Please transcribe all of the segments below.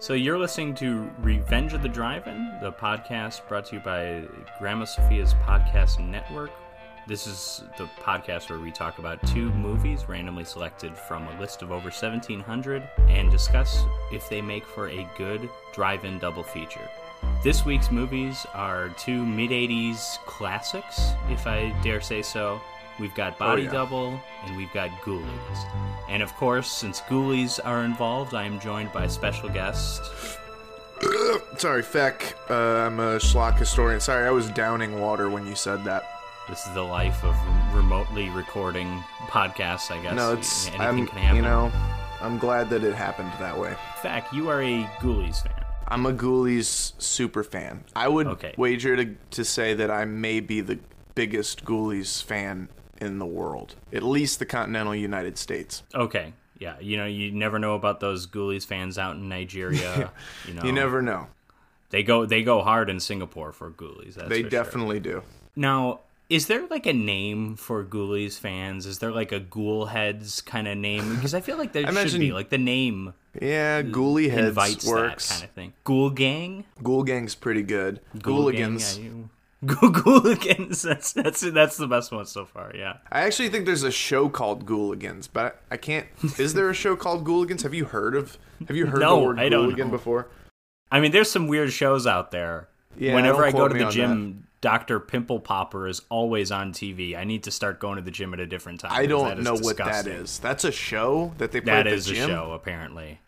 So you're listening to Revenge of the Drive-In, the podcast brought to you by Grandma Sophia's Podcast Network. This is the podcast where we talk about two movies randomly selected from a list of over 1,700 and discuss if they make for a good drive-in double feature. This week's movies are two mid-80s classics, if I dare say so. We've got Body yeah. Double and we've got Ghoulies. And of course, since Ghoulies are involved, I am joined by special guest. Sorry, Feck. Uh, I'm a schlock historian. Sorry, I was downing water when you said that. This is the life of remotely recording podcasts, I guess. no, it's anything I'm, can happen. you know, I'm glad that it happened that way. In fact, you are a Ghoulies fan. I'm a Ghoulies super fan. I would Okay. wager to to say that I may be the biggest Ghoulies fan in the world, at least the continental United States. Okay. Yeah, you know, you never know about those Ghoulies fans out in Nigeria. You know, You never know. they go they go hard in Singapore for Ghoulies. That's They for sure. definitely do. Now, is there like a name for Ghoulies fans? Is there like a Ghoul Heads kind of name? Because I feel like there should imagine- be like the name Yeah, Ghoulie heads invites works. that kind of thing. Ghoul Gang, Ghoul Gang's pretty good. Ghoul Gang, Ghouligans. yeah, you- Ghoul Ghouligans. That's that's that's the best one so far. Yeah. I actually think there's a show called Gooligans, but I can't. Is there a show called Gooligans? Have you heard of? Have you heard No, the word I don't Gooligan know. before? I mean, there's some weird shows out there. Yeah, Whenever don't I go quote to me the on gym, Dr. Pimple Popper is always on TV. I need to start going to the gym at a different time. I because don't that is know what that disgusting. is. That's a show that they play That at the is gym. a show, apparently.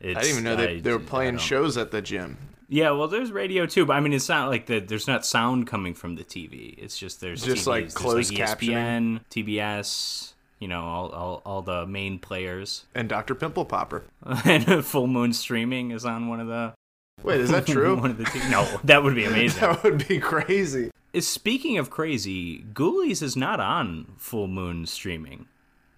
It's, I didn't even know they, I- they were I playing don't- shows at the gym. Yeah, well, there's radio too, but I mean, it's not like the, there's not sound coming from the TV. It's just there's Just, TVs. like, There's, E closed ESPN, TBS, you know, all, all, all the main players. And Dr. Pimple Popper. and Full Moon Streaming is on one of the Wait, is that one true? of the t- no, that would be amazing. that would be crazy. Speaking of crazy, Ghoulies is not on Full Moon Streaming.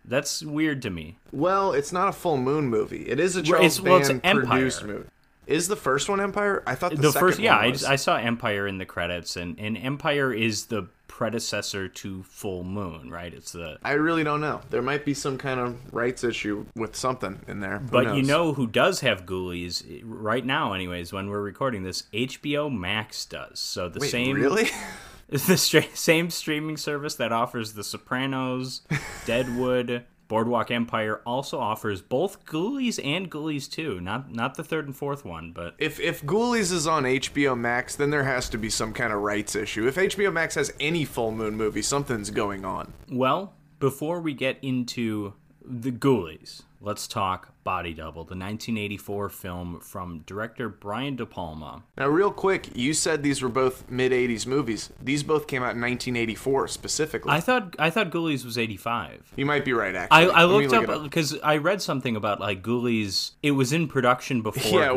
That's weird to me. Well, it's not a full moon movie. It is a Well, it's- Charles well, it's Band Empire. produced movie. Is the first one Empire? I thought the, The second first, yeah, one I, was. I saw Empire in the credits, and, and Empire is the predecessor to Full Moon, right? It's the I really don't know. There might be some kind of rights issue with something in there. Who But you knows? know who does have Ghoulies eh, right now, anyways, when we're recording this? HBO Max does. So the Wait, same really? the stra- same streaming service that offers The Sopranos, Deadwood, Boardwalk Empire also offers both Ghoulies and Ghoulies 2. Not not the third and fourth one, but if if Ghoulies is on HBO Max, then there has to be some kind of rights issue. If HBO Max has any full moon movie, something's going on. well, before we get into the Ghoulies, let's talk Body Double, the 1984 film from director Brian De Palma. Now, real quick, you said these were both mid '80s movies. These both came out in 1984 specifically. I thought I thought Ghoulies was 85. you might be right, actually. I, I Let me looked look up it because I read something about like Ghoulies. It was in production before. Yeah, it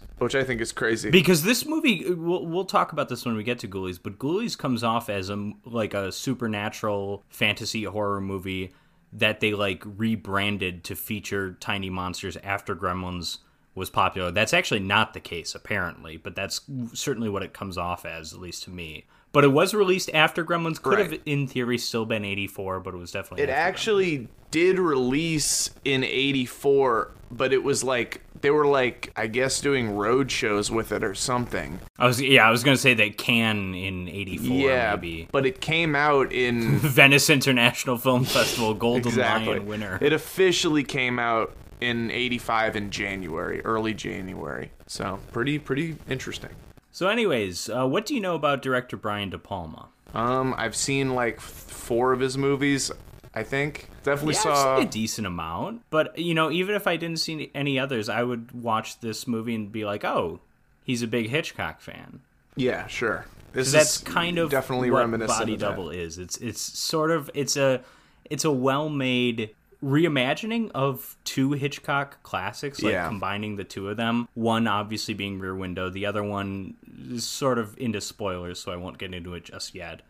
Gremlins. which I think is crazy. Because this movie, we'll, we'll talk about this when we get to Ghoulies, but Ghoulies comes off as a like a supernatural fantasy horror movie that they like rebranded to feature tiny monsters after Gremlins was popular. That's actually not the case apparently, but that's certainly what it comes off as, at least to me. But it was released after Gremlins. Could have, Right. in theory, still been '84, but it was definitely It actually did release in 84, but it was like they were like I guess doing road shows with it or something. I was yeah, I was gonna say that can in '84 yeah, maybe but it came out in Venice International Film Festival Golden exactly Lion winner. It officially came out in 85 in January, early January. So, pretty pretty interesting. so, anyways, uh, what do you know about director Brian De Palma? Um I've seen like f- four of his movies, I think. Definitely Yeah, I've saw seen a decent amount, but you know, even if I didn't see any others, I would watch this movie and be like, oh, he's a big Hitchcock fan. Yeah, sure. This that's is kind of definitely what reminiscent body of that. double is. It's it's sort of it's a it's a well made reimagining of two Hitchcock classics, like Yeah. combining the two of them. One obviously being Rear Window, the other one is sort of into spoilers, so I won't get into it just yet.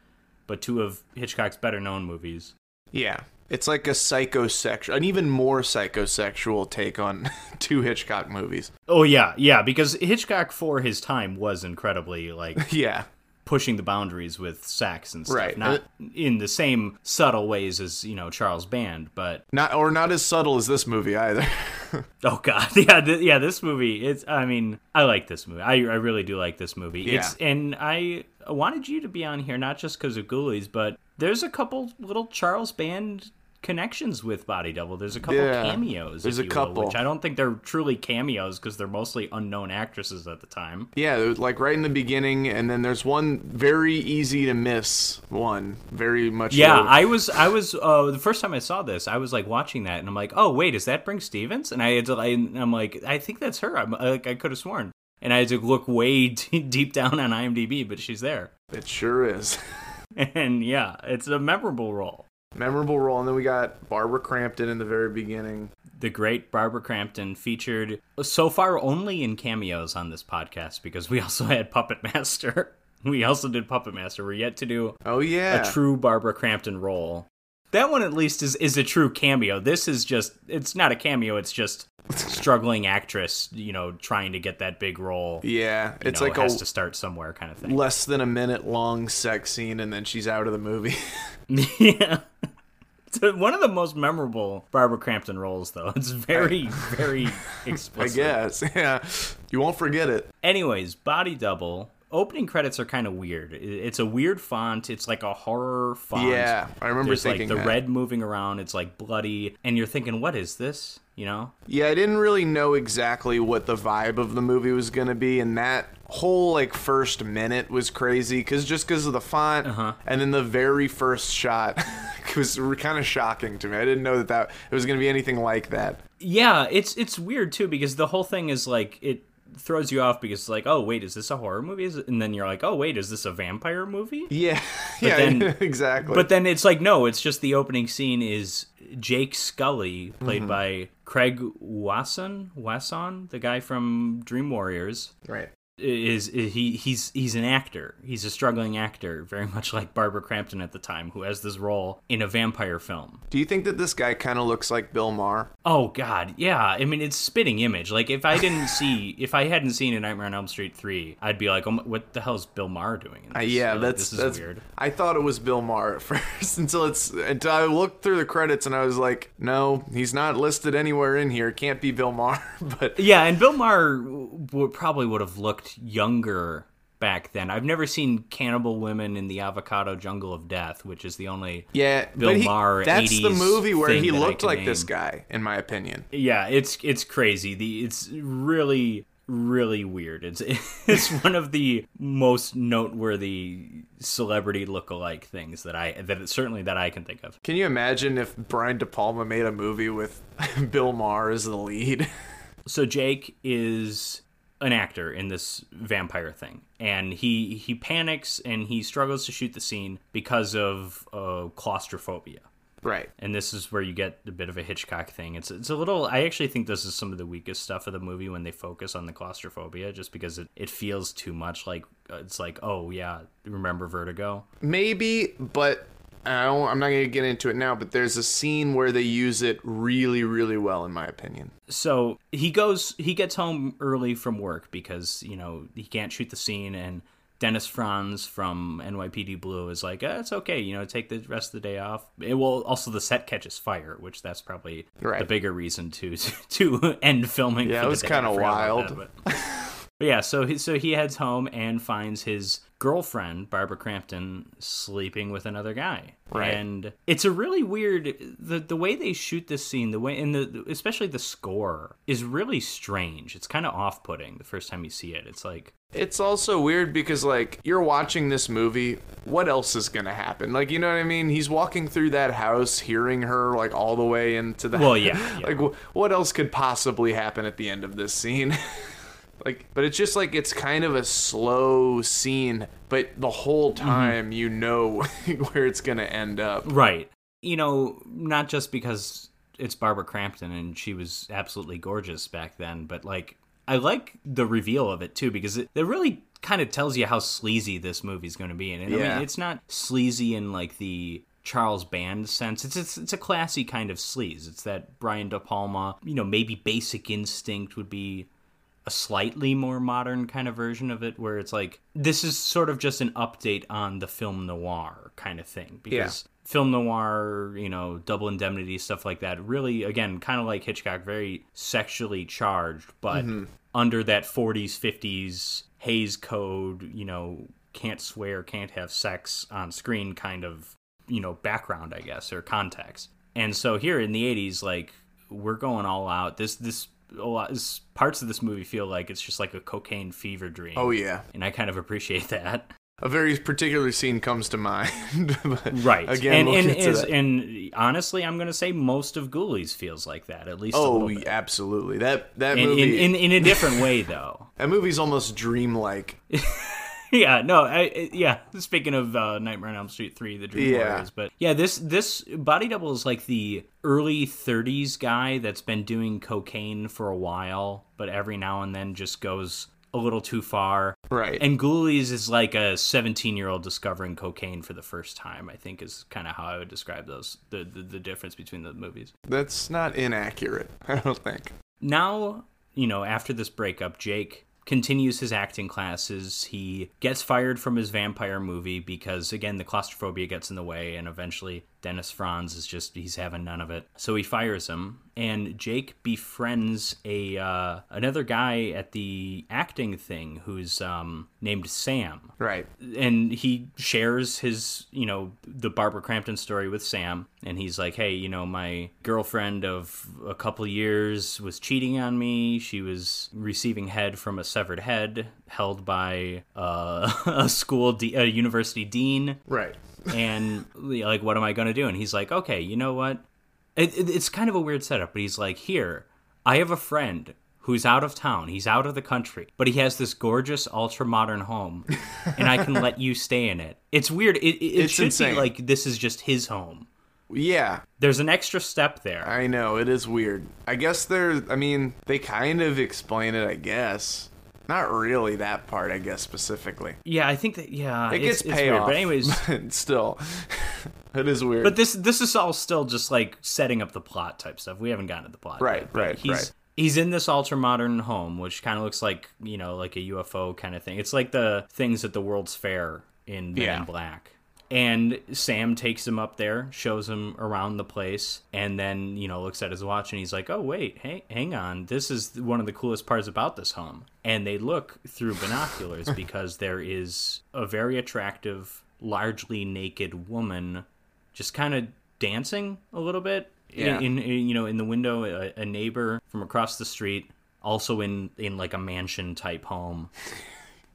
But two of Hitchcock's better known movies. Yeah. It's like a psychosexual, an even more psychosexual take on two Hitchcock movies. Oh yeah, yeah, because Hitchcock for his time was incredibly like Yeah. pushing the boundaries with sex and stuff. Right. Not in the same subtle ways as, you know, Charles Band, but Not or not as subtle as this movie either. Oh God, yeah, th- yeah. This movie, it's. I mean, I like this movie. I, I really do like this movie. It's and I wanted you to be on here not just because of Ghoulies, but there's a couple little Charles Band connections with Body Double. There's a couple Yeah. cameos. There's if a you will, couple. which I don't think they're truly cameos because they're mostly unknown actresses at the time. Yeah, it was, like right in the beginning, and then there's one very easy to miss one, very much. Yeah, low- I was, I was, uh, the first time I saw this, I was like watching that, and I'm like, oh wait, is that Bring Stevens? And I had to, I, I'm like, I think that's her. I'm like, I could have sworn. And I had to look way d- deep down on IMDb, but she's there. it sure is And yeah, it's a memorable role. memorable role. And then we got Barbara Crampton in the very beginning. The great Barbara Crampton featured so far only in cameos on this podcast because we also had Puppet Master. We also did Puppet Master. We're yet to do Oh yeah, a true Barbara Crampton role. That one at least is is a true cameo. This is just it's not a cameo, it's just struggling actress, you know, trying to get that big role. you yeah. It's know, like a has to start somewhere kind of thing. less than a minute long sex scene, and then she's out of the movie. yeah. It's one of the most memorable Barbara Crampton roles though. It's very very I explicit. guess. Yeah, you won't forget it. Anyways, Body Double opening credits are kind of weird. I- It's a weird font. It's like a horror font. Yeah, I remember There's like thinking the that. red moving around. It's like bloody, and you're thinking, "What is this?" You know? Yeah, I didn't really know exactly what the vibe of the movie was going to be, and that whole like first minute was crazy because just because of the font, Uh-huh. and then the very first shot was kind of shocking to me. I didn't know that that it was going to be anything like that. Yeah, it's it's weird too because the whole thing is like it throws you off because it's like, "Oh wait, is this a horror movie?" Is it- And then you're like, "Oh wait, is this a vampire movie?" Yeah, yeah, then- exactly. But then it's like, no, it's just the opening scene is Jake Scully, played by Craig Wasson, Wasson, the guy from Dream Warriors. right. is, is he he's he's an actor. He's a struggling actor, very much like Barbara Crampton at the time, who has this role in a vampire film. Do you think that this guy kind of looks like Bill Maher? Oh God, yeah. I mean, it's spitting image. Like if I didn't see, if I hadn't seen a Nightmare on Elm Street three, I'd be like, oh, my- what the hell's Bill Maher doing? In this? Uh, yeah, Like, that's this is that's weird. I thought it was Bill Maher at first until it's until I looked through the credits and I was like, no, he's not listed anywhere in here. It can't be Bill Maher, but Yeah, and Bill Maher w- w- probably would have looked younger back then. I've never seen Cannibal Women in the Avocado Jungle of Death, which is the only Yeah, Bill but he, Maher That's the 80s movie where thing he that I looked can like this name. guy, in my opinion. yeah it's it's crazy the it's really really weird it's it's one of the most noteworthy celebrity lookalike things that i that certainly that i can think of Can you imagine if Brian De Palma made a movie with Bill Maher as the lead? so Jake is an actor in this vampire thing and he he panics and he struggles to shoot the scene because of uh, claustrophobia right. and this is where you get a bit of a Hitchcock thing. It's it's a little. I actually think this is some of the weakest stuff of the movie when they focus on the claustrophobia, just because it, it feels too much like it's like oh yeah, remember Vertigo? Maybe, but I don't, I'm not going to get into it now, but there's a scene where they use it really, really well, in my opinion. So he goes, he gets home early from work because you know he can't shoot the scene, and Dennis Franz from NYPD Blue is like, eh, it's okay, you know, take the rest of the day off. It will also the set catches fire, which that's probably Right. the bigger reason to to end filming. for Yeah, it the was day. I kinda forgot about wild. that, but- But yeah, so he, so he heads home and finds his girlfriend Barbara Crampton sleeping with another guy. Right. And it's a really weird the the way they shoot this scene, the way and the especially the score is really strange. It's kind of off-putting the first time you see it. It's like It's also weird because, like, you're watching this movie. What else is going to happen? Like, you know what I mean? He's walking through that house, hearing her, like, all the way into the. Well, yeah, yeah. like, wh- what else could possibly happen at the end of this scene? like, but it's just like it's kind of a slow scene, but the whole Mm-hmm. time you know where it's going to end up. Right. You know, not just because it's Barbara Crampton and she was absolutely gorgeous back then, but like I like the reveal of it too because it, it really kind of tells you how sleazy this movie's going to be. And, and I Yeah. mean, it's not sleazy in like the Charles Band sense. It's, it's it's a classy kind of sleaze. It's that Brian De Palma, you know, maybe Basic Instinct would be a slightly more modern kind of version of it where it's like this is sort of just an update on the film noir kind of thing because film noir, you know, double indemnity, stuff like that. Really, again, kind of like Hitchcock, very sexually charged, but under that 40s, 50s Hayes Code, you know, can't swear, can't have sex on screen kind of, you know, background, I guess, or context. And so here in the 80s, like, we're going all out. This, this, a lot, this, parts of this movie feel like it's just like a cocaine fever dream. Oh yeah, And I kind of appreciate that. a very particular scene comes to mind. but Right. Again, and we'll and, get to is- that. and honestly, I'm going to say most of Ghoulies feels like that, at least a oh, little bit. absolutely. That that In, in, movie. in, in a different way, though. that movie's almost dreamlike. yeah, no, I, I- yeah. Speaking of uh, Nightmare on Elm Street 3, the Dream Yeah. Warriors. But yeah, this, this Body Double is like the early 30s guy that's been doing cocaine for a while, but every now and then just goes a little too far. Right. And Ghoulies is like a 17 year old discovering cocaine for the first time, I think is kind of how I would describe those, the, the, the difference between the movies. That's not inaccurate. I don't think. Now, you know, after this breakup, Jake continues his acting classes. He gets fired from his vampire movie because, again, the claustrophobia gets in the way, and eventually Dennis Franz is just, he's having none of it. So he fires him, and Jake befriends a, uh, another guy at the acting thing who's, um, named Sam Right. and he shares his you know the barbara crampton story with sam and he's like hey you know my girlfriend of a couple years was cheating on me she was receiving head from a severed head held by uh, a school de- a university dean Right. and like what am i going to do and he's like okay you know what it, it, it's kind of a weird setup but he's like here i have a friend who's out of town he's out of the country but he has this gorgeous ultra modern home and i can let you stay in it it's weird it, it, it It's should insane. be like this is just his home Yeah, there's an extra step there I know it is weird. I guess they're. I mean, they kind of explain it. I guess not really that part. I guess specifically, yeah i think that yeah it it's- gets it's weird. payoff. but anyways but still, it is weird. But this this is all still just like setting up the plot type stuff. We haven't gotten to the plot. Right, yet, but right, he's, right. He's in this ultra modern home, which kind of looks like you know like a UFO kind of thing. It's like the things at the World's Fair in Men Yeah. in Black. And Sam takes him up there, shows him around the place, and then you know looks at his watch and he's like, "Oh wait, hey, hang on, this is one of the coolest parts about this home." And they look through binoculars because there is a very attractive, largely naked woman just kind of dancing a little bit Yeah. in, in, you know in the window a, a neighbor from across the street also in in like a mansion type home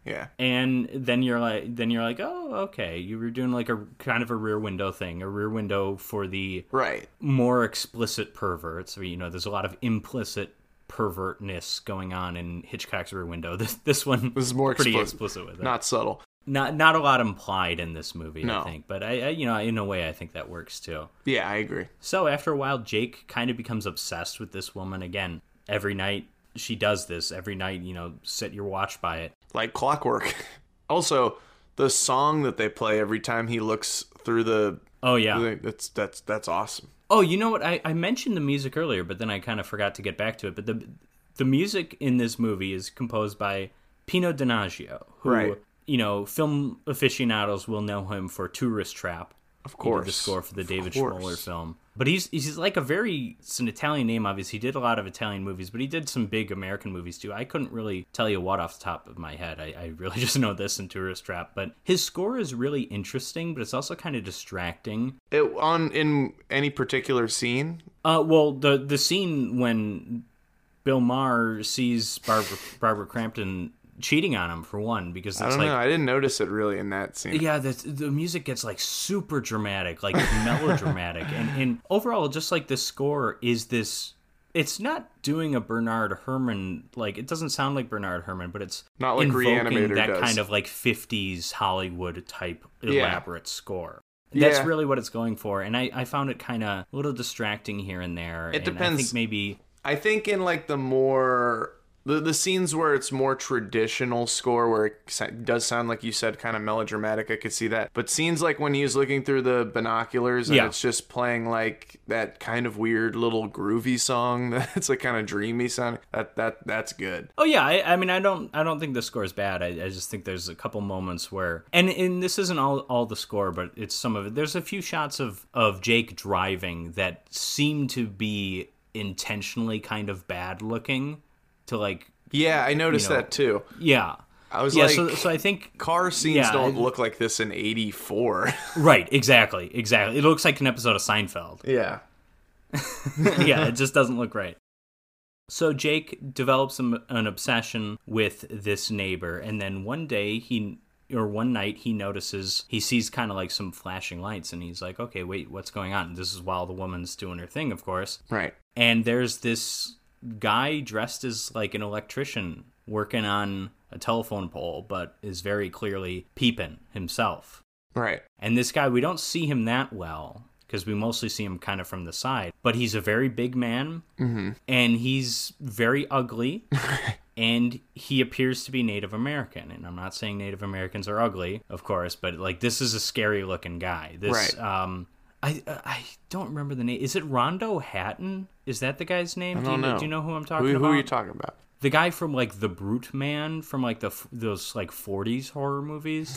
yeah, and then you're like then you're like oh okay you were doing like a kind of a rear window thing a rear window for the right. more explicit perverts you know there's a lot of implicit pervertness going on in hitchcock's rear window this this one This is more pretty explicit. explicit with it Not subtle. not not a lot implied in this movie No. i think but I, I you know in a way i think that works too Yeah, I agree. so after a while, Jake kind of becomes obsessed with this woman again. Every night she does this. Every night, you know, set your watch by it. Like clockwork. also, the song that they play every time he looks through the. Oh yeah. That's that's that's awesome. Oh, you know what? I, I mentioned the music earlier, but then I kind of forgot to get back to it. But the the music in this movie is composed by Pino Donaggio, who Right. you know film aficionados will know him for Tourist Trap. Of He did course. the score for the David course. Schmoller film. But he's he's like a very it's an Italian name, obviously. He did a lot of Italian movies, but he did some big American movies too. I couldn't really tell you what off the top of my head. I, I really just know this and Tourist Trap. But his score is really interesting, but it's also kind of distracting. It on in any particular scene. Uh, well, the the scene when Bill Maher sees Barbara Barbara Crampton cheating on him for one, because it's I don't like know. I didn't notice it really in that scene. yeah the, the music gets like super dramatic like melodramatic and, and overall just like the score is this it's not doing a bernard herman like it doesn't sound like bernard herman but it's Not like invoking Reanimator that does. kind of like 50s hollywood type elaborate score Yeah. that's really what it's going for and i, I found it kind of a little distracting here and there It and I depends. think maybe I think in like the more The the scenes where it's more traditional score, where it sa- does sound like you said, kind of melodramatic. I could see that. But scenes like when he's looking through the binoculars and Yeah. it's just playing like that kind of weird little groovy song. That's like kind of dreamy sound. That that that's good. Oh yeah, I, I mean, I don't, I don't think the score is bad. I, I just think there's a couple moments where, and and this isn't all all the score, but it's some of it. There's a few shots of of Jake driving that seem to be intentionally kind of bad looking, to like, Yeah, I noticed You know, that too. yeah, I was yeah. like, so so I think car scenes yeah, don't I- look like this in '84. right, exactly, exactly. It looks like an episode of Seinfeld. yeah. yeah, it just doesn't look right. So Jake develops an an obsession with this neighbor, and then one day he or one night he notices he sees kind of like some flashing lights, and he's like, "Okay, wait, what's going on?" This is while the woman's doing her thing, of course. Right. And there's this guy dressed as like an electrician working on a telephone pole, but is very clearly peeping himself. Right. And this guy, we don't see him that well because we mostly see him kind of from the side, but he's a very big man Mm-hmm. and he's very ugly. And he appears to be Native American, and I'm not saying Native Americans are ugly, of course, but like this is a scary looking guy. This, Right. um, I I don't remember the name. Is it Rondo Hatton? Is that the guy's name? do, you, don't know. do you know who I'm talking Who, about? who are you talking about? the guy from like The Brute Man from like the f- those like 40s horror movies.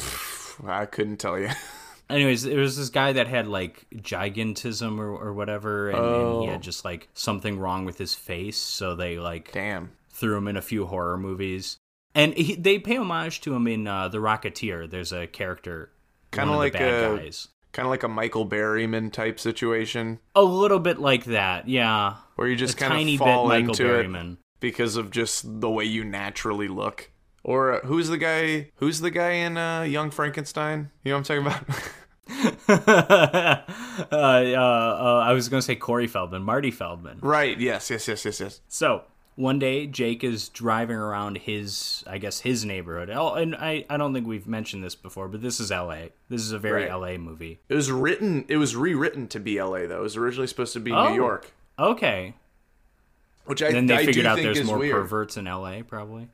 I couldn't tell you. Anyways, there was this guy that had like gigantism or, or whatever, and, and he had just like something wrong with his face, so they like Oh. Damn. threw him in a few horror movies. And he, they pay homage to him in uh, The Rocketeer. There's a character, Kinda one of the like bad a- guys, Kind of like a Michael Berryman type situation a little bit like that, yeah. where you just a kind tiny of bit fall Michael into it Berryman. because of just the way you naturally look. Or uh, who's the guy? Who's the guy in uh, Young Frankenstein? You know what I'm talking about? uh, uh, uh, I was gonna say Corey Feldman, Marty Feldman. right. Yes. Yes. Yes. Yes. Yes. So one day, Jake is driving around his, I guess, his neighborhood. Oh, and I, I don't think we've mentioned this before, but this is L.A. This is a very Right. L.A. movie. It was written. It was rewritten to be L.A. Though it was originally supposed to be Oh. New York, Okay. which I Then they I figured do out think there's is more weird. perverts in L.A. Probably.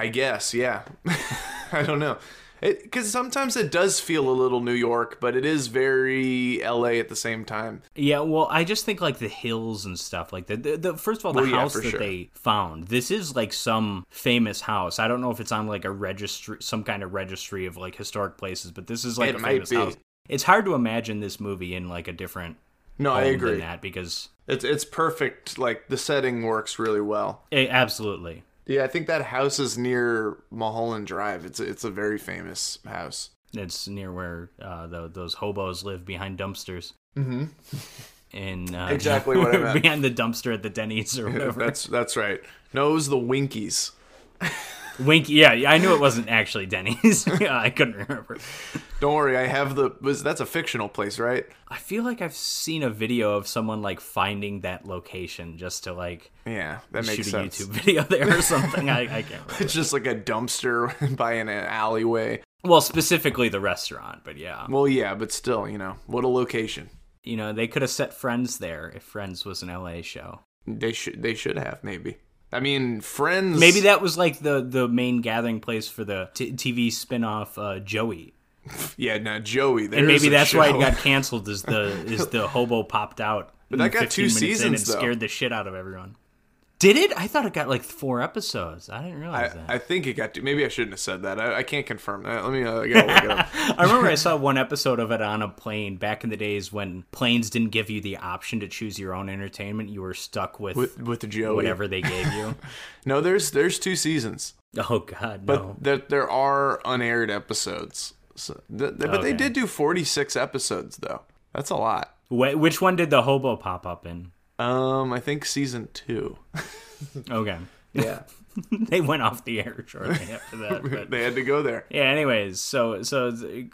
I guess, yeah. I don't know. Because sometimes it does feel a little New York, but it is very LA at the same time. Yeah. Well, I just think like the hills and stuff like that. The, the first of all, the Well, yeah, house for that sure. they found. This is like some famous house. I don't know if it's on like a registry, some kind of registry of like historic places, but this is like It a might famous be. house. It's hard to imagine this movie in like a different. No, I home Than agree. that because It's it's perfect. Like the setting works really well. Eh, absolutely. Yeah, I think that house is near Mulholland Drive. It's it's a very famous house. It's near where uh, tho- those hobos live behind dumpsters. Mm-hmm. In, uh, Exactly what I meant. behind the dumpster at the Denny's or whatever. That's that's right. No, it was the Winkies. Wink. Yeah, yeah, I knew it wasn't actually Denny's. yeah, I couldn't remember. Don't worry, I have the. Was, that's a fictional place, right? I feel like I've seen a video of someone like finding that location just to like Yeah, that shoot makes a sense. YouTube video there or something. I, I can't. Remember. It's just like a dumpster by an alleyway. Well, specifically the restaurant, but yeah, Well, yeah, but still, you know, what a location. you know they could have set Friends there if Friends was an LA show. They should they should have maybe. I mean, Friends. Maybe that was like the the main gathering place for the t- TV spin-off uh, Joey. Yeah, no, Joey. And there's maybe a that's why it show. got canceled is the is the hobo popped out. But that got two in seasons, and though. scared the shit out of everyone. Did it? I thought it got like four episodes. I didn't realize that. I, I think it got. Maybe I shouldn't have said that. I, I can't confirm that. Let me. Uh, I gotta look it up. I remember I saw one episode of it on a plane back in the days when planes didn't give you the option to choose your own entertainment. You were stuck with, With, with Joey. whatever they gave you. No, there's there's two seasons, oh God, but no. there there are unaired episodes. So, th- th- But Okay. they did do 46 episodes though. That's a lot. Wh- which one did the hobo pop up in? Um, I think season two. Okay, Yeah, they went off the air shortly after that. But they had to go there. Yeah. Anyways, so so th-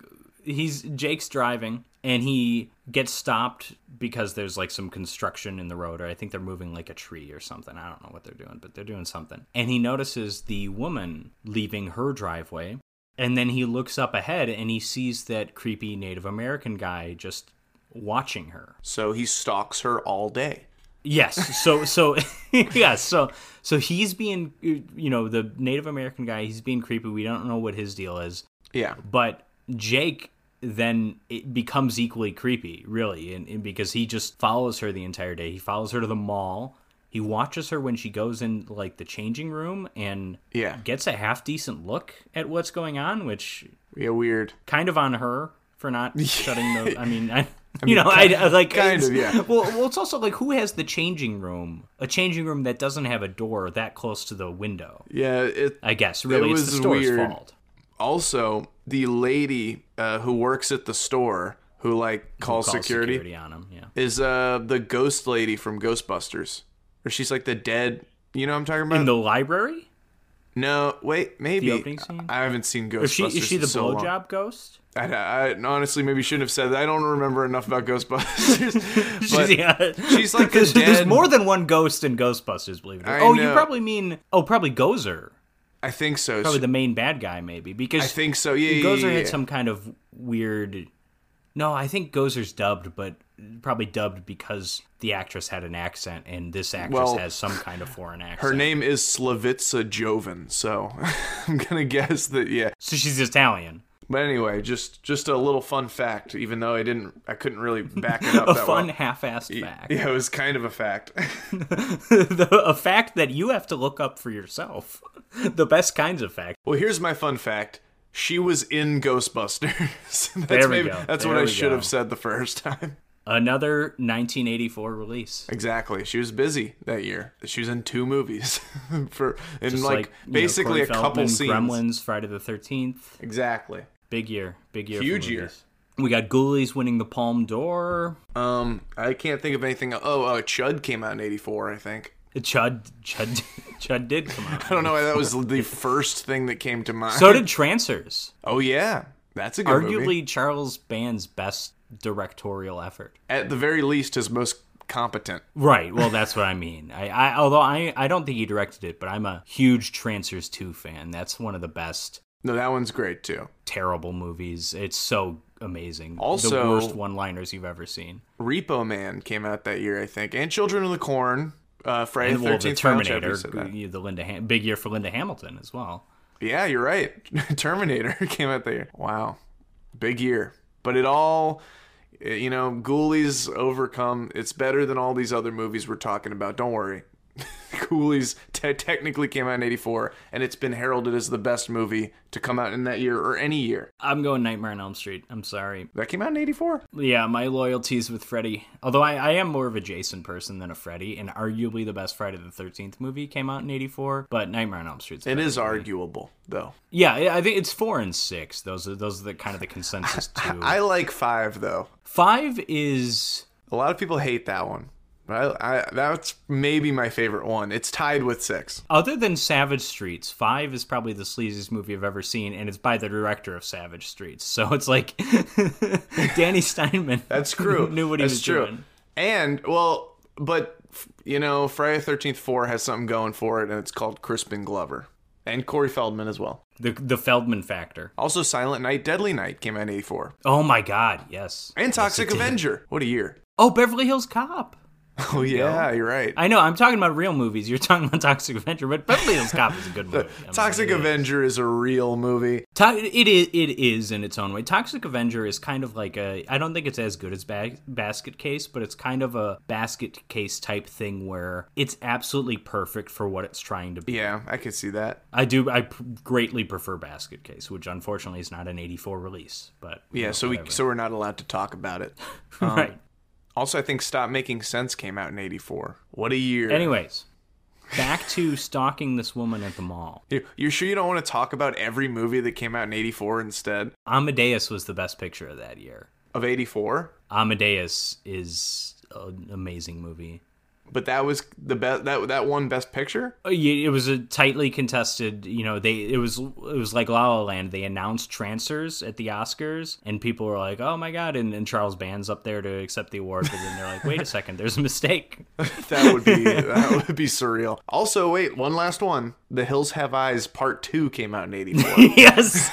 he's Jake's driving and he gets stopped because there's like some construction in the road, or I think they're moving like a tree or something. I don't know what they're doing, but they're doing something. And he notices the woman leaving her driveway, and then he looks up ahead and he sees that creepy Native American guy just watching her. So he stalks her all day. Yes. So so yeah, so so he's being you know, the Native American guy, he's being creepy. We don't know what his deal is, Yeah. but Jake then it becomes equally creepy, really, and, and because he just follows her the entire day. He follows her to the mall. He watches her when she goes in like the changing room and Yeah. gets a half decent look at what's going on, which Yeah, weird. kind of on her for not shutting the. I mean, I, you know, I, I like kind it's- of, yeah. Well, well, it's also like who has the changing room? A changing room that doesn't have a door that close to the window. Yeah, it I guess really, it's the was store's weird. fault. also the lady uh, who works at the store who like calls Call security, security on him. Yeah. is uh the ghost lady from Ghostbusters. Or she's like the dead, you know what I'm talking about? In the library? no, wait, maybe. opening scene? I haven't seen Ghostbusters. Is she is she in the so long. blowjob ghost? I, I honestly maybe shouldn't have said that. I don't remember enough about Ghostbusters. but yeah. she's like the there's, there's dead- more than one ghost in Ghostbusters, believe it or I not. Oh, you know. probably mean oh, probably Gozer, I think so. probably the main bad guy, maybe because I think so. Yeah, yeah, Gozer yeah, had yeah. some kind of weird. No, I think Gozer's dubbed, but probably dubbed because the actress had an accent, and this actress Well, has some kind of foreign accent. Her name is Slavitsa Jovan, so I'm gonna guess that yeah. so she's Italian. But anyway, just just a little fun fact, even though I didn't, I couldn't really back it up A that fun well. half-assed fact, Yeah, it was kind of a fact. The- a fact that you have to look up for yourself. The best kinds of facts. well, here's my fun fact. She was in Ghostbusters. that's There we maybe- go. That's There what I we should go. have said the first time. Another 1984 release. Exactly. She was busy that year. She was in two movies for in It's like, you know, basically Corey a couple Feldman, scenes. Gremlins, Friday the 13th. Exactly. Big year. Big year. for Huge year. movies. We got Ghoulies winning the Palm d'Or. Um, I can't think of anything. Oh, uh, Chud came out in '84, I think. Chud, Chud, Chud did come out. I don't know why that was the first thing that came to mind. So did Trancers. oh yeah, that's a good Arguably movie. Charles Band's best directorial effort. At the very least, his most competent. Right. Well, that's what I mean. I, I although I, I don't think he directed it, but I'm a huge Trancers 2 fan. That's one of the best No, that one's great too. terrible movies. It's so amazing. the Also- worst one-liners you've ever seen. Repo Man came out that year, I think, and Children of the Corn. Uh, Friday And the well, the Thirteenth. Terminator, you- the Linda Ham- big year for Linda Hamilton as well. Yeah, you're right. Terminator came out there. Wow. Big year. But it all, eh, you know, Ghoulies overcome. It's better than all these other movies we're talking about. Don't worry. Ghoulies te- technically came out in 84, and it's been heralded as the best movie to come out in that year or any year. I'm going Nightmare on Elm Street. I'm sorry. That came out in 84? Yeah, my loyalties with Freddy. Although I, I am more of a Jason person than a Freddy, and arguably the best Friday the Thirteenth movie came out in '84. But Nightmare on Elm Street's It better. is arguable, though. Yeah, I I think it's four and six. Those are those are the kind of the consensus two. I like 5, though. Five is A lot of people hate that one. But I, I, that's maybe my favorite one. It's tied with 6. other than Savage Streets. Five is probably the sleaziest movie I've ever seen, and it's by the director of Savage Streets. So it's like Danny Steinman. That's true. knew what he That's was true. doing. And well, but f- you know, Friday Thirteenth Four has something going for it, and it's called Crispin Glover and Corey Feldman as well. The the Feldman factor. Also, Silent Night, Deadly Night came out in '84, Oh my God, yes. and Toxic did. Avenger. What a year! Oh, Beverly Hills Cop. Oh yeah, you're right. I know. I'm talking about real movies. You're talking about Toxic Avenger, but Beverly Hills Cop is a good movie. I mean, Toxic it- Avenger is a real movie. To- it is. It is in its own way. Toxic Avenger is kind of like a. I don't think it's as good as ba- Basket Case, but it's kind of a Basket Case type thing where it's absolutely perfect for what it's trying to be. Yeah, I could see that. I do. I p- greatly prefer Basket Case, which unfortunately is not an '84 release, but Yeah, so we so we're not allowed to talk about it. um, right. Also, I think Stop Making Sense came out in '84. What a year! Anyways, back to stalking this woman at the mall. You- You're sure you don't want to talk about every movie that came out in '84 instead Amadeus was the best picture of that year. of '84? Amadeus is an amazing movie. But that was the best. That that one best picture. Uh, yeah, It was a tightly contested. You know, they it was it was like La La Land. They announced Trancers at the Oscars, and people were like, "Oh my god!" And, and Charles Band's up there to accept the award, but then they're like, "Wait a second, there's a mistake." That would be that would be surreal. Also, wait, one last one. The Hills Have Eyes Part Two came out in '84. yes,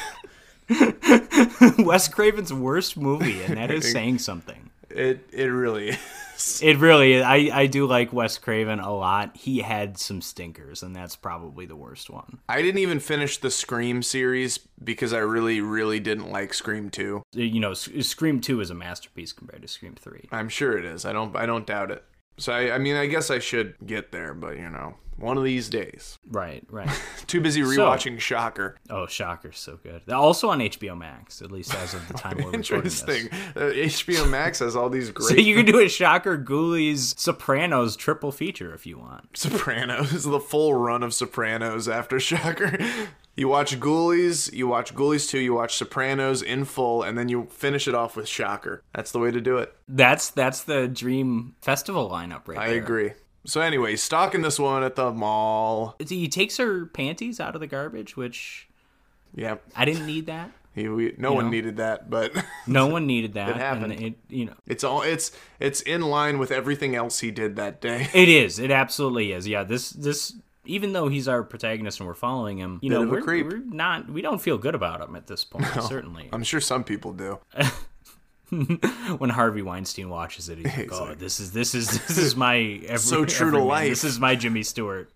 Wes Craven's worst movie, and that is saying something. it it really is. is. It really is. I, I do like Wes Craven a lot. He had some stinkers, and that's probably the worst one. I didn't even finish the Scream series because I really, really didn't like Scream 2. You know, S- Scream 2 is a masterpiece compared to Scream 3. I'm sure it is. I don't I don't doubt it. So I, I mean I guess I should get there, but you know, one of these days. Right, right. Too busy rewatching Shocker. Oh, Shocker's so good. They're also on HBO Max, at least as of the time we're recording this. Interesting. Uh, HBO Max has all these So great you can do a Shocker, Ghoulies, Sopranos triple feature if you want. Sopranos, the full run of Sopranos after Shocker. You watch Ghoulies, you watch Ghoulies 2, you watch Sopranos in full, and then you finish it off with Shocker. That's the way to do it. That's that's the dream festival lineup right I there. agree. So anyway, stalking this woman at the mall. He takes her panties out of the garbage, which Yep. I didn't need that. He, we, no one needed that, but No one needed that. It happened. And it, you know, it's all it's it's in line with everything else he did that day. It is. It absolutely is. Yeah. This this even though he's our protagonist and we're following him, you know, of a we're, creep. we're not we don't feel good about him at this point. Certainly, I'm sure some people do. when Harvey Weinstein watches it, he's like, "Oh, this is this is this is my every, So true to everyman. life. This is my Jimmy Stewart."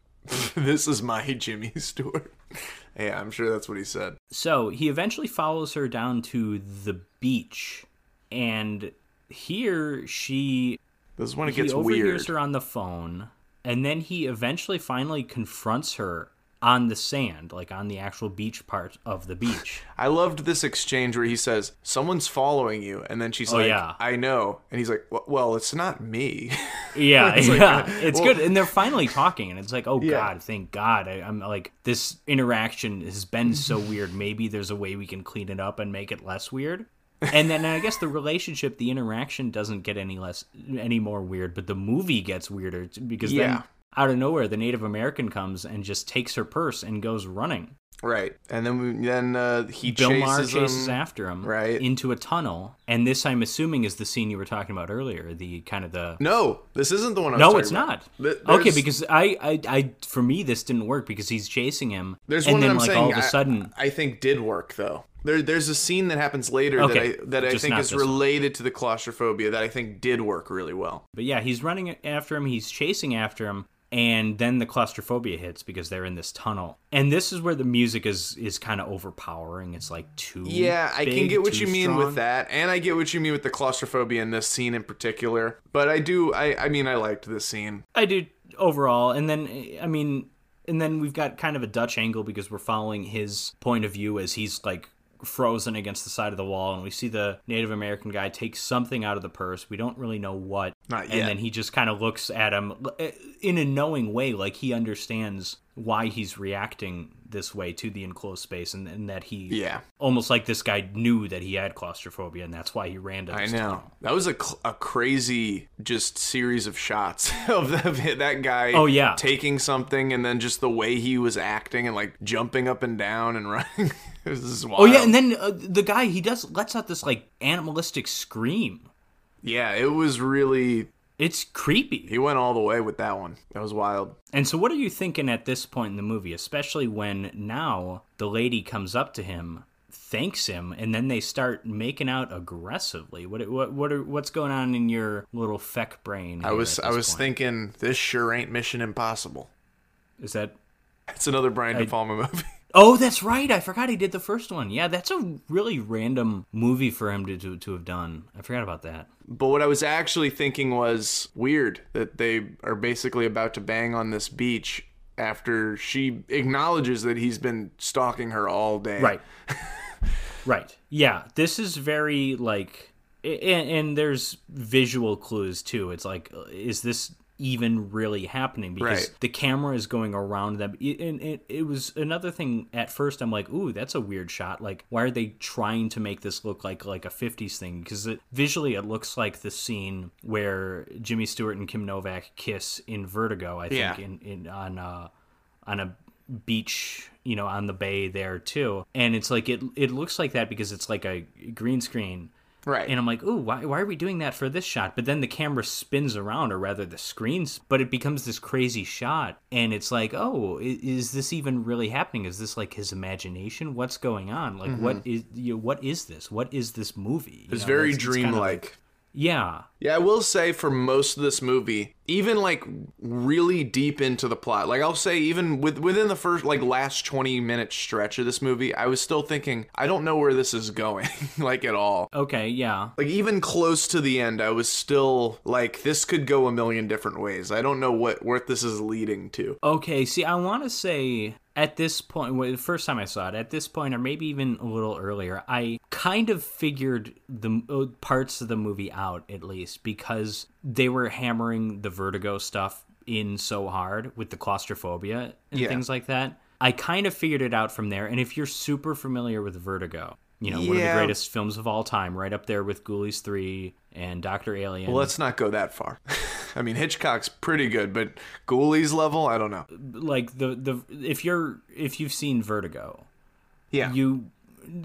this is my Jimmy Stewart. yeah, I'm sure that's what he said. So he eventually follows her down to the beach, and here she This is when it he gets overhears weird. her on the phone, and then he eventually finally confronts her on the sand, like on the actual beach part of the beach. I loved this exchange where he says, "Someone's following you," and then she's like, Oh, yeah. "I know," and he's like, "Well, well it's not me." Yeah, like, yeah, uh, it's well- good, and they're finally talking, and it's like, oh god, thank God, I, I'm like this interaction has been so weird. Maybe there's a way we can clean it up and make it less weird. And then I guess the relationship, the interaction doesn't get any less, any more weird, but the movie gets weirder t- because Yeah. then out of nowhere, the Native American comes and just takes her purse and goes running. right. And then we, then uh, he Bill chases, Maher him. chases after him right. into a tunnel, and this I'm assuming is the scene you were talking about earlier, the kind of the No, this isn't the one. I was No, talking it's about. not. Th- okay, there's- because I, I, I, for me, this didn't work because he's chasing him, There's and one then that I'm like saying all of a I- sudden, I, think did work though. There, there's a scene that happens later Okay, that I that I just think not is this one. related to the claustrophobia that I think did work really well. but yeah, he's running after him, he's chasing after him, and then the claustrophobia hits because they're in this tunnel, and this is where the music is is kind of overpowering. It's like too Yeah, I can big, get what too you mean strong. with that, and I get what you mean with the claustrophobia in this scene in particular. But I do, I, I mean, I liked this scene. I do overall, and then I mean, and then we've got kind of a Dutch angle because we're following his point of view as he's like frozen against the side of the wall, and we see the Native American guy take something out of the purse. We don't really know what, Not yet. and then he just kind of looks at him l- in a knowing way, like he understands why he's reacting this way to the enclosed space, and, and that he Yeah. almost like this guy knew that he had claustrophobia, and that's why he ran to. I This know that was a, cl- a crazy just series of shots of, the, of it- that guy. Oh, yeah. taking something and then just the way he was acting and like jumping up and down and running. this is wild. Oh yeah, and then uh, the guy he does lets out this like animalistic scream. yeah, it was really. It's creepy. He went all the way with that one. That was wild. And so, what are you thinking at this point in the movie, especially when now the lady comes up to him, thanks him, and then they start making out aggressively? What what what are what's going on in your little feck brain? I was I was thinking this sure ain't Mission Impossible. is that. It's another Brian De Palma movie. Oh, that's right. I forgot he did the first one. Yeah, that's a really random movie for him to, to, to have done. I forgot about that. But what I was actually thinking was weird that they are basically about to bang on this beach after she acknowledges that he's been stalking her all day. Right. right. Yeah. This is very like, a- and, and there's visual clues too. It's like, uh, is this even really happening? Because Right. the camera is going around them. I- And it, it was another thing. At first, I'm like, ooh, that's a weird shot. Like, why are they trying to make this look like like a '50s thing? Because it, visually, it looks like the scene where Jimmy Stewart and Kim Novak kiss in Vertigo. I think Yeah. in, in on uh, on a beach you know on the bay there too and it's like it it looks like that because it's like a green screen Right. and i'm like ooh why, why are we doing that for this shot but then the camera spins around or rather the screens but it becomes this crazy shot and it's like oh i- is this even really happening is this like his imagination what's going on like what is you know, what is this what is this movie You Mm-hmm. it's know, very it's kind of like- dreamlike. Yeah. Yeah, I will say for most of this movie, even like really deep into the plot, like I'll say even with within the first like last 20 minute stretch of this movie, I was still thinking, I don't know where this is going, like at all. Okay, yeah. Like even close to the end, I was still like this could go a million different ways. I don't know what what this is leading to. Okay, see, I want to say at this point, well, the first time I saw it, at this point, or maybe even a little earlier, I kind of figured the uh, parts of the movie out at least because they were hammering the vertigo stuff in so hard with the claustrophobia and Yeah. things like that. I kind of figured it out from there. And if you're super familiar with Vertigo, you know, one of the Yeah. greatest films of all time, right up there with Ghoulies 3 and Dr. Alien. Let's not go that far. I mean, Hitchcock's pretty good, but Ghoulies level, I don't know. like the the if you're if you've seen Vertigo, Yeah. you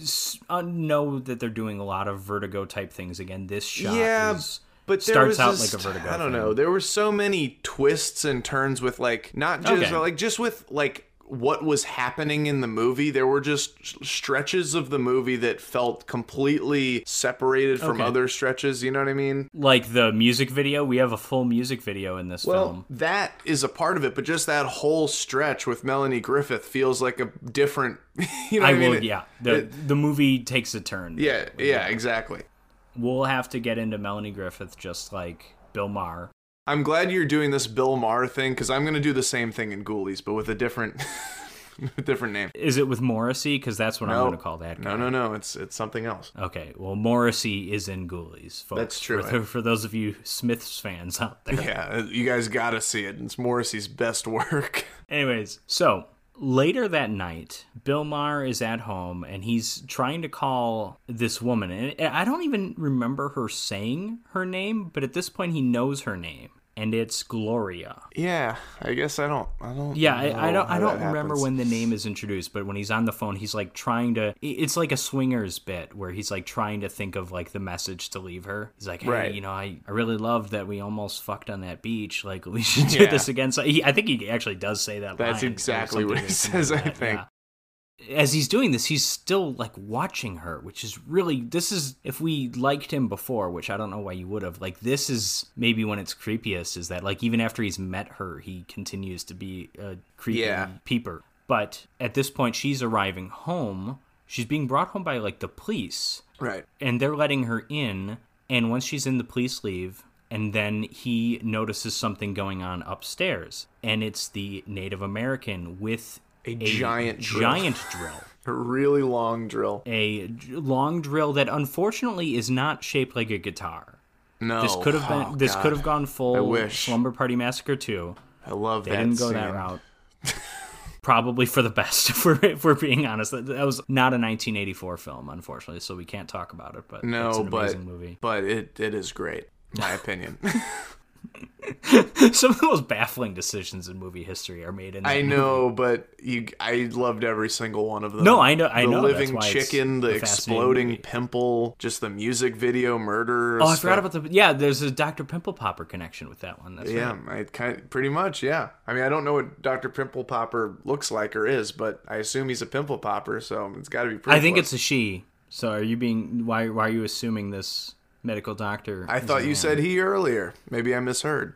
s- uh, know that they're doing a lot of Vertigo type things again. This shot, Yeah, is- but there starts was out just- like a Vertigo. I don't thing. know. There were so many twists and turns with like not just Okay. like just with like what was happening in the movie. There were just s- stretches of the movie that felt completely separated from Okay. other stretches. You know what I mean? Like the music video, we have a full music video in this film. that is a part of it, but just that whole stretch with Melanie Griffith feels like a different. You know I what I mean? will, yeah. The the movie takes a turn. Yeah. Yeah. Exactly. we'll have to get into Melanie Griffith, just like Bill Maher. I'm glad you're doing this Bill Maher thing because I'm gonna do the same thing in Ghoulies, but with a different, different name. Is it with Morrissey? Because that's what I'm No. going to call that. No, no, no. It's it's something else. Okay, well, Morrissey is in Ghoulies, folks. That's true. For, tho- for those of you Smiths fans out there. Yeah, you guys got to see it. It's Morrissey's best work. Anyways, so later that night, Bill Maher is at home and he's trying to call this woman. And I don't even remember her saying her name, but at this point, he knows her name. And it's Gloria. Yeah, I guess I don't. I don't. Yeah, I, I know don't. I how don't that remember happens. when the name is introduced, but when he's on the phone, he's like trying to. It's like a swingers bit where he's like trying to think of like the message to leave her. He's like, hey, Right. you know, I, I really loved that we almost fucked on that beach. Like we should do Yeah. this again. So he, I think he actually does say that. That's line or exactly what something he like says. I that, think. yeah. As he's doing this, he's still like watching her, which is really this is if we liked him before, which I don't know why you would have. Like this is maybe when it's creepiest is that like even after he's met her, he continues to be a creepy Yeah. peeper. But at this point, she's arriving home. She's being brought home by like the police, Right. and they're letting her in. And once she's in, the police leave. And then he notices something going on upstairs, and it's the Native American with A giant drill. giant drill. A really long drill. A d- long drill that unfortunately is not shaped like a guitar. No. This could have been. Oh, this God. could have gone full I wish. Slumber Party Massacre too. I love They that. didn't go scene. that route. Probably for the best, if we're if we're being honest. That, that was not a 1984 film, unfortunately, so we can't talk about it. But No, it's an but amazing movie. but it it is great. in My opinion. Some of the most baffling decisions in movie history are made in. I that know, but you, I loved every single one of them. No, I know- I the know, that's living why it's chicken, the a fascinating exploding movie. pimple, just the music video, murder. Oh, I forgot about the yeah. There's a Dr. Pimple Popper connection with that one. That's Yeah, I kind pretty much. Yeah, I mean, I don't know what Doctor Pimple Popper looks like or is, but I assume he's a pimple popper, so it's got to be pretty. I think close. it's a she. So are you being why why are you assuming this medical doctor? I thought you said he earlier. Maybe I misheard.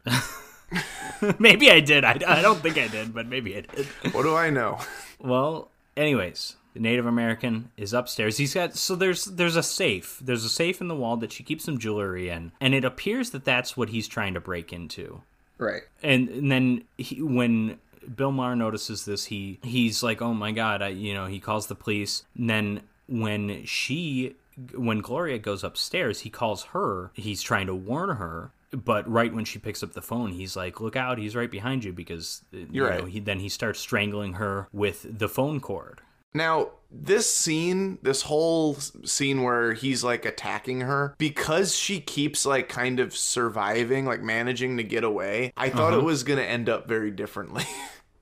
maybe I did. I, I don't think I did, but maybe I did. what do I know? well, anyways, the Native American is upstairs. He's got so there's there's a safe. There's a safe in the wall that she keeps some jewelry in, and it appears that that's what he's trying to break into. Right. and and then he, when Bill Maher notices this, he he's like, "Oh my god!" I, you know, he calls the police. And then when she, when Gloria goes upstairs, he calls her. He's trying to warn her, but right when she picks up the phone, he's like, "Look out! He's right behind you!" Because uh, you You're right. know, he, then he starts strangling her with the phone cord. Now, this scene, this whole s- scene where he's like attacking her, because she keeps like kind of surviving, like managing to get away, I thought Uh-huh. it was going to end up very differently.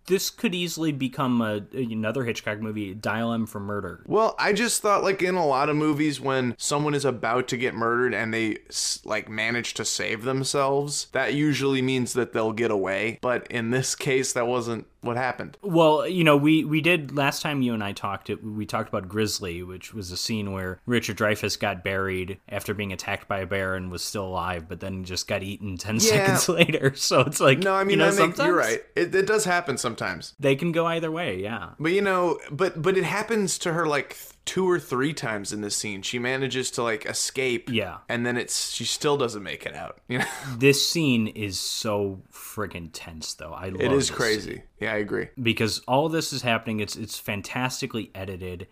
This could easily become a, another Hitchcock movie, Dial M for Murder. well, I just thought like in a lot of movies when someone is about to get murdered and they s- like manage to save themselves, that usually means that they'll get away. But in this case, that wasn't What happened? Well, you know, we we did last time you and I talked. It, we talked about Grizzly, which was a scene where Richard Dreyfuss got buried after being attacked by a bear and was still alive, but then just got eaten ten seconds later. So it's like No, I mean, you know, I think sometimes you're right. It, it does happen sometimes. They can go either way. Yeah. But you know, but but it happens to her like th- two or three times in this scene. She manages to like escape. Yeah. And then it's she still doesn't make it out. You know, This scene is so friggin' tense, though. I love it is this crazy. Yeah, I agree. because all this is happening it's it's fantastically edited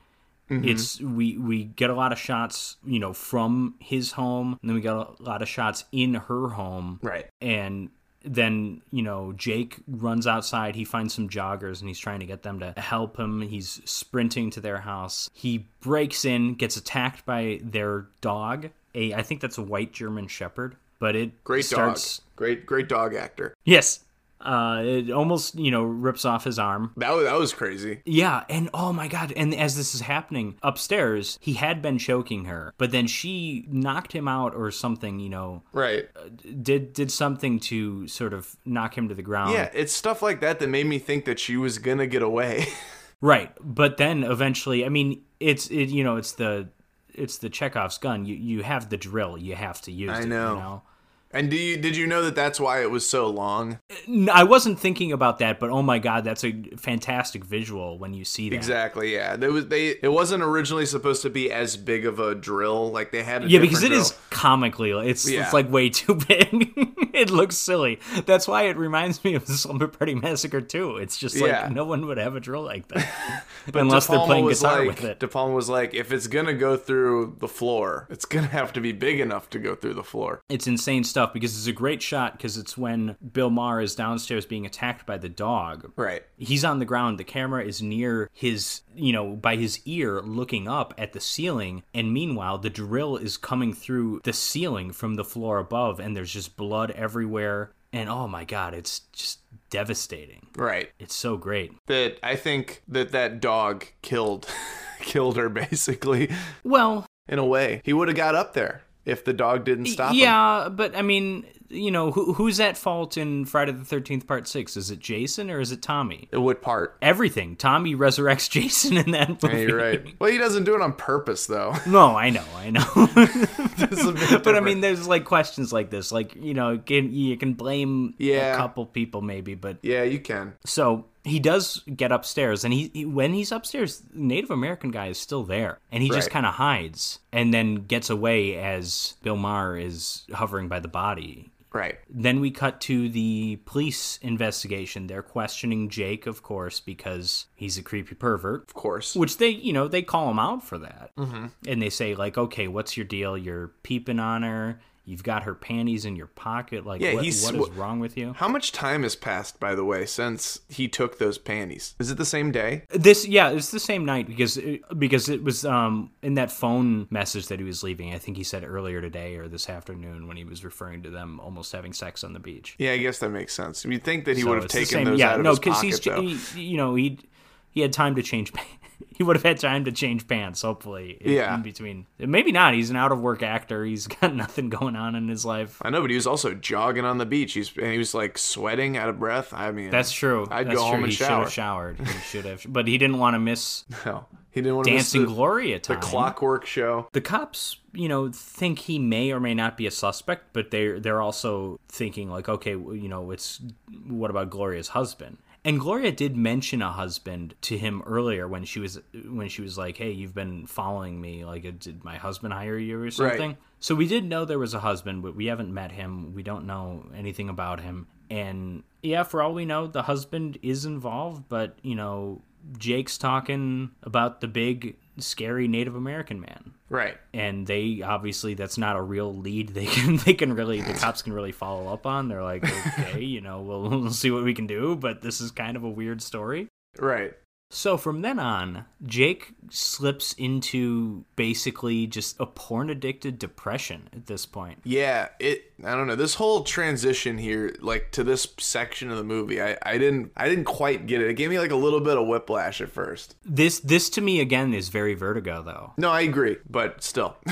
Mm-hmm. it's we we get a lot of shots you know from his home and then we got a lot of shots in her home Right. and then you know jake runs outside he finds some joggers and he's trying to get them to help him he's sprinting to their house he breaks in gets attacked by their dog a i think that's a white german shepherd but it Great starts dog. Great great dog actor. yes uh it almost you know rips off his arm That was, that was crazy. yeah, and oh my god, and as this is happening upstairs, he had been choking her, but then she knocked him out or something, you know, Right. Uh, did did something to sort of knock him to the ground. Yeah, it's stuff like that that made me think that she was gonna get away. Right. But then eventually, I mean, it's it you know, it's the it's the Chekhov's gun. You you have the drill. You have to use it. know. You know? and do you did you know that that's why it was so long? N- I wasn't thinking about that, but oh my god, that's a fantastic visual when you see that. Exactly. Yeah. There was they. It wasn't originally supposed to be as big of a drill. Like they had. A Yeah, because it different is comically, it's, Yeah. it's like way too big. it looks silly. That's why it reminds me of the Slumber Party Massacre too. It's just like Yeah. no one would have a drill like that drill. unless De they're Palma playing was guitar like, with it. De Palma was like, if it's gonna go through the floor, it's gonna have to be big enough to go through the floor. It's insane stuff because it's a great shot because it's when Bill Maher is downstairs being attacked by the dog. Right. He's on the ground. The camera is near his, you know, by his ear, looking up at the ceiling. And meanwhile, the drill is coming through the ceiling from the floor above, and there's just blood everywhere. And oh my God, it's just devastating. Right. It's so great. That I think that that dog killed, killed her basically. Well, In a way, he would have got up there if the dog didn't stop him. yeah, but I mean, you know, who, who's at fault in Friday the 13th, Part 6? Is it Jason or is it Tommy? What part? Everything. Tommy resurrects Jason in that movie. Yeah, you're right. Well, he doesn't do it on purpose though. No, I know, I know. It's a bit but I different. mean, there's like questions like this, like you know, can, you can blame Yeah. a couple people maybe, but yeah, you can. so he does get upstairs, and he, he when he's upstairs, Native American guy is still there, and he just Right. kind of hides and then gets away as Bill Maher is hovering by the body. Right. Then we cut to the police investigation. They're questioning Jake, of course, because he's a creepy pervert Of course. which they you know they call him out for that mm-hmm. and they say like okay what's your deal you're peeping on her you've got her panties in your pocket like Yeah, what, he's- what is wrong with you How much time has passed, by the way, since he took those panties? Is it the same day? this yeah it's the same night because it, because it was um in that phone message that he was leaving i think he said earlier today or this afternoon when he was referring to them almost having sex on the beach Yeah, I guess that makes sense. You'd think that he So would have it's the taken same- those yeah out of no his pocket, he's though. he, you know he he had time to change pa- he would have had time to change pants hopefully in, Yeah. in between maybe not he's an out of work actor he's got nothing going on in his life I know, but he was also jogging on the beach. He's and he was like sweating, out of breath. I mean, that's true I'd that's go true. home and he shower. should have showered he should have but he didn't want to miss No, he didn't want to miss dancing the, glory at the time clockwork show. the cops, you know, think he may or may not be a suspect, but they are they're also thinking like, okay, well, you know, it's what about Gloria's husband? And Gloria did mention a husband to him earlier when she was when she was like, "Hey, you've been following me. Like, uh, did my husband hire you or something?" So we did know there was a husband, but we haven't met him. We don't know anything about him. And yeah, for all we know, the husband is involved, but you know, Jake's talking about the big scary Native American man Right. and they obviously that's not a real lead they can they can really the cops can really follow up on they're like okay you know we'll, we'll see what we can do but this is kind of a weird story Right. so from then on jake slips into basically just a porn addicted depression at this point Yeah, it I don't know. This whole transition here, like to this section of the movie, I, I didn't I didn't quite get it. It gave me like a little bit of whiplash at first. this this to me again is very vertigo though No, I agree, but still.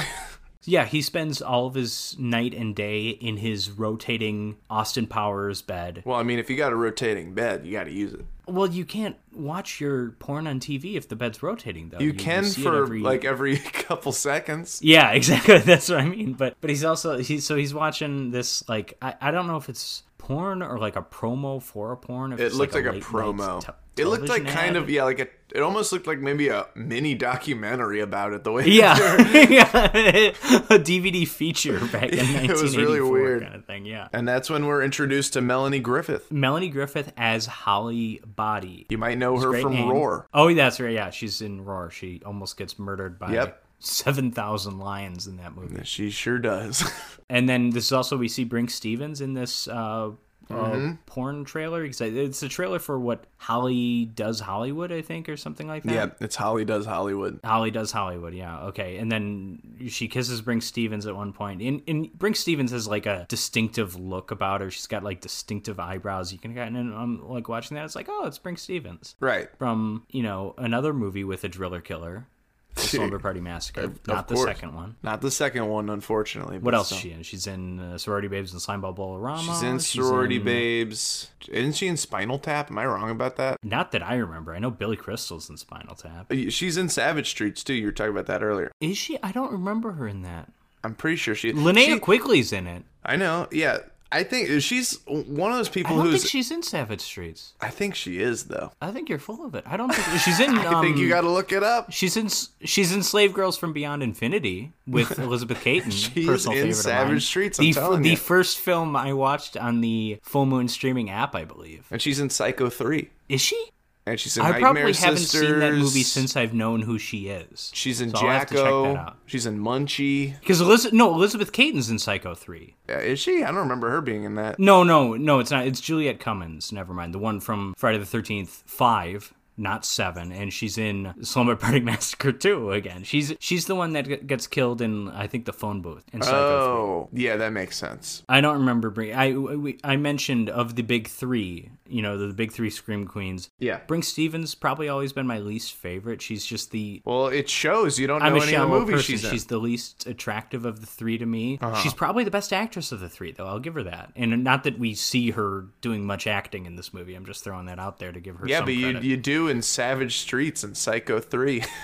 Yeah, he spends all of his night and day in his rotating Austin Powers bed. Well, I mean, if you got a rotating bed, you got to use it. Well, you can't watch your porn on TV if the bed's rotating, though. You, can see it for every- like every couple seconds. Yeah, exactly. That's what I mean. But but he's also he's so he's watching this like I, I don't know if it's porn or like a promo for a porn. If It it's looked like a, late-night promo. te- it looked like television kind ad. of yeah, like a, it almost looked like maybe a mini documentary about it. The way yeah, yeah. a DVD feature back in It 1984 was really weird. kind of thing. Yeah, and that's when we're introduced to Melanie Griffith. Melanie Griffith as Holly Body. You might know her Great from name. Roar. Oh, that's right. Yeah, she's in Roar. She almost gets murdered by Yep. seven thousand lions in that movie. She sure does. And then this is also we see Brink Stevens in this uh, Mm-hmm. uh, porn trailer. It's a- It's a trailer for what Holly does Hollywood, I think, or something like that. yeah, it's Holly does Hollywood. Holly does Hollywood, yeah, okay. And then she kisses Brink Stevens at one point. And, and Brink Stevens has like a distinctive look about her. She's got like distinctive eyebrows. You can kind of, and I'm like watching that. It's like, oh, it's Brink Stevens Right. from, you know, another movie with a driller killer, The Slumber Party Massacre. Not the course. second one. Not the second one, unfortunately. What else is she in? She's in uh, Sorority Babes and Slime Ball Bolorama. She's in Sorority Babes. Isn't she in Spinal Tap? Am I wrong about that? Not that I remember. I know Billy Crystal's in Spinal Tap. She's in Savage Streets too. You were talking about that earlier. Is she? I don't remember her in that. I'm pretty sure she. Linnea she- Quigley's in it. I know. Yeah. I think she's one of those I people don't who's. think she's in Savage Streets. I think she is though. I think you're full of it. I don't think she's in. I think you um, got to look it up. She's in. She's in Slave Girls from Beyond Infinity with Elizabeth Caton. She's personal in favorite of mine. Savage Streets, I'm the, telling the you. first film I watched on the Full Moon streaming app, I believe. And she's in Psycho Three. Is she? And she's in I Nightmare probably haven't Sisters. seen that movie since I've known who she is. She's in so I'll have to check that Jacko. out. She's in Munchie. Because Elizabeth, no, Elizabeth Caton's in Psycho three. Yeah, is she? I don't remember her being in that. No, no, no, it's not. It's Juliet Cummins. Never mind. The one from Friday the Thirteenth Five, not Seven, and she's in Slumber Party Massacre two again. She's she's the one that g- gets killed in I think the phone booth in Psycho. three. Oh, yeah, that makes sense. I don't remember. Bring, I we, I mentioned of the big three. You know, the, the big three scream queens. Yeah. Brink Stevens probably always been my least favorite. She's just the Well, it shows you don't I'm know a any of the shallow movies person. she's She's, in. Uh-huh. the least attractive of the three to me. She's probably the best actress of the three, though. I'll give her that. And not that we see her doing much acting in this movie. I'm just throwing that out there to give her. yeah, some but you, credit. you do in Savage Streets and Psycho Three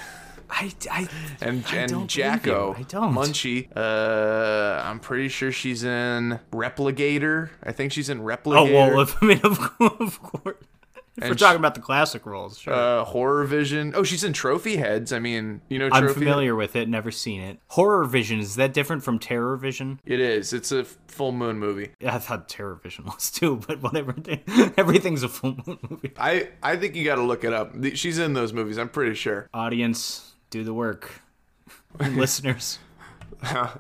I, I, and I don't and believe Jacko. you. I don't. Munchie. Uh, I'm pretty sure she's in Replicator. I think she's in oh Replicator. well, if, I mean, of, course- of course. If we're she- talking about the classic roles, sure. uh, Horror Vision. Oh, she's in Trophy Heads. I mean, you know, Trophy I'm familiar with it. Never seen it. Horror Vision is that different from Terror Vision? It is. It's a f- full moon movie. I thought Terror Vision was too, but whatever. Everything's a full moon movie. I I think you got to look it up. The- She's in those movies. I'm pretty sure. audience do the work listeners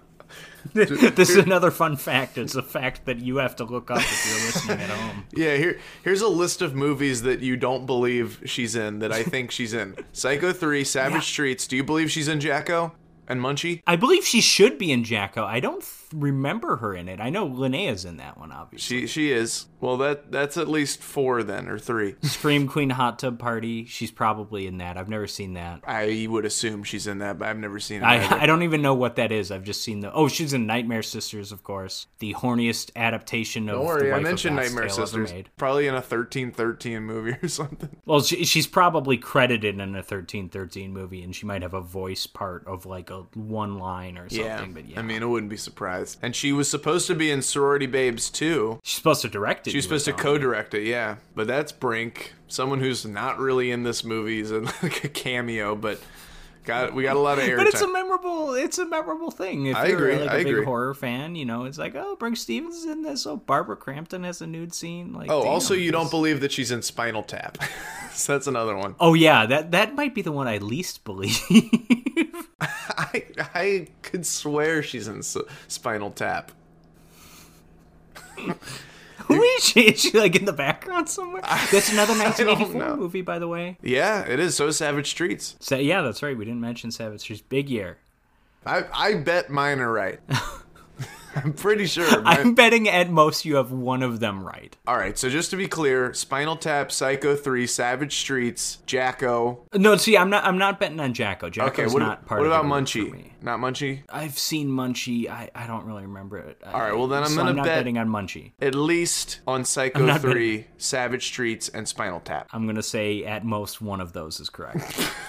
this is another fun fact it's a fact that you have to look up if you're listening at home Yeah. Here here's a list of movies that you don't believe she's in that I think she's in. Psycho Three, Savage Streets. Do you believe she's in Jacko and Munchie? i believe she should be in jacko i don't th- remember her in it i know linnea's in that one obviously She she is. Well, that that's at least four then or three. scream queen hot tub party she's probably in that i've never seen that I would assume she's in that, but I've never seen it. either. I, I don't even know what that is. I've just seen the. Oh, she's in Nightmare Sisters, of course. The horniest adaptation of. Don't worry, the I Wife of mentioned Bath's Nightmare Tale ever Sisters. made. Probably in a thirteen thirteen movie or something. Well, she, she's probably credited in a thirteen thirteen movie, and she might have a voice part of like a one line or something. but yeah, I mean, I wouldn't be surprised. And she was supposed to be in Sorority Babes too. she's supposed to direct it. She's you supposed to would know. co-direct it, yeah. But that's Brink, someone who's not really in this movie, is in like a cameo, but got we got a lot of airtime. But it's a memorable, it's a memorable thing. If I you're agree, like a I big agree. horror fan, you know, it's like, oh, Brink Stevens is in this. Oh, Barbara Crampton has a nude scene. Like, oh, damn, also, you this- don't believe that she's in Spinal Tap. so that's another one. Oh yeah, that that might be the one I least believe. I I could swear she's in S- Spinal Tap. Who is she? Is she like in the background somewhere? That's another don't 1984 know. movie, by the way. Yeah, it is. So is Savage Streets. So yeah, that's right. We didn't mention Savage Street's big year. I I bet mine are right. I'm pretty sure. my- I'm betting at most you have one of them right. All right, so just to be clear, Spinal Tap, Psycho 3, Savage Streets, Jacko. No, see, I'm not. I'm not betting on Jacko. Jacko's Okay, what, not part. what of about the group for Munchie? me. Not Munchie? I've seen Munchie. I, I don't really remember it. All right, well, then I'm gonna I'm not bet- betting on Munchie. At least on Psycho not 3, Savage Streets, and Spinal Tap. I'm gonna say at most one of those is correct.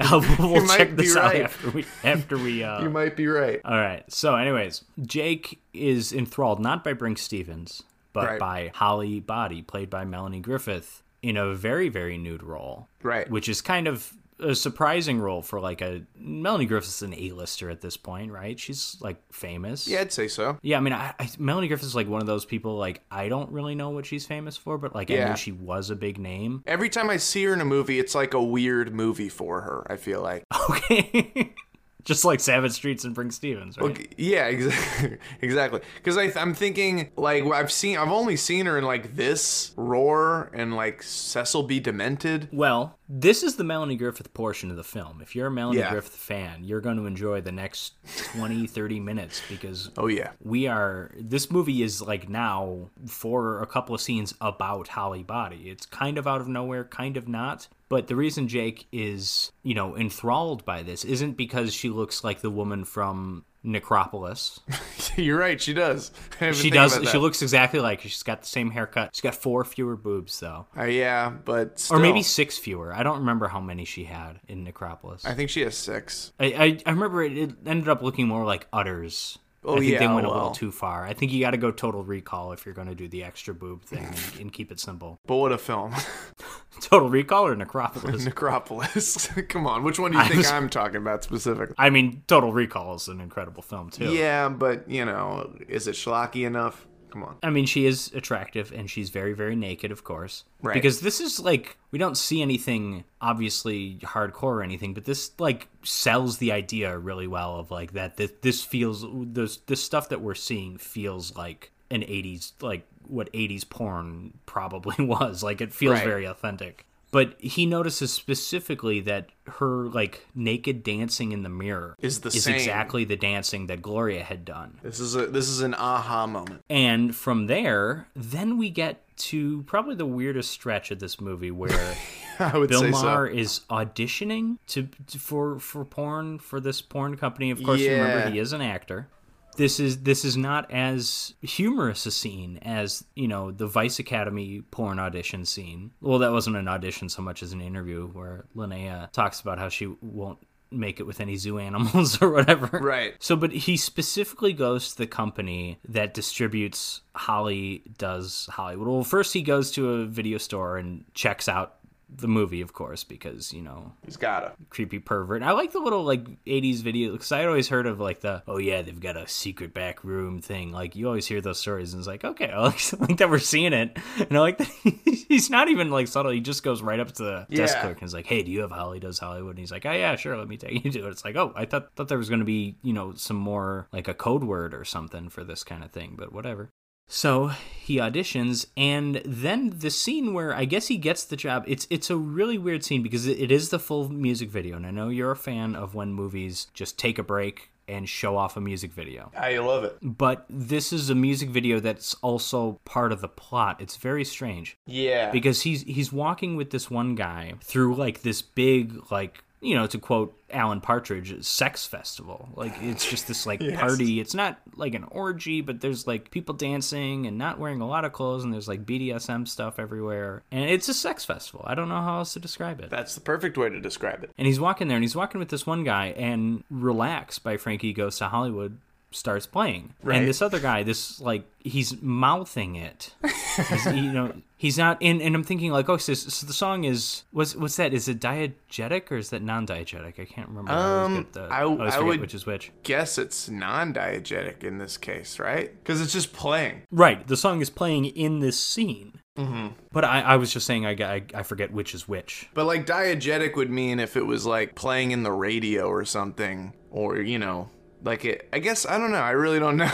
Uh, we'll we'll might check this be out right. after we after we. Uh... You might be right. All right. So, anyways, Jake is enthralled not by Brink Stevens, but Right. by Holly Body, played by Melanie Griffith, in a very very nude role. Right. Which is kind of a surprising role for like a Melanie Griffith's an A-lister at this point, right? She's like famous. Yeah, I'd say so. Yeah, I mean, I, I, Melanie Griffith is like one of those people. Like, I don't really know what she's famous for, but like, I Yeah. knew she was a big name. Every time I see her in a movie, it's like a weird movie for her, I feel like. Okay, just like Savage Streets and Brink Stevens, right? Yeah, ex- exactly. Because I'm thinking, like, I've seen, I've only seen her in like this Roar and like Cecil B. Demented. Well, this is the Melanie Griffith portion of the film. If you're a Melanie Yeah. Griffith fan, you're going to enjoy the next 20, 30 minutes because Oh yeah, we are. This movie is like now for a couple of scenes about Holly Body. It's kind of out of nowhere, kind of not. But the reason Jake is, you know, enthralled by this isn't because she looks like the woman from Necropolis. you're right. She does. I didn't She think does. about She that. looks exactly like her. She's got the same haircut. She's got four fewer boobs, though. Uh, yeah, but still, Or maybe six fewer. I don't remember how many she had in Necropolis. I think she has six. I, I, I remember it, it ended up looking more like udders. Oh, I think they yeah, went a well. little too far. I think you got to go total recall if you're going to do the extra boob thing and, and keep it simple. But what a film, Total recall or necropolis? Necropolis. Come on, which one do you I think was- I'm talking about specifically? I mean, total recall is an incredible film too. Yeah, but you know, is it schlocky enough? Come on. I mean, she is attractive and she's very, very naked, of course. Right. Because this is like, we don't see anything obviously hardcore or anything, but this like sells the idea really well of like that this, this feels, this, this stuff that we're seeing feels like an 80s, like what 80s porn probably was. Like it feels Right. very authentic. But he notices specifically that her like naked dancing in the mirror Is the is same. exactly the dancing that Gloria had done. This is a this is an aha moment. And from there, then we get to probably the weirdest stretch of this movie where I would Bill say Maher so. is auditioning to, to- for for porn for this porn company. Of course, you Yeah. remember he is an actor. This is this is not as humorous a scene as you know the Vice Academy porn audition scene. Well, that wasn't an audition so much as an interview where Linnea talks about how she won't make it with any zoo animals or whatever. Right. So, but he specifically goes to the company that distributes Holly Does Hollywood. Well, first he goes to a video store and checks out the movie, of course, because, you know, He's gotta. creepy pervert. And I like the little, like, 80s video, because I'd always heard of, like, the, oh, yeah, they've got a secret back room thing. Like, you always hear those stories, and it's like, okay, I like, I like that we're seeing it. And I like that he's not even, like, subtle. He just goes right up to the desk Yeah. clerk and is like, hey, do you have Holly Does Hollywood? And he's like, oh, yeah, sure, let me take you to it. It's like, oh, I thought, thought there was going to be, you know, some more, like, a code word or something for this kind of thing, but whatever. So he auditions, and then the scene where I guess he gets the job. It's it's a really weird scene because it, it is the full music video, and I know you're a fan of when movies just take a break and show off a music video. I love it. But this is a music video that's also part of the plot. It's very strange Yeah. because he's he's walking with this one guy through like this big like you know to quote alan partridge sex festival like it's just this like party it's not like an orgy but there's like people dancing and not wearing a lot of clothes and there's like bdsm stuff everywhere and it's a sex festival i don't know how else to describe it That's the perfect way to describe it. and he's walking there and he's walking with this one guy and relax by frankie goes to hollywood starts playing Right. and this other guy this like he's mouthing it He's- you know he's not and, and i'm thinking like oh so, so the song is what's what's that is it diegetic or is that non-diegetic i can't remember Um, always get the, I- always I forget would- which is which Guess it's non-diegetic in this case, right? Because it's just playing. right the song is playing in this scene Mm-hmm. but I, I was just saying I, I i forget which is which But like diegetic would mean if it was like playing in the radio or something, or you know, like it. I guess I don't know. I really don't know.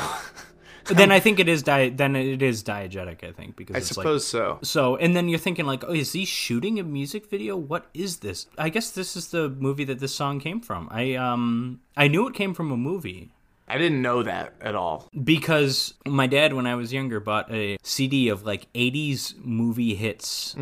then i think it is di- then it is diegetic i think because I it's like suppose so. So, and then you're thinking like, oh, is he shooting a music video? What is this? I guess this is the movie that this song came from. I um I knew it came from a movie, I didn't know that at all. because my dad when i was younger bought a cd of like 80s movie hits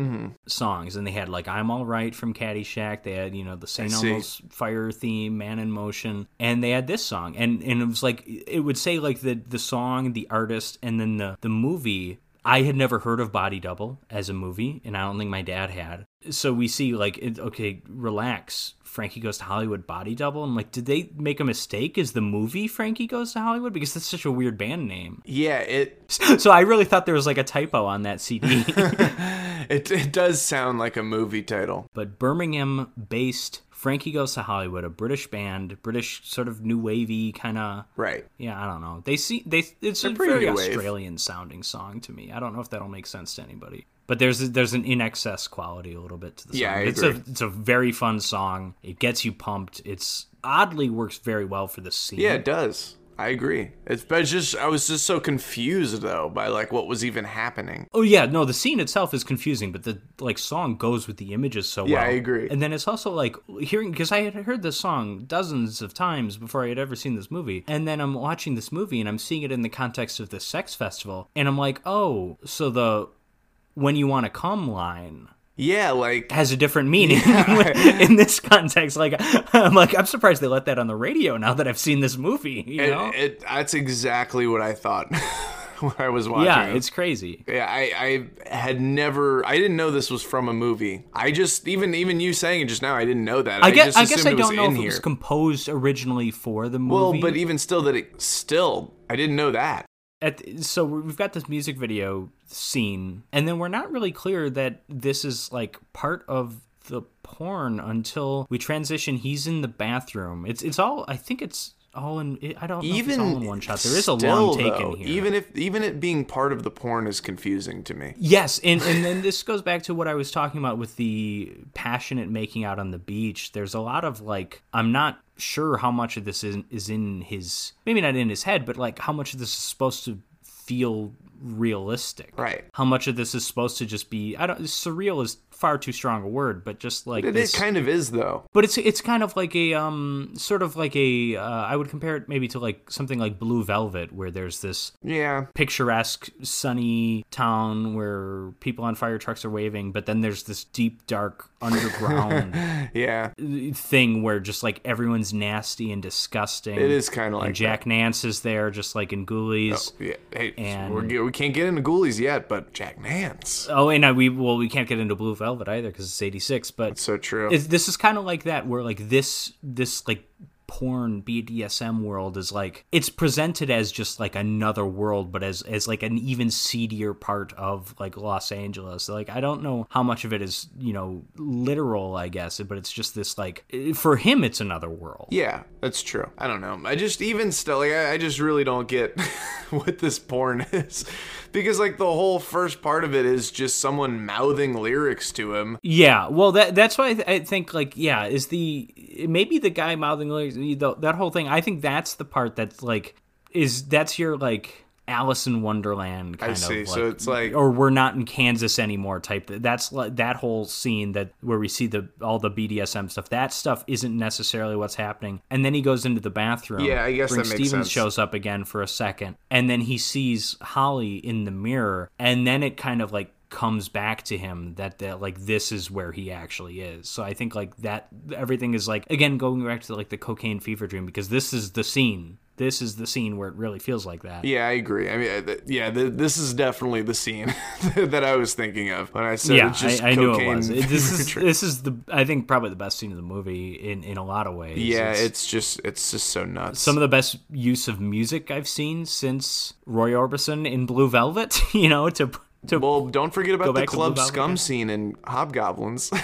songs and they had like i'm all right from caddyshack they had you know the st see. elmo's fire theme man in motion and they had this song and and it was like it would say like the the song the artist and then the the movie I had never heard of Body Double as a movie, and I don't think my dad had. So we see, like, it, okay, relax. Frankie Goes to Hollywood Body Double. I'm like, did they make a mistake? Is the movie Frankie Goes to Hollywood? Because that's such a weird band name. Yeah, it So I really thought there was like a typo on that CD. it, it does sound like a movie title. but Birmingham based Frankie Goes to Hollywood, a British band, British sort of new wavy kind of. Right. Yeah, I don't know. They see they. It's a pretty very new wave. Australian sounding song to me. I don't know if that'll make sense to anybody. But there's there's an in excess quality a little bit to the song. Yeah, I it's agree. a it's a very fun song. It gets you pumped. It's oddly works very well for the scene. Yeah, it does. I agree. It's but it's just I was just so confused though by like what was even happening. Oh yeah, no, the scene itself is confusing, but the like song goes with the images so Yeah, well. I agree. And then it's also like hearing because I had heard this song dozens of times before I had ever seen this movie. And then I'm watching this movie and I'm seeing it in the context of the sex festival, and I'm like, oh, so the when you want to come line Yeah, like has a different meaning in this context. Like I'm like I'm surprised they let that on the radio now that I've seen this movie. You it, know? it- that's exactly what I thought when I was watching. yeah, it. it's crazy. Yeah, I, I had never. I didn't know this was from a movie. I just even even you saying it just now, I didn't know that. I guess just I guess assumed I it was don't know if in it was here. composed originally for the movie. Oh, well, but even still, that it still I didn't know that. at the- so we've got this music video scene and then we're not really clear that this is like part of the porn until we transition he's in the bathroom it's it's all i think it's all in it- i don't know if it's Even all in one shot there is a still, long take though, in here Even if even it being part of the porn is confusing to me. Yes, and, and then this goes back to what I was talking about with the passionate making out on the beach. There's a lot of like, I'm not sure how much of this is, is in his, maybe not in his head, but like how much of this is supposed to feel realistic. Right. How much of this is supposed to just be, I don't, surreal is far too strong a word, but just like It, it this. kind of is though. but it's it's kind of like a um sort of like a uh, I would compare it maybe to like something like Blue Velvet where there's this Yeah, picturesque sunny town where people on fire trucks are waving but then there's this deep dark underground yeah. thing where just like everyone's nasty and disgusting It is kind of like and jack nance is there just like in ghoulies that. Yeah, hey, and- we're, ge- we can't get into Ghoulies yet, but Jack Nance. oh and I, we well we can't get into blue velvet either because it's 86 but So true. it's, this is kind of like that where like this this like porn bdsm world is like it's presented as just like another world but as as like an even seedier part of like los angeles like i don't know how much of it is you know literal i guess but it's just this like for him it's another world Yeah, that's true. I don't know. I just even still, like, I, I just really don't get what this porn is, because like the whole first part of it is just someone mouthing lyrics to him. Yeah, well, that that's why I, th- I think like yeah is the maybe the guy mouthing lyrics, you know, that whole thing. I think that's the part that's like is that's your like Alice in Wonderland kind I see. of like, so it's like, or we're not in Kansas anymore type. th- That's like that whole scene that where we see the all the BDSM stuff. That stuff isn't necessarily what's happening. And then he goes into the bathroom. Yeah, I guess Bring that makes Stevens sense. shows up again for a second, and then he sees Holly in the mirror, and then it kind of like comes back to him that that like this is where he actually is. So I think like that everything is like again going back to like the cocaine fever dream because this is the scene. This is the scene where it really feels like that. yeah, I agree. I mean, I- th- yeah, th- this is definitely the scene that I was thinking of when I said yeah, it's just I, I knew cocaine. it was. It- this is fever this is the I think probably the best scene of the movie in in a lot of ways. Yeah, It's it's just it's just so nuts. some of the best use of music I've seen since Roy Orbison in Blue Velvet. You know, to to well, don't forget about the back to Blue club Velvet scum scene in Hobgoblins.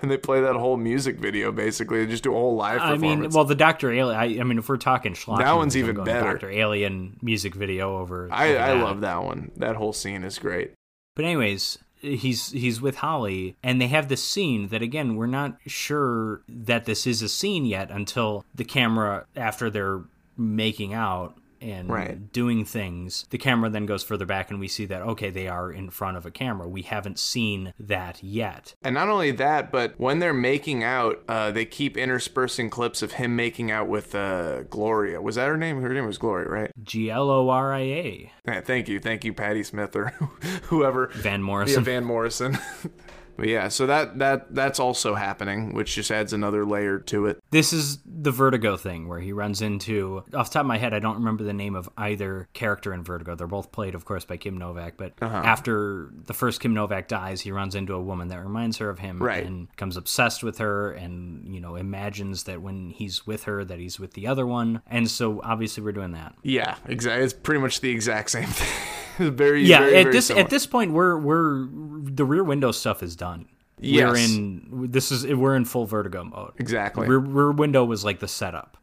when they play that whole music video, basically, they just do a whole live I performance. mean, well, the Doctor Alien. I, I mean, if we're talking schlock, That one's movies, I'm even going better. Doctor Alien music video over. I, over I that. love that one. That whole scene is great. But anyways, he's he's with Holly, and they have this scene that again we're not sure that this is a scene yet until the camera after they're making out and Right. doing things. The camera then goes further back, and we see that, okay, they are in front of a camera. We haven't seen that yet. And not only that, but when they're making out, uh, they keep interspersing clips of him making out with uh, Gloria. Was that her name? Her name was Gloria, right? G L O R I A, Yeah, thank you, thank you, Patty Smith or whoever. Van Yeah, Morrison. Van Morrison. but yeah, so that that that's also happening, which just adds another layer to it. This is the Vertigo thing where he runs into. Off the top of my head, I don't remember the name of either character in Vertigo. They're both played, of course, by Kim Novak. But Uh-huh. after the first Kim Novak dies, he runs into a woman that reminds her of him Right. and becomes obsessed with her, and you know imagines that when he's with her, that he's with the other one. And so obviously we're doing that. Yeah, exactly. It's pretty much the exact same thing. very Yeah. very, at very this similar. at this point, we're we're the Rear Window stuff is done. We're Yes. in this is we're in full Vertigo mode. exactly. Rear, rear window was like the setup.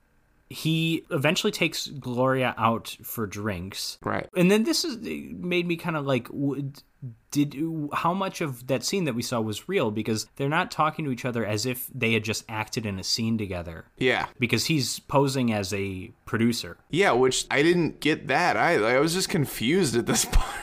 He eventually takes Gloria out for drinks, Right. and then this is it made me kind of like, w- did how much of that scene that we saw was real? Because they're not talking to each other as if they had just acted in a scene together. Yeah. Because he's posing as a producer. Yeah, which I didn't get that. I I was just confused at this part.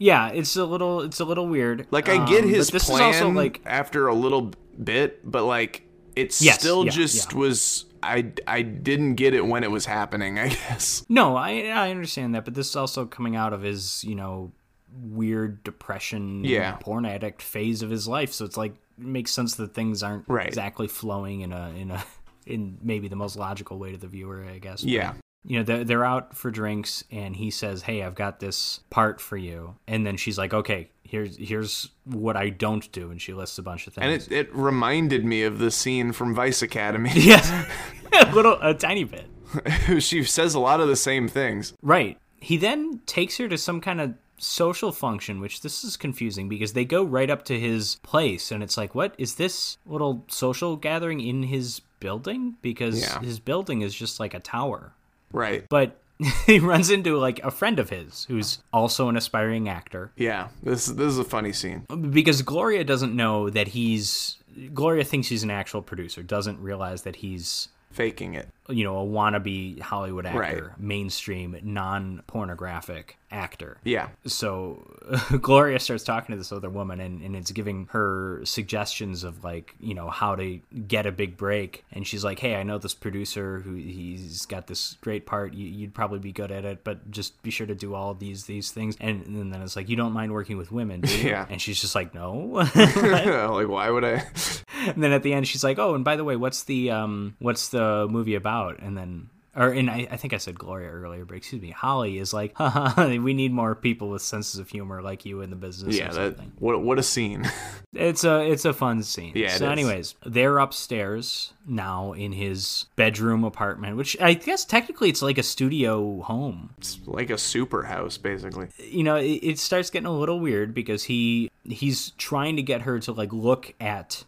Yeah, it's a little, it's a little weird. Like I get Um, his but this plan is also like after a little bit, but like it Yes, still yeah, just yeah. was I I didn't get it when it was happening, I guess. No, I I understand that, but this is also coming out of his you know weird depression, Yeah. porn addict phase of his life. So it's like it makes sense that things aren't Right. exactly flowing in a in a in maybe the most logical way to the viewer, I guess. But, Yeah. you know they're, they're out for drinks, and he says, "Hey, I've got this part for you," and then she's like, "Okay, here's here's what I don't do," and she lists a bunch of things. And it, it reminded me of the scene from Vice Academy. yes, a little a tiny bit. she says a lot of the same things. Right. He then takes her to some kind of social function, which this is confusing because they go right up to his place and it's like, what is this little social gathering in his building? Because Yeah. his building is just like a tower. Right. But he runs into like a friend of his who's also an aspiring actor Yeah. This this is a funny scene. because Gloria doesn't know that he's Gloria thinks he's an actual producer, doesn't realize that he's Faking it. you know, a wannabe Hollywood actor, Right. mainstream, non-pornographic actor. Yeah. so Gloria starts talking to this other woman and, and it's giving her suggestions of like, you know, how to get a big break. And she's like, Hey, I know this producer who he's got this great part. You, you'd probably be good at it, but just be sure to do all these, these things. And, and then it's like, you don't mind working with women. Do you? Yeah. And she's just like, no. like why would I and then at the end, she's like, Oh, and by the way, what's the, um, what's the movie about? And then, or, and I, I think I said Gloria earlier, but excuse me, Holly is like, we need more people with senses of humor like you in the business. or Yeah, that something. what what a scene. It's a it's a fun scene. Yeah, it so, is. anyways, they're upstairs now in his bedroom apartment, which I guess technically it's like a studio home. it's like a super house basically. You know, it, it starts getting a little weird because he he's trying to get her to like look at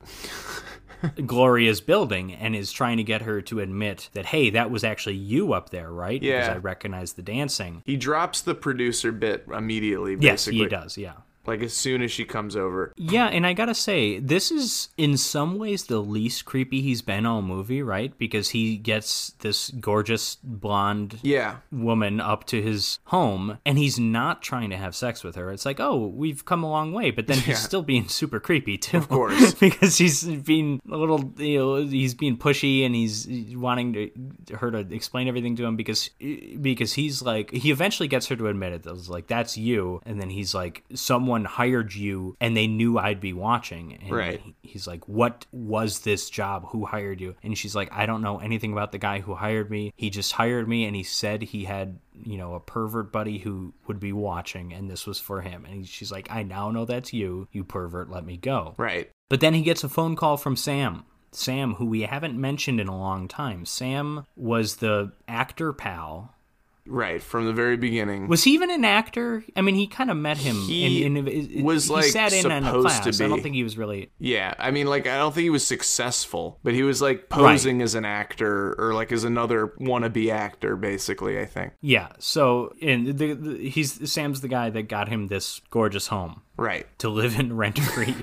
Gloria's building and is trying to get her to admit that hey, that was actually you up there, right? Because Yeah. I recognize the dancing. He drops the producer bit immediately Yes, basically. he does. Yeah. Like as soon as she comes over. Yeah, and I gotta say, this is in some ways the least creepy he's been all movie, right? Because he gets this gorgeous blonde Yeah. woman up to his home and he's not trying to have sex with her. It's like, oh, we've come a long way, but then he's still being super creepy too. Of course. because he's being a little you know, he's being pushy and he's wanting to her to explain everything to him because because he's like he eventually gets her to admit it. That was like, that's you and then he's like, someone hired you and they knew I'd be watching. And Right. he- he's like, What was this job? Who hired you? And she's like, I don't know anything about the guy who hired me. He just hired me and he said he had, you know, a pervert buddy who would be watching and this was for him. And he- she's like, I now know that's you, you pervert, let me go. Right. But then he gets a phone call from Sam. Sam, who we haven't mentioned in a long time. Sam was the actor pal. Right. From the very beginning. Was he even an actor? I mean, he kind of met him. He in, in, was, he like, sat in on a supposed to class. I don't be. think he was really. yeah. I mean like I don't think he was successful, but he was like posing as an actor or like as another wannabe actor basically, I think. Yeah. So, and the, the, he's Sam's the guy that got him this gorgeous home Right. to live in rent free.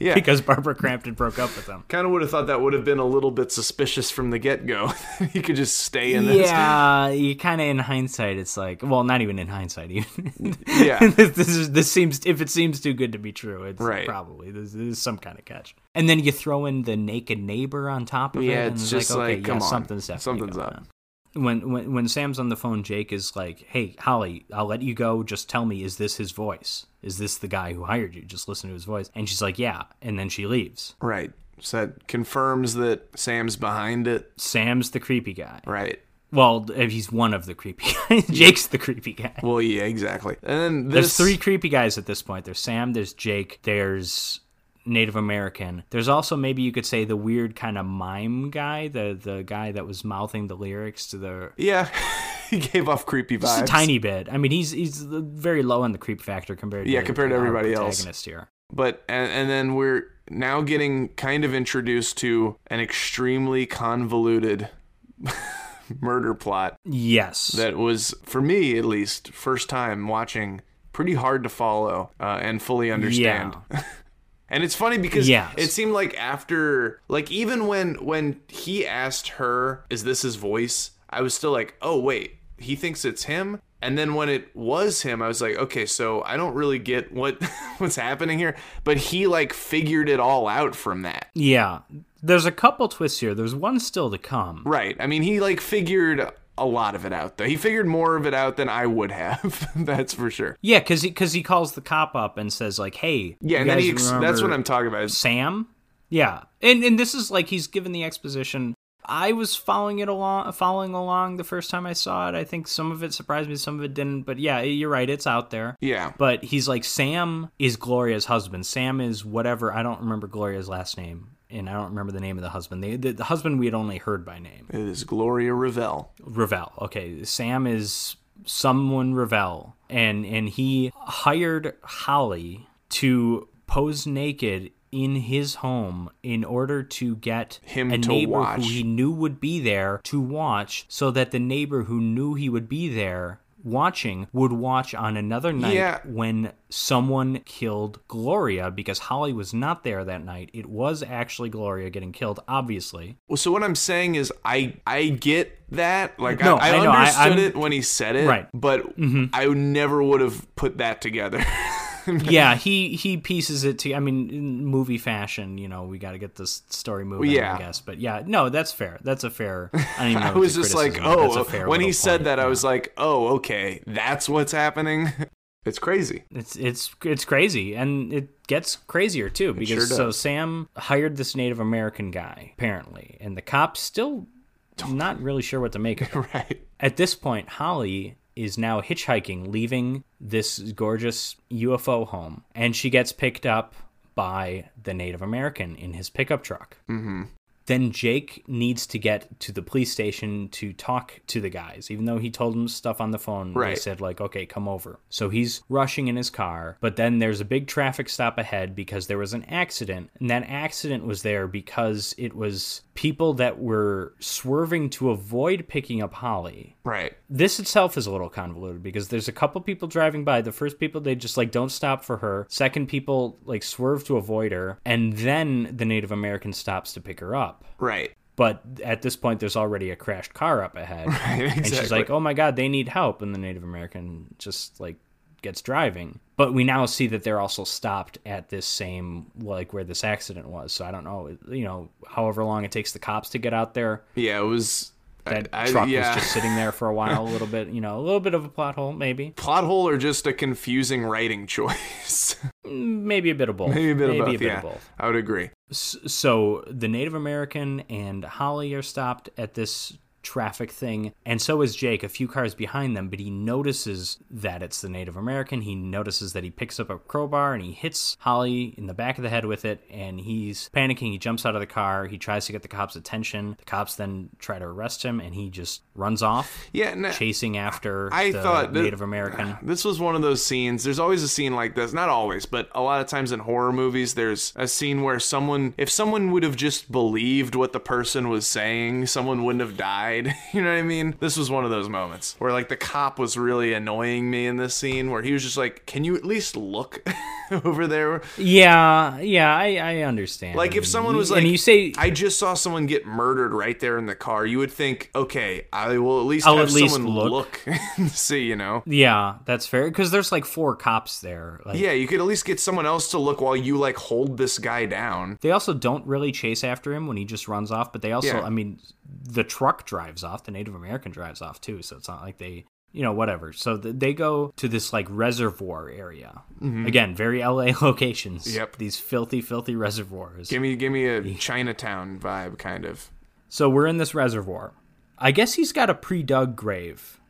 Yeah. because Barbara Crampton broke up with him. Kind of would have thought that would have been a little bit suspicious from the get go. he could just stay in this. Yeah, you kind of in hindsight, it's like, well, not even in hindsight. Even Yeah. this, this is this seems if it seems too good to be true, it's Right. probably this, this is some kind of catch. And then you throw in the naked neighbor on top of it. Yeah, and it's just like, okay, come yeah, on. something's definitely Something's going up. on. When, when when Sam's on the phone, Jake is like, "Hey, Holly, I'll let you go. Just tell me, is this his voice? Is this the guy who hired you? Just listen to his voice." And she's like, "Yeah," and then she leaves. Right. So that confirms that Sam's behind it. Sam's the creepy guy. Right. Well, he's one of the creepy guys. Jake's the creepy guy. Well, yeah, exactly. And then There's this three creepy guys at this point. There's Sam, there's Jake, there's Native American. There's also maybe you could say the weird kind of mime guy, the the guy that was mouthing the lyrics to the Yeah, he gave off creepy vibes. just a tiny bit. I mean, he's he's very low on the creep factor compared to Yeah, the- compared to our everybody else. protagonist here. but and, and then we're now getting kind of introduced to an extremely convoluted murder plot Yes. that was for me at least first time watching pretty hard to follow uh, and fully understand and it's funny because Yes. it seemed like after like even when when he asked her is this his voice i was still like oh wait he thinks it's him and then when it was him i was like okay so i don't really get what what's happening here but he like figured it all out from that yeah. There's a couple twists here. There's one still to come. right i mean he like figured a lot of it out though he figured more of it out than i would have that's for sure Yeah, because he, cause he calls the cop up and says, like, hey. yeah you and then guys he ex- that's remember- what i'm talking about is Sam. Yeah, and and this is like he's given the exposition. I was following it along, following along the first time I saw it. I think some of it surprised me, some of it didn't. But yeah, you're right, it's out there. yeah But he's like Sam is Gloria's husband. Sam is whatever. I don't remember Gloria's last name, and I don't remember the name of the husband. The the, the husband we had only heard by name, it is gloria revel Ravel. Okay, Sam is someone Ravel, and and he hired Holly to pose naked in his home in order to get Him a to neighbor watch. who he knew would be there to watch, so that the neighbor who knew he would be there watching would watch on another night Yeah. when someone killed Gloria because Holly was not there that night. It was actually Gloria getting killed, obviously. Well, so what I'm saying is, I I get that. Like, No, I, I, I know, I- understood I'm- it when he said it, Right. Mm-hmm. But I never would have put that together. yeah, he he pieces it to. I mean, in movie fashion, you know, we got to get this story moving. yeah. I guess, but yeah, no, that's fair. That's a fair. I, don't even know I if it's was a just like, criticism, but that's oh, a fair when he little said point, that, I yeah. was like, oh, okay, that's what's happening. it's crazy. it's it's it's crazy, and it gets crazier too because sure so Sam hired this Native American guy apparently, and the cops still not really sure what to make of it. Right. At this point, Holly is now hitchhiking, leaving this gorgeous UFO home, and she gets picked up by the Native American in his pickup truck. Mm-hmm. Then Jake needs to get to the police station to talk to the guys, even though he told them stuff on the phone. They Right. said, like, okay, come over. So he's rushing in his car, but then there's a big traffic stop ahead because there was an accident. And that accident was there because it was people that were swerving to avoid picking up Holly Right. this itself is a little convoluted because there's a couple people driving by. The first people they just like don't stop for her. Second people like swerve to avoid her, and then the Native American stops to pick her up. Right. But at this point, there's already a crashed car up ahead, and she's exactly. like, "Oh my God, they need help!" And the Native American just like gets driving. But we now see that they're also stopped at this same like where this accident was. So I don't know, you know, however long it takes the cops to get out there Yeah, it was. that I- I- truck yeah. was just sitting there for a while, a little bit, you know, a little bit of a plot hole, maybe, Plot hole or just a confusing writing choice? maybe a bit of both, Maybe a bit of both. a bit yeah, of both. I would agree. S- So the Native American and Holly are stopped at this traffic thing, and so is Jake, a few cars behind them. But he notices that it's the Native American. He notices that he picks up a crowbar and he hits Holly in the back of the head with it, and he's panicking. He jumps out of the car. He tries to get the cops' attention. The cops then try to arrest him, and he just runs off. Yeah, uh, no, chasing after I the thought that- Native American. This was one of those scenes. There's always a scene like this. Not always, but a lot of times in horror movies, there's a scene where someone, if someone would have just believed what the person was saying, someone wouldn't have died. died. You know what I mean? This was one of those moments where like the cop was really annoying me in this scene where he was just like, "Can you at least look over there?" Yeah, yeah, I, I understand. Like if someone You- was like, and you say, I just saw someone get murdered right there in the car," you would think, "Okay, I will at least I'll have at least someone look." look and see." You know? yeah, that's fair because there's like four cops there. Like, Yeah, you could at least get someone else to look while you like hold this guy down. They also don't really chase after him when he just runs off, but they also, Yeah. I mean, the truck drives off, the Native American drives off too, so it's not like they, you know, whatever. So th- they go to this like reservoir area. Again, very LA locations. Mm-hmm. Yep. These filthy, filthy reservoirs. Give me, give me a Chinatown vibe, kind of. So we're in this reservoir. I guess he's got a pre dug grave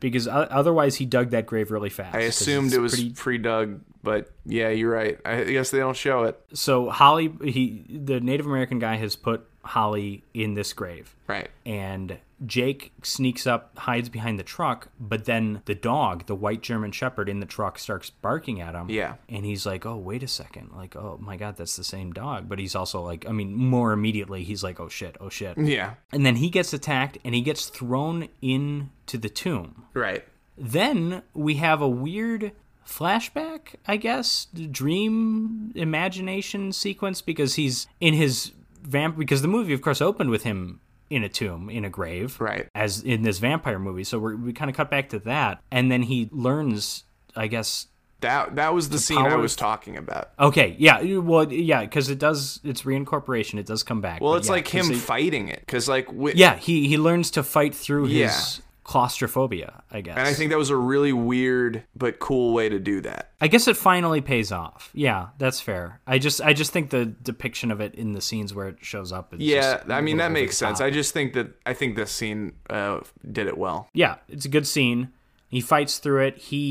because o- otherwise he dug that grave really fast. I 'cause assumed it's it was pretty- pre-dug, but yeah, you're right. I guess they don't show it. So Holly, he, the Native American guy has put Holly in this grave. Right. and Jake sneaks up, hides behind the truck, but then the dog, the white German Shepherd in the truck, starts barking at him. Yeah. And he's like, oh, wait a second. Like, oh my God, that's the same dog. But he's also like, I mean, more immediately, he's like, oh shit, oh shit. Yeah. And then he gets attacked and he gets thrown into the tomb. Right. Then we have a weird flashback, I guess, dream imagination sequence because he's in his vamp because the movie of course opened with him in a tomb in a grave Right. as in this vampire movie so we're, we kind of cut back to that and then he learns i guess That that was the scene I power- was talking about. okay yeah you- well yeah because it does it's reincorporation it does come back Well, but it's yeah, like 'cause him it- fighting it because like wi- yeah he he learns to fight through his Yeah. claustrophobia i guess And I think that was a really weird but cool way to do that. I guess it finally pays off. Yeah, that's fair. I just I just think the depiction of it in the scenes where it shows up is Yeah, just a I mean little that over makes the sense. top. I just think that I think this scene uh, did it well. Yeah, it's a good scene. He fights through it. He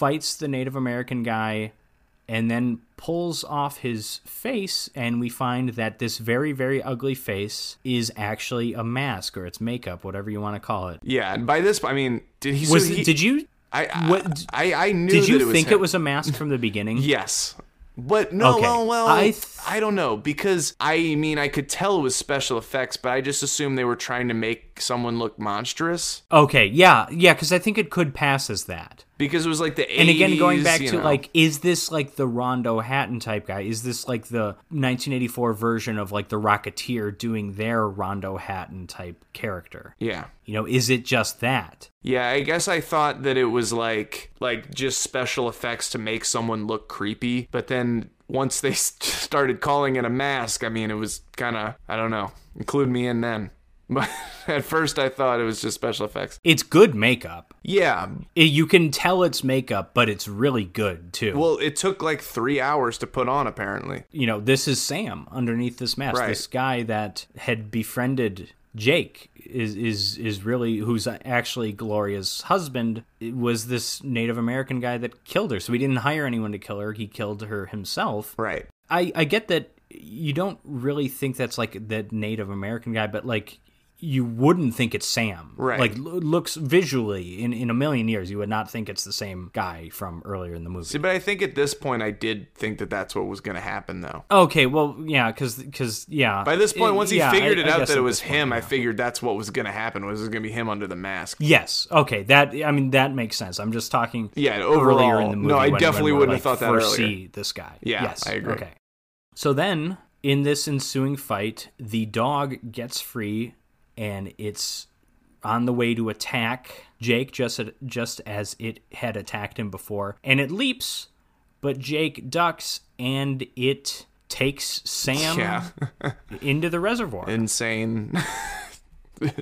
fights the Native American guy and then pulls off his face and we find that this very very ugly face is actually a mask or it's makeup, whatever you want to call it. Yeah, and by this I mean did he? so Was he- did you I, I, what- I I knew did you that it was think him. it was a mask from the beginning? Yes. But no, Okay. well, well, I I, th- I don't know because I mean I could tell it was special effects, but I just assumed they were trying to make someone look monstrous Okay, yeah. Yeah, cuz I think it could pass as that. because it was like the 80s, and again going back you to know. like is this like the rondo hatton type guy is this like the 1984 version of like the rocketeer doing their rondo hatton type character yeah, you know is it just that yeah. I guess I thought that it was like like just special effects to make someone look creepy, but then once they s- started calling it a mask, I mean it was kind of I don't know. Include me in then, but at first I thought it was just special effects. it's good makeup Yeah, I- you can tell it's makeup but it's really good too Well, it took like three hours to put on, apparently. you know this is sam underneath this mask Right. this guy that had befriended jake is is is really who's actually gloria's husband It was this native american guy that killed her so he didn't hire anyone to kill her he killed her himself Right. I, I get that you don't really think that's like that Native American guy, but like you wouldn't think it's Sam. Right. Like lo- looks visually in, in a million years, you would not think it's the same guy from earlier in the movie. See, but I think at this point, I did think that that's what was going to happen, though. okay, well, yeah, because, cause, yeah. By this point, Uh, once he yeah, figured I- it I out guess that at it was this point, him, I yeah. figured that's what was going to happen. Was it was going to be him under the mask? Yes. Okay. That I mean that makes sense. I'm just talking. Yeah, earlier in overall, the no, movie. I when- when definitely we're, wouldn't have like, thought that first earlier. See this guy. Yeah, Yes. I agree. Okay. So then, in this ensuing fight, the dog gets free, and it's on the way to attack Jake, just at, just as it had attacked him before, and it leaps, but Jake ducks, and it takes Sam Yeah. into the reservoir Insane.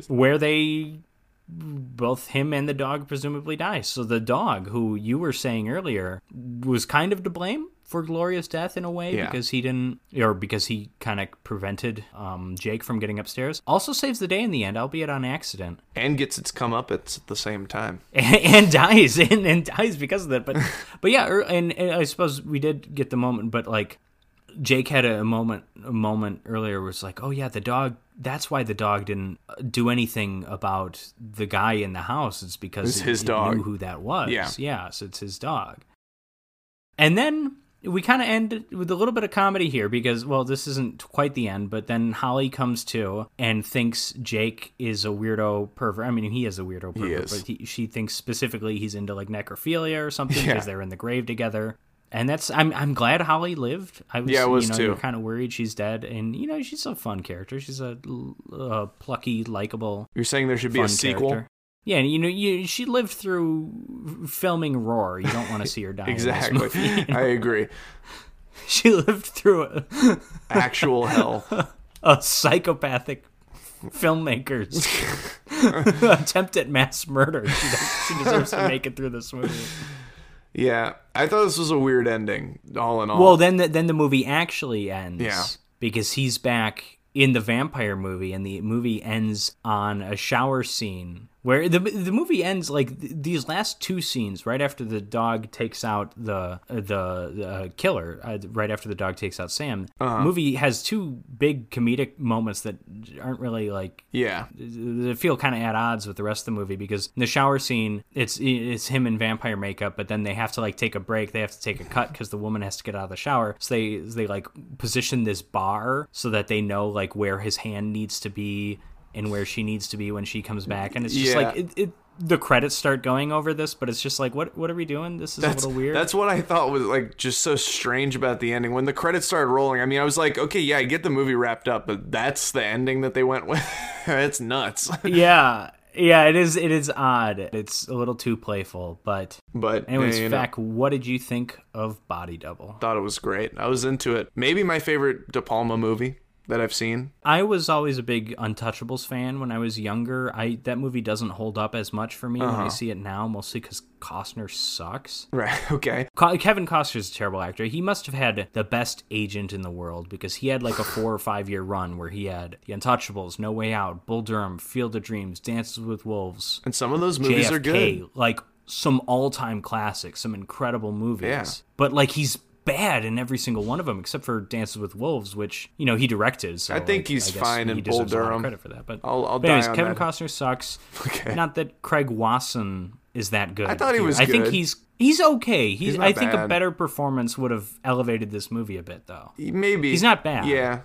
where they both him and the dog presumably die. So the dog, who you were saying earlier, was kind of to blame for Gloria's death in a way Yeah. because he didn't, or because he kind of prevented um, Jake from getting upstairs. Also saves the day in the end, albeit on accident, and gets its comeuppance at the same time. and, and dies and, and dies because of that. But but yeah, er- and, and I suppose we did get the moment, but like. Jake had a moment a moment earlier where it's like, oh yeah, the dog. That's why the dog didn't uh, do anything about the guy in the house. It's because It's his it dog. knew who that was. Yeah. yeah, so it's his dog. And then we kind of end with a little bit of comedy here because, well, this isn't quite the end, but then Holly comes to and thinks Jake is a weirdo pervert. I mean, he is a weirdo pervert, is. but he, she thinks specifically he's into like necrophilia or something Yeah. because they're in the grave together. And that's I'm I'm glad Holly lived. I was, Yeah, I was you know, too. kind of worried she's dead, and you know she's a fun character. She's a, a plucky, likable You're saying there should be a fun sequel? character. Yeah, and you know, you, she lived through filming Roar. You don't want to see her die. in this Exactly. movie. I agree. She lived through a, Actual hell. a psychopathic filmmaker's attempt at mass murder. She, does- she deserves to make it through this movie. Yeah. I thought this was a weird ending, all in all. Well, then the, then the movie actually ends. Yeah. Because he's back in the vampire movie, and the movie ends on a shower scene where the the movie ends like th- these last two scenes right after the dog takes out the uh, the, the uh, killer uh, right after the dog takes out Sam. Movie has two big comedic moments that aren't really like yeah. they feel kind of at odds with the rest of the movie because in the shower scene it's it's him in vampire makeup but then they have to like take a break they have to take a cut because the woman has to get out of the shower so they they like position this bar so that they know like where his hand needs to be and where she needs to be when she comes back and it's just Yeah. like it, it the credits start going over this but it's just like what what are we doing this is a little weird That's what I thought was like just so strange about the ending. When the credits started rolling, I mean, I was like, okay, yeah, I get the movie wrapped up, but that's the ending that they went with. That's nuts. yeah yeah it is it is odd it's a little too playful but But anyways yeah, you know, Fac, what did you think of body double thought it was great. I was into it. Maybe my favorite De Palma movie that I've seen. I was always a big Untouchables fan when I was younger. I that movie doesn't hold up as much for me when I see it now, mostly because Costner sucks. Right. Okay. Co- Kevin Costner's a terrible actor. He must have had the best agent in the world because he had like a four or five year run where he had The Untouchables, No Way Out, Bull Durham, Field of Dreams, Dances with Wolves, And some of those movies are JFK, good. like some all-time classics, some incredible movies. Yeah. But like he's bad in every single one of them except for Dances with Wolves, which you know he directed. So I think like, he's guess fine he in deserves a Bull lot of Durham. Credit for that, but I'll- I'll but anyways, die on Kevin that. Costner sucks. Okay. Not that Craig Wasson is that good. I thought he was I think good. he's he's okay. He's, not I think a bad. better performance would have elevated this movie a bit though. Maybe He's not bad. Yeah.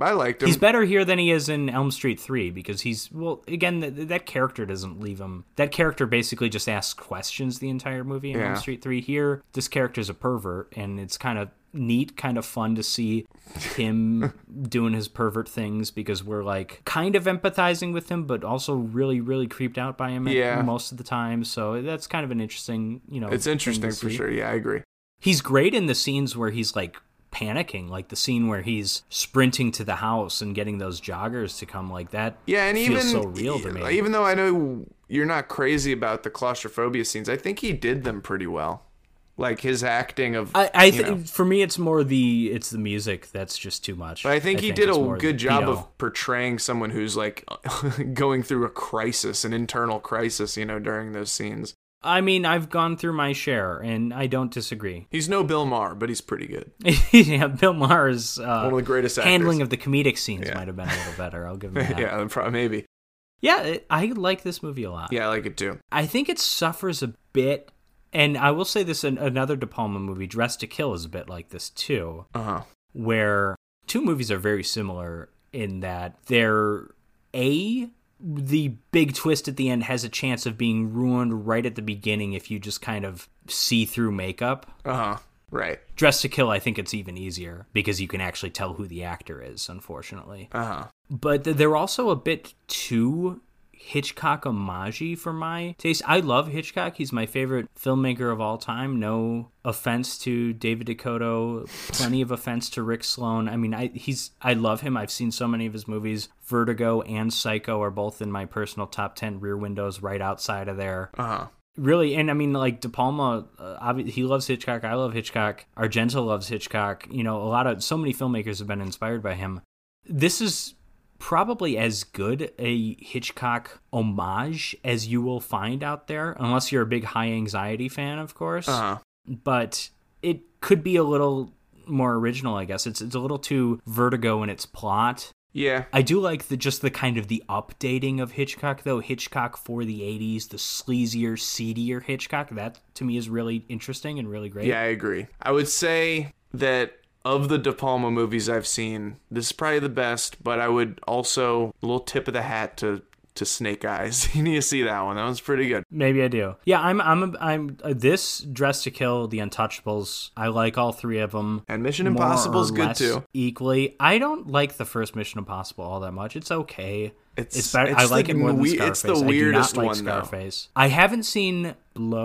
I liked him. He's better here than he is in Elm Street 3 because he's, well, again, th- that character doesn't leave him. That character basically just asks questions the entire movie in Elm Yeah. Street 3. Here, this character's a pervert, and it's kind of neat, kind of fun to see him doing his pervert things because we're like kind of empathizing with him, but also really, really creeped out by him at- Yeah. most of the time. So that's kind of an interesting, you know. it's thing to interesting for see sure. Yeah, I agree. he's great in the scenes where he's like panicking like the scene where he's sprinting to the house and getting those joggers to come like that Yeah, and even e, feels so real to me Even though I know you're not crazy about the claustrophobia scenes, I think he did them pretty well. Like his acting of, i, I you think know. for me it's more the it's the music that's just too much But I think he did it's a more good the- job you know, of portraying someone who's like going through a crisis, an internal crisis, you know, during those scenes. i mean i've gone through my share and i don't disagree He's no Bill Maher, but he's pretty good. yeah bill maher's uh, One of the greatest actors. handling of the comedic scenes Yeah. might have been a little better i'll give him that yeah, yeah, pro- maybe. it- i like this movie a lot Yeah, I like it too. I think it suffers a bit, and I will say this: in another De Palma movie, Dress to Kill, is a bit like this too, Uh huh. where two movies are very similar in that they're a the big twist at the end has a chance of being ruined right at the beginning if you just kind of see through makeup. Uh huh. Right. Dress to Kill, I think it's even easier because you can actually tell who the actor is, unfortunately Uh huh. but th- they're also a bit too Hitchcock homage for my taste. I love Hitchcock. He's my favorite filmmaker of all time. No offense to David Dakota, plenty of offense to Rick Sloan. I mean, I he's I love him. I've seen so many of his movies. Vertigo and Psycho are both in my personal top 10 rear windows right outside of there Uh huh. really and i mean like de palma uh, obvi- he loves hitchcock i love hitchcock argento loves hitchcock you know a lot of so many filmmakers have been inspired by him this is probably as good a hitchcock homage as you will find out there unless you're a big high anxiety fan of course Uh huh. but it could be a little more original i guess it's, it's a little too vertigo in its plot Yeah. I do like the just the kind of the updating of Hitchcock though. Hitchcock for the '80s, the sleazier, seedier Hitchcock. That to me is really interesting and really great. Yeah, I agree. I would say that of the De Palma movies I've seen, this is probably the best, but I would also little tip of the hat to to Snake Eyes. you need to see that one. That one's pretty good. Maybe I do. Yeah, I'm. I'm. I'm. Uh, this Dress to Kill, The Untouchables. I like all three of them. And Mission Impossible's good, too. Equally, I don't like the first Mission Impossible all that much. It's okay. It's- It's, better. it's I like the it more than we- Scarface. it's the I do not weirdest like one, though. Scarface. I haven't seen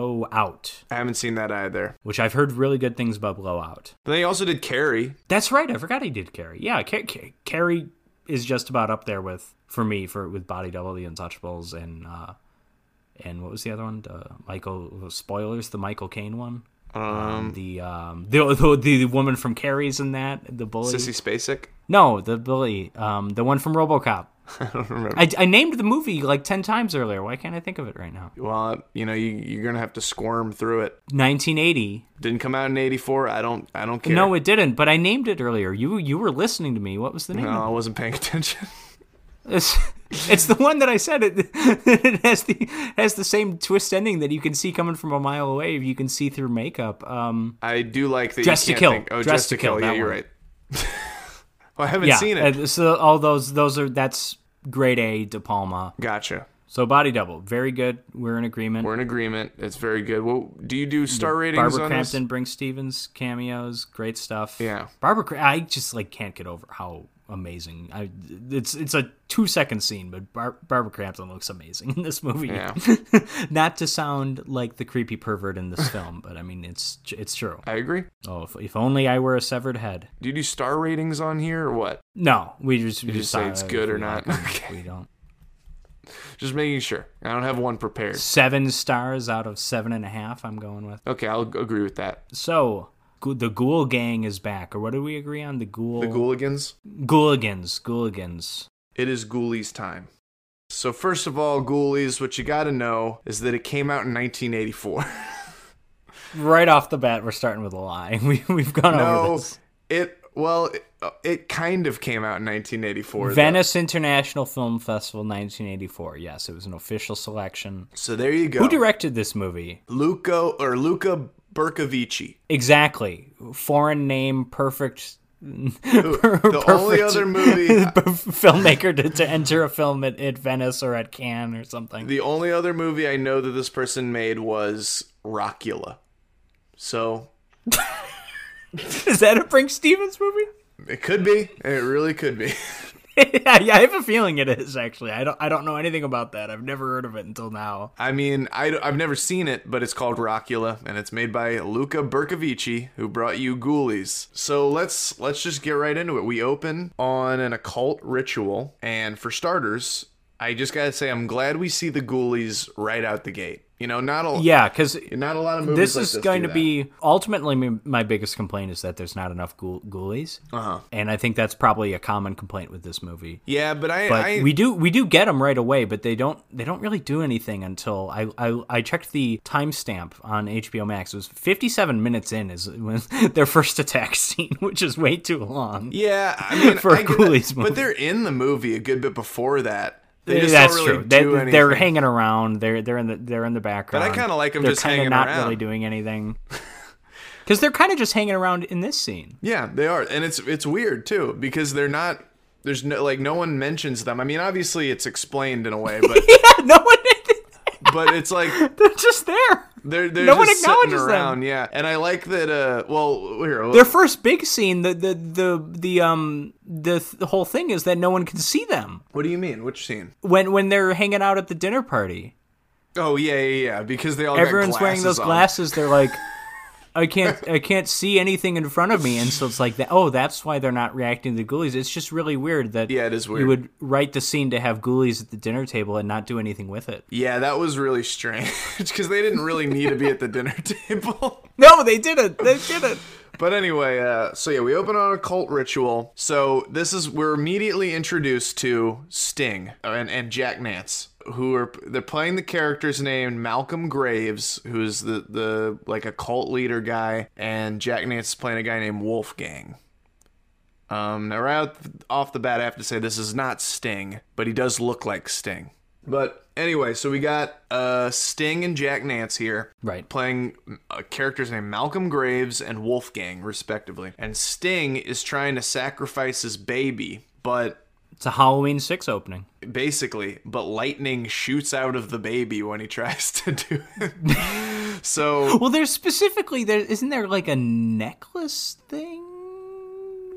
Blowout, I haven't seen that either. which I've heard really good things about Blowout. But then he also did Carrie. That's right. I forgot he did Carrie. Yeah, Car- Car- Carrie is just about up there with for me for with Body Double, The Untouchables, and uh, and what was the other one? The Michael spoilers, the Michael Caine one. Um, the um the, the the woman from Carrie's in that the bully. Sissy Spacek. No, the bully. Um, the one from RoboCop. I don't remember. I, I named the movie like ten times earlier. Why can't I think of it right now? Well, you know, you, you're gonna have to squirm through it. 1980. Didn't come out in '84. I don't. I don't care. No, it didn't. But I named it earlier. You you were listening to me. What was the name? No, I wasn't paying attention. It's, it's the one that I said it. It has the has the same twist ending that you can see coming from a mile away. If you can see through makeup. Um, I do like the Dress to Kill. Think, oh, Dress Dress to to Kill. Kill, Yeah, that you're one. right. well, I haven't yeah. seen it. uh, So all those those are that's grade A De Palma. Gotcha. So body double, very good. We're in agreement. We're in agreement. It's very good. Well, do you do star ratings Barbara on Crampton, Brink Stevens cameos, great stuff. Yeah. Barbara, Cra- I just like can't get over how amazing. I it's it's a two second scene, but Bar- Barbara Crampton looks amazing in this movie. Yeah. Not to sound like the creepy pervert in this film, but I mean it's it's true. this? I agree. Oh, if, if only I were a severed head. Do you do star ratings on here or what? No, we just we just say saw it's if good or we like not. them, Okay. We don't. Just making sure. I don't have one prepared. Seven stars out of seven and a half. I'm going with. Okay, I'll g- agree with that. So. Gu- The Ghoul Gang is back, or what do we agree on? The Ghoul. Gooligans. Gooligans, Gooligans. It is Ghoulies time. So first of all, Ghoulies. What you got to know is that it came out in 1984. Right off the bat, we're starting with a lie. We we've gone over no, Oh, this. it well, it, uh, it kind of came out in 1984. though. Venice International Film Festival, 1984. Yes, it was an official selection. So there you go. Who directed this movie? Luca or Luca Bercovici. Exactly. Foreign name, perfect. Oh, The only other movie filmmaker to, to enter a film at, at Venice or at Cannes or something. The only other movie I know that this person made was Rockula. So Is that a Brink Stevens movie? it could be. It really could be. yeah, yeah, I have a feeling it is actually. I don't I don't know anything about that. I've never heard of it until now. I mean, I, have never seen it, but it's called Rockula, and it's made by Luca Bercovici, who brought you Ghoulies. So let's let's just get right into it. We open on an occult ritual, and for starters, I just gotta say I'm glad we see the Ghoulies right out the gate. You know, not a Yeah, cuz not a lot of movies. this like is going to do that. be ultimately my- my biggest complaint is that there's not enough ghoul- ghoulies, Uh-huh. and I think that's probably a common complaint with this movie. Yeah, but I, But I we do we do get them right away, but they don't they don't really do anything until I I, I checked the timestamp on HBO Max. It was 57 minutes in is when their first attack scene, which is way too long. Yeah, I mean, For a I get Ghoulies that, movie. but they're in the movie a good bit before that. They just That's don't really true. do They, they're anything. hanging around. They're they're in the they're in the background. kinda like 'em They're just kinda hanging not around. really doing anything. Because they're kind of just hanging around in this scene. Yeah, they are, and it's it's weird too because they're not. There's no like no one mentions them. I mean, obviously it's explained in a way, but no one. but it's like They're just there. they're they're No just one sitting acknowledges them. around. Yeah, and I like that. Uh, well, here Their first big scene, the the the the um the, th- the whole thing is that no one can see them what do you mean? Which scene? when when they're hanging out at the dinner party. Oh yeah, yeah, yeah. Because they all got Everyone's wearing those on. glasses. They're like. I can't I can't see anything in front of me, and so it's like that. Oh, that's why they're not reacting to the ghoulies. It's just really weird that Yeah, it is you weird. would write the scene to have ghoulies at the dinner table and not do anything with it. Yeah, that was really strange because they didn't really need to be at the dinner table. No, they didn't. They didn't. But anyway, uh, so yeah, we open on a cult ritual. So this is we're immediately introduced to Sting uh, and, and Jack Nance, who are they're playing the characters named Malcolm Graves, who's the the like a cult leader guy, and Jack Nance is playing a guy named Wolfgang. Um, now, right off the bat, I have to say this is not Sting, but he does look like Sting. But anyway, so we got uh, Sting and Jack Nance here Right. playing uh, characters named Malcolm Graves and Wolfgang, respectively. And Sting is trying to sacrifice his baby, but It's a Halloween 6 opening. basically, but lightning shoots out of the baby when he tries to do it. so Well, there's specifically there isn't there like a necklace thing?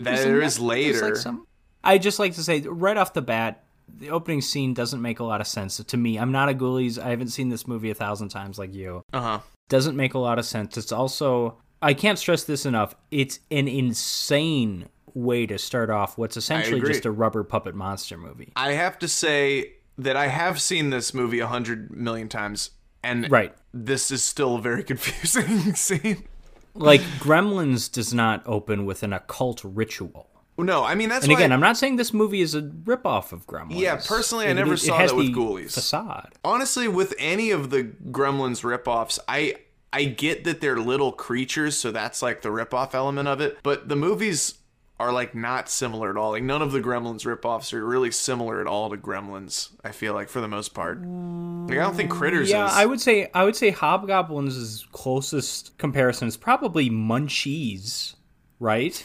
There Isn't is that- there's, later. Like some... I just like to say right off the bat, the opening scene doesn't make a lot of sense to me. I'm not a ghoulies. I haven't seen this movie a thousand times like you. Uh Uh-huh. Doesn't make a lot of sense. It's also I can't stress this enough. It's an insane way to start off what's essentially agree. just a rubber puppet monster movie. I have to say that I have seen this movie a hundred million times, and Right. this is still a very confusing scene. Like Gremlins does not open with an occult ritual. No, I mean that's And why again, I'm not saying this movie is a ripoff of Gremlins. Yeah, personally, I It- never it saw has that with the Ghoulies. Facade. honestly with any of the gremlins ripoffs i i get that they're little creatures so that's like the ripoff element of it but the movies are like not similar at all like none of the gremlins ripoffs are really similar at all to gremlins i feel like for the most part like i don't think critters Yeah, is I would say I would say Hobgoblins' closest comparison is probably Munchies, right?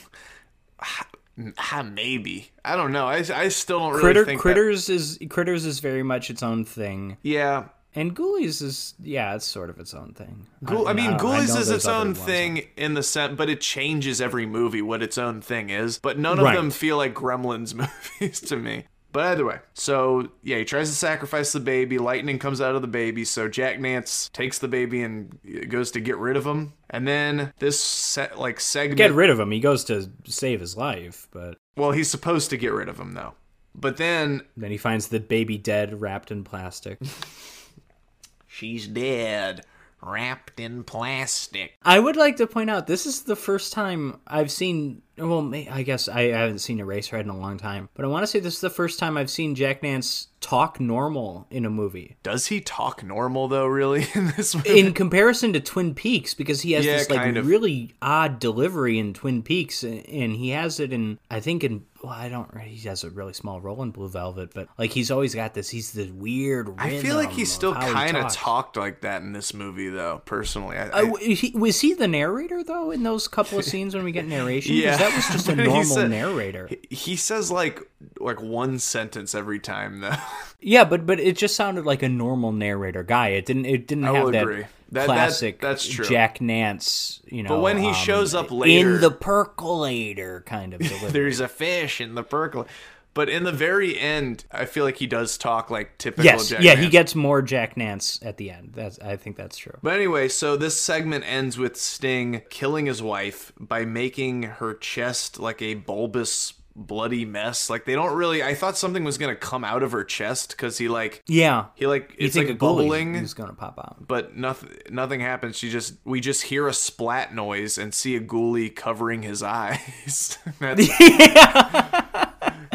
ah, maybe i don't know i, I still don't Critter really think that- Critters is Critters is very much its own thing, yeah and Ghoulies is yeah, it's sort of its own thing. Ghoul- I mean, don't know. I Ghoulies know is there's its other own ones. thing in the sense, but it changes every movie what its own thing is. But none of Right. them feel like Gremlins movies to me. But either way, so yeah, he tries to sacrifice the baby. Lightning comes out of the baby, so Jack Nance takes the baby and goes to get rid of him. And then this set like segment. Get rid of him. He goes to save his life, but well, he's supposed to get rid of him though. But then then he finds the baby dead, wrapped in plastic. she's dead, wrapped in plastic. I would like to point out this is the first time I've seen. Well, may- I guess I haven't seen a race ride in a long time, but I want to say this is the first time I've seen Jack Nance talk normal in a movie. Does he talk normal though? Really in this movie? In comparison to Twin Peaks, because he has Yeah, this like kind of. really odd delivery in Twin Peaks, and, and he has it in I think in well I don't he has a really small role in Blue Velvet, but like he's always got this he's this weird. I feel like rhythm he of still how he kind of talks. talked like that in this movie, though. Personally, I, I, Uh, w- he- was he the narrator though in those couple of scenes when we get narration? 'Cause Yeah. that was just a But he normal said- narrator. he says like like one sentence every time, though. Yeah, but but it just sounded like a normal narrator guy. It didn't it didn't will have that agree. That- that- classic that's true. Jack Nance, you know. But when he shows up later- in the percolator kind of delivery. There's a fish in the pergola, but in the very end, I feel like he does talk like typical. yes, Jack yeah, he Nance. gets more Jack Nance at the end. That's I think that's true. But anyway, so this segment ends with Sting killing his wife by making her chest like a bulbous bloody mess. Like they don't really. I thought something was gonna come out of her chest because he like Yeah. he like You it's think like a ghoulie bubbling. is going to pop out. but nothing nothing happens. She just we just hear a splat noise and see a ghoulie covering his eyes. That's-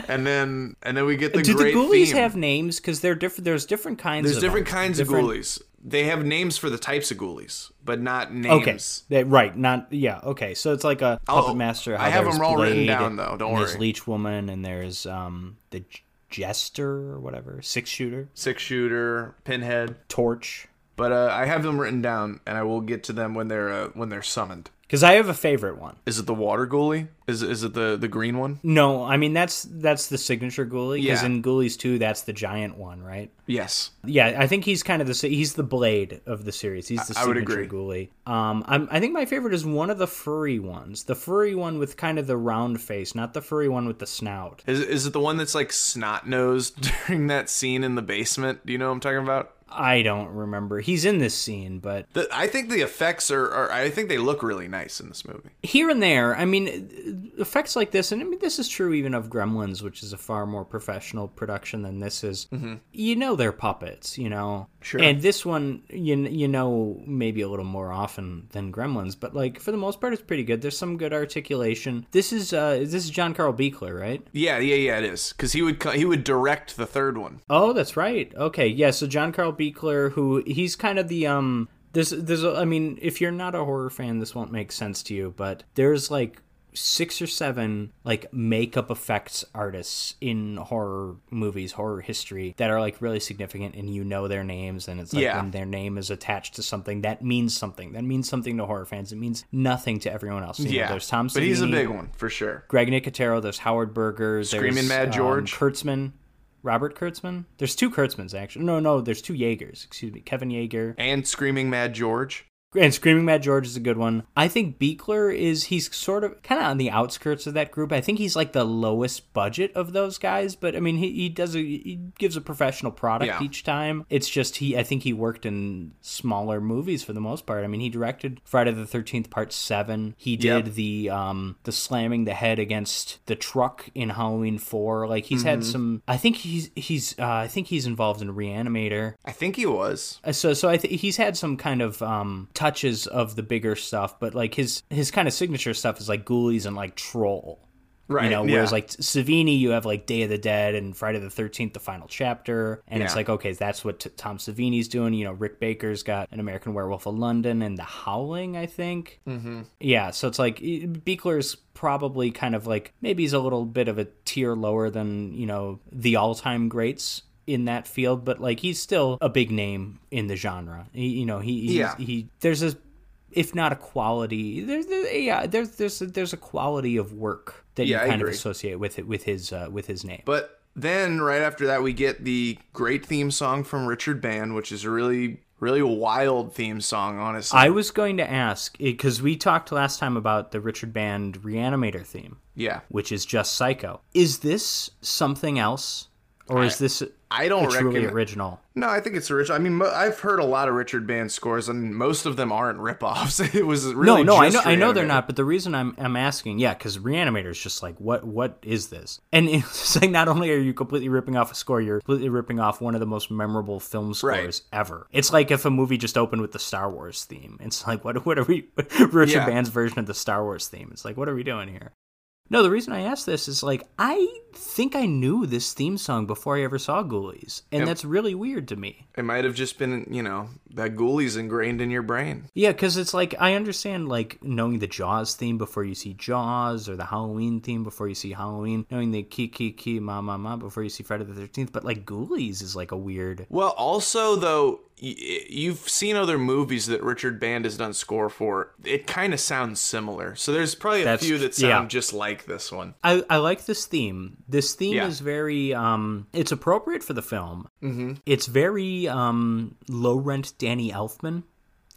And then and then we get the Do the great ghoulies theme. have names cuz they're different there's different kinds There's of different them. kinds Different- of ghoulies. They have names for the types of ghoulies, but not Okay. names. That, right. Not yeah. Okay. So it's like a puppet master. how Oh, I have there's them all written Blade, down, though, don't and There's worry. Leech Woman and there's um the J- Jester or whatever, six shooter, Six shooter, pinhead. Torch. But uh, I have them written down, and I will get to them when they're uh, when they're summoned. Because I have a favorite one. Is it the water ghoulie? Is is it the the green one? No, I mean that's that's the signature ghoulie. Because Yeah. in Ghoulies two, that's the giant one, right? Yes. Yeah, I think he's kind of the si- he's the blade of the series. He's the I- I would signature ghoulie. Um, I'm, I think my favorite is one of the furry ones, the furry one with kind of the round face, not the furry one with the snout. Is, is it the one that's like snot nosed during that scene in the basement? Do you know what I'm talking about? I don't remember. He's in this scene, but The, I think the effects are, are. I think they look really nice in this movie. here and there i mean effects like this and i mean this is true even of gremlins which is a far more professional production than this is you know they're puppets you know Sure. and this one you, you know maybe a little more often than gremlins but like for the most part it's pretty good there's some good articulation this is uh this is john carl beekler right Yeah, yeah, yeah. It is because he would co- he would direct the third one. Oh, that's right. Okay, yeah. So John Carl Beekler, who he's kind of the um. There's there's a- I mean, if you're not a horror fan, this won't make sense to you, but there's like six or seven like makeup effects artists in horror movies, horror history that are like really significant, and you know their names, and it's like Yeah. when their name is attached to something that means something. That means something to horror fans. It means nothing to everyone else. You know, yeah, there's Tom. but he's a Savini, big one for sure. Greg Nicotero, there's Howard Berger, there's, Screaming Mad um, George. Kurtzman, Robert Kurtzman. There's two Kurtzmans actually. No, no, there's two Jaegers. Excuse me, Kevin Yeager And Screaming Mad George. and Screaming Mad George is a good one. I think Beekler is he's sort of kind of on the outskirts of that group. I think he's like the lowest budget of those guys, but I mean he, he does a he gives a professional product Yeah. each time. It's just he I think he worked in smaller movies for the most part. I mean he directed Friday the Thirteenth Part Seven. He did Yep. the um the slamming the head against the truck in Halloween Four. Like he's had Mm-hmm. some. I think he's he's uh, I think he's involved in Reanimator. I think he was. Uh, So, so I th- he's had some kind of um, touches of the bigger stuff, but like his his kind of signature stuff is like Ghoulies and like Troll. Right. You know, yeah. whereas like Savini, you have like Day of the Dead and Friday the Thirteenth, the final chapter, and it's Yeah. like okay, that's what t- Tom Savini's doing. You know, Rick Baker's got an American Werewolf of London and The Howling, I think. Mm-hmm. Yeah, so it's like e- Beekler's probably kind of like maybe he's a little bit of a tier lower than you know the all-time greats in that field, but like he's still a big name in the genre. He, you know, he he's, Yeah. he there's a if not a quality there's there, yeah there's there's a, there's a quality of work that Yeah, I you kind of agree. associate with it with his uh, with his name. But then right after that, we get the great theme song from Richard Band, which is a really, really wild theme song, honestly. I was going to ask because we talked last time about the Richard Band Reanimator theme, yeah. which is just Psycho. Is this something else, or is this I don't truly recommend. original? no, I think it's rich. I mean, mo- I've heard a lot of Richard Band scores, and most of them aren't ripoffs. It was really no, no, I know, just I know they're Reanimator. not. But the reason I'm, I'm asking, yeah, because Reanimator is just like, what, what is this? And it's like, not only are you completely ripping off a score, you're completely ripping off one of the most memorable film scores Right. ever. It's like if a movie just opened with the Star Wars theme. It's like, what, what are we? Richard Yeah. Band's version of the Star Wars theme. It's like, what are we doing here? No, the reason I asked this is like I think I knew this theme song before I ever saw Ghoulies, and that's really weird to me. It might have just been, you know, that ghoulies ingrained in your brain. Yeah, because it's like I understand like knowing the Jaws theme before you see Jaws, or the Halloween theme before you see Halloween, knowing the Ki Ki Ki Ma Ma Ma before you see Friday the Thirteenth. But like Ghoulies is like a weird. Well, also though, y- you've seen other movies that Richard Band has done score for. It kind of sounds similar. So there's probably a That's- few that sound yeah. just like this one. I, I like this theme. This theme Yeah. is very um, it's appropriate for the film. Mm-hmm. It's very um, low rent Danny Elfman.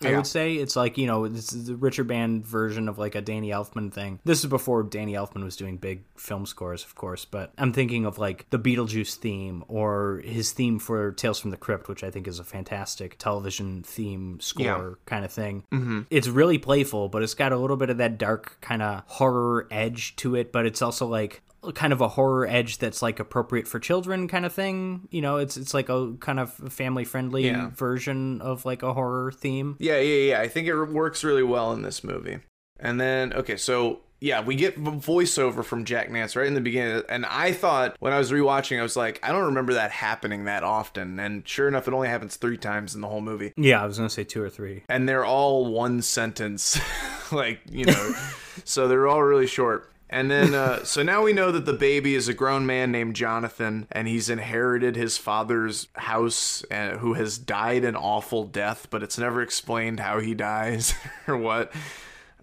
I Yeah. would say it's like you know this is the Richard Band version of like a Danny Elfman thing. This is before Danny Elfman was doing big film scores, of course. But I'm thinking of like the Beetlejuice theme or his theme for Tales from the Crypt, which I think is a fantastic television theme score Yeah. kind of thing. Mm-hmm. It's really playful, but it's got a little bit of that dark kind of horror edge to it. But it's also like kind of a horror edge that's like appropriate for children kind of thing. You know, it's it's like a kind of family friendly Yeah. version of like a horror theme. Yeah, yeah, yeah. I think it works really well in this movie. And then, okay, so yeah, we get v- voiceover from Jack Nance right in the beginning. And I thought when I was rewatching, I was like, I don't remember that happening that often. And sure enough, it only happens three times in the whole movie. Yeah, I was gonna say two or three. and they're all one sentence like you know so they're all really short and then uh, so now we know that the baby is a grown man named jonathan and he's inherited his father's house and who has died an awful death but it's never explained how he dies or what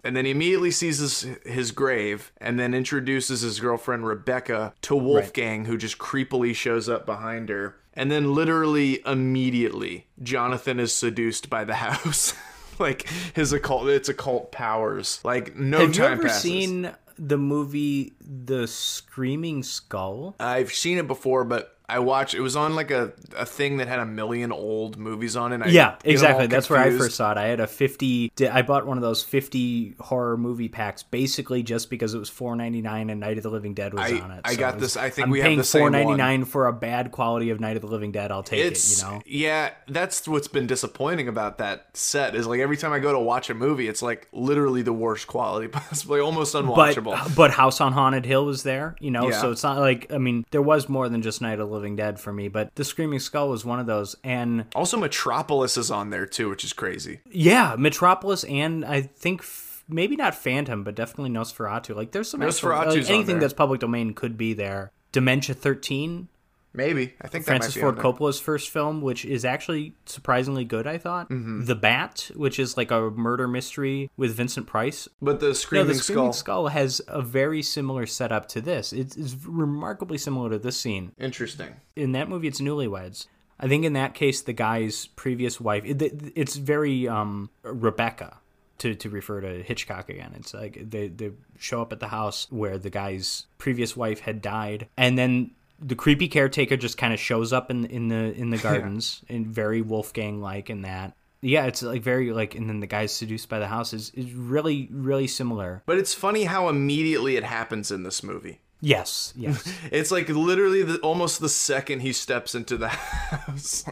and then he immediately sees his, his grave and then introduces his girlfriend Rebecca to Wolfgang, who just creepily shows up behind her. And then, literally immediately, Jonathan is seduced by the house. like his occult, its occult powers. Like no Have you time ever passes. seen the movie The Screaming Skull? I've seen it before, but I watched. It was on like a, a thing that had a million old movies on it. I Yeah, get them all exactly. That's where I confused. first saw it. I had a fifty. di- I bought one of those fifty horror movie packs, basically just because it was four ninety nine and Night of the Living Dead was I- on it. I got this- I think am we have paying the same one. $4.99 for a bad quality of Night of the Living Dead. I'll take it's it. You know. yeah that's what's been disappointing about that set is like every time i go to watch a movie it's like literally the worst quality possibly almost But uh, unwatchable but House on Haunted Hill was there, you know. Yeah. So it's not like I mean there was more than just Night of the Living Dead for me, but The Screaming Skull was one of those, and also metropolis is on there too which is crazy Yeah, Metropolis and I think f- maybe not Phantom, but definitely Nosferatu. Like there's some actual- Nosferatu's like, on anything there. that's public domain could be there. Dementia 13, Maybe I think Francis that might be on Ford there. Coppola's first film, which is actually surprisingly good, I thought. Mm-hmm. The Bat, which is like a murder mystery with Vincent Price. But the No, Screaming, the Screaming Skull Skull. has a very similar setup to this. It is remarkably similar to this scene. Interesting. In that movie, it's newlyweds. I think in that case, the guy's previous wife. It, it's very um, Rebecca to, to refer to Hitchcock again. It's like they they show up at the house where the guy's previous wife had died, and then the creepy caretaker just kind of shows up in in the in the gardens and very Wolfgang like in that. Yeah, it's like very like, and then the guy's seduced by the house is is really really similar. But it's funny how immediately it happens in this movie. Yes, yes. It's like literally the, almost the second he steps into the house,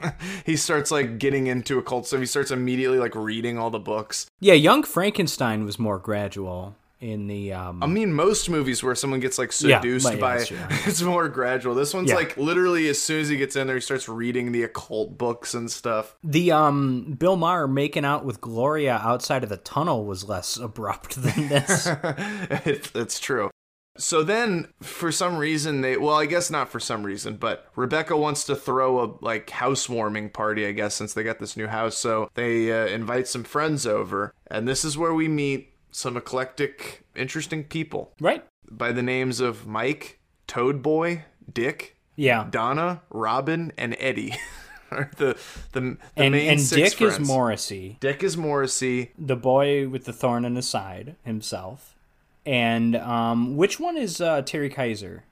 he starts like getting into occult stuff. He starts immediately like reading all the books. Yeah, Young Frankenstein was more gradual in the um I mean, most movies where someone gets like Yeah, seduced but yeah, by that's true. it's more gradual. This one's Yeah. like literally as soon as he gets in there, he starts reading the occult books and stuff. the um Bill Maher making out with Gloria outside of the tunnel was less abrupt than this. it, it's true. So then, for some reason, they well, I guess not for some reason, but Rebecca wants to throw a like housewarming party, I guess, since they got this new house. So they uh, invite some friends over, and this is where we meet some eclectic, interesting people right? by the names of Mike, Toad Boy, Dick, Yeah. Donna, Robin, and Eddie. Are the the, the and main and six Dick friends. is Morrissey, Dick is Morrissey. the boy with the thorn in his side himself. And um which one is uh Terry Kaiser?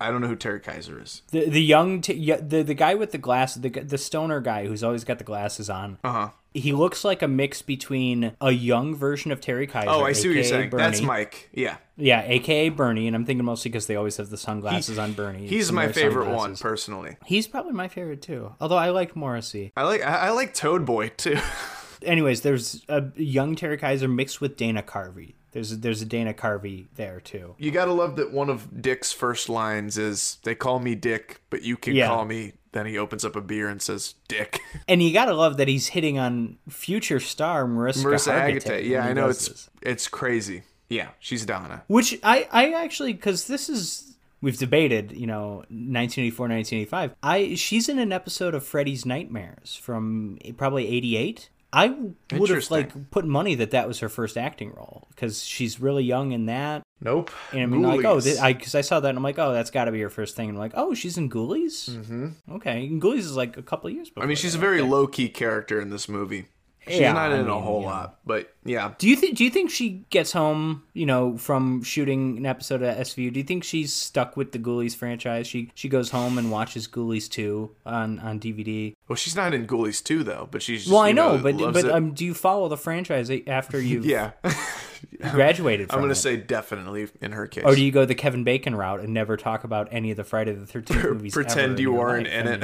I don't know who Terry Kaiser is. The the young t- yeah, the the guy with the glass the g- the stoner guy who's always got the glasses on. Uh huh. He looks like a mix between a young version of Terry Kaiser. Oh, I see what you're aka saying. That's Bernie. Mike. Yeah. Yeah, aka Bernie, and I'm thinking mostly because they always have the sunglasses on Bernie. He's my similar favorite one sunglasses. personally. He's probably my favorite too. Although I like Morrissey. I like I I like Toad Boy too. Anyways, there's a young Terry Kaiser mixed with Dana Carvey. There's a, there's a Dana Carvey there too. you gotta love that one of Dick's first lines is "They call me Dick, but you can Yeah. call me." Then he opens up a beer and says "Dick." And you gotta love that he's hitting on future star Marissa, Marissa Hargitay Agate. when Yeah, he I know does it's this. it's crazy. Yeah, she's Donna. Which I, I actually, because this is, we've debated, you know, 1984, 1985. I, she's in an episode of Freddy's Nightmares from probably 88. I would have, Interesting. like, put money that that was her first acting role because she's really young in that. Nope. And I'm like, oh, Ghoulies. because I, 'cause I saw that and I'm like, oh, that's got to be her first thing. And I'm like, oh, she's in Ghoulies? Mm-hmm. Okay. And Ghoulies is like a couple of years before. I mean, she's a that. very low key character in this movie. She's Yeah, not I in a mean, whole yeah. lot, but yeah, Do you think? Do you think she gets home? You know, from shooting an episode of SVU. Do you think she's stuck with the Ghoulies franchise? She she goes home and watches Ghoulies two on on DVD. Well, she's not in Ghoulies 2, though, but she's. Well, I you know, but uh, loves but it. um, do you follow the franchise after you have yeah, graduated? From I'm gonna it? say definitely in her case. Or Oh, do you go the Kevin Bacon route and never talk about any of the Friday the Thirteenth movies? ever pretend in you your aren't life? in I it?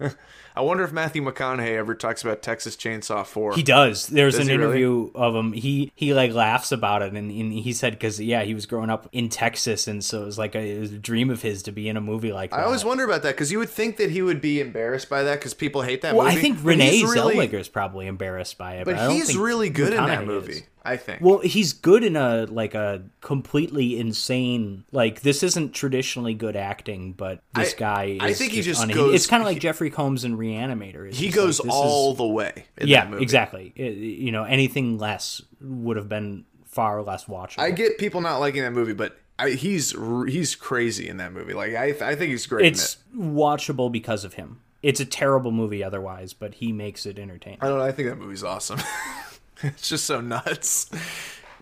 mean, I wonder if Matthew McConaughey ever talks about Texas Chainsaw 4. He does. There's Does an he really? interview of him. He he like laughs about it, and, and he said because yeah, he was growing up in Texas, and so it was like a, it was a dream of his to be in a movie like that. I always wonder about that because you would think that he would be embarrassed by that because people hate that Well, movie. I think but Renee he's really- Zellweger is probably embarrassed by it, but, I But don't he's think really good in McConaughey that movie, is. I think. Well, he's good in a like a completely insane like this isn't traditionally good acting, but this I- guy is I think he just unhinged. goes- It's kind of like Jeffrey Combs in Reanimator. It's he just goes like, this is- all the way. In yeah, that movie. exactly. It- you know, anything less would have been far less watchable. I get people not liking that movie, but I, he's r- he's crazy in that movie. Like I, I think he's great. in it. it's watchable because of him. It's a terrible movie otherwise, but he makes it entertaining. I don't know. I think that movie's awesome. it's just so nuts.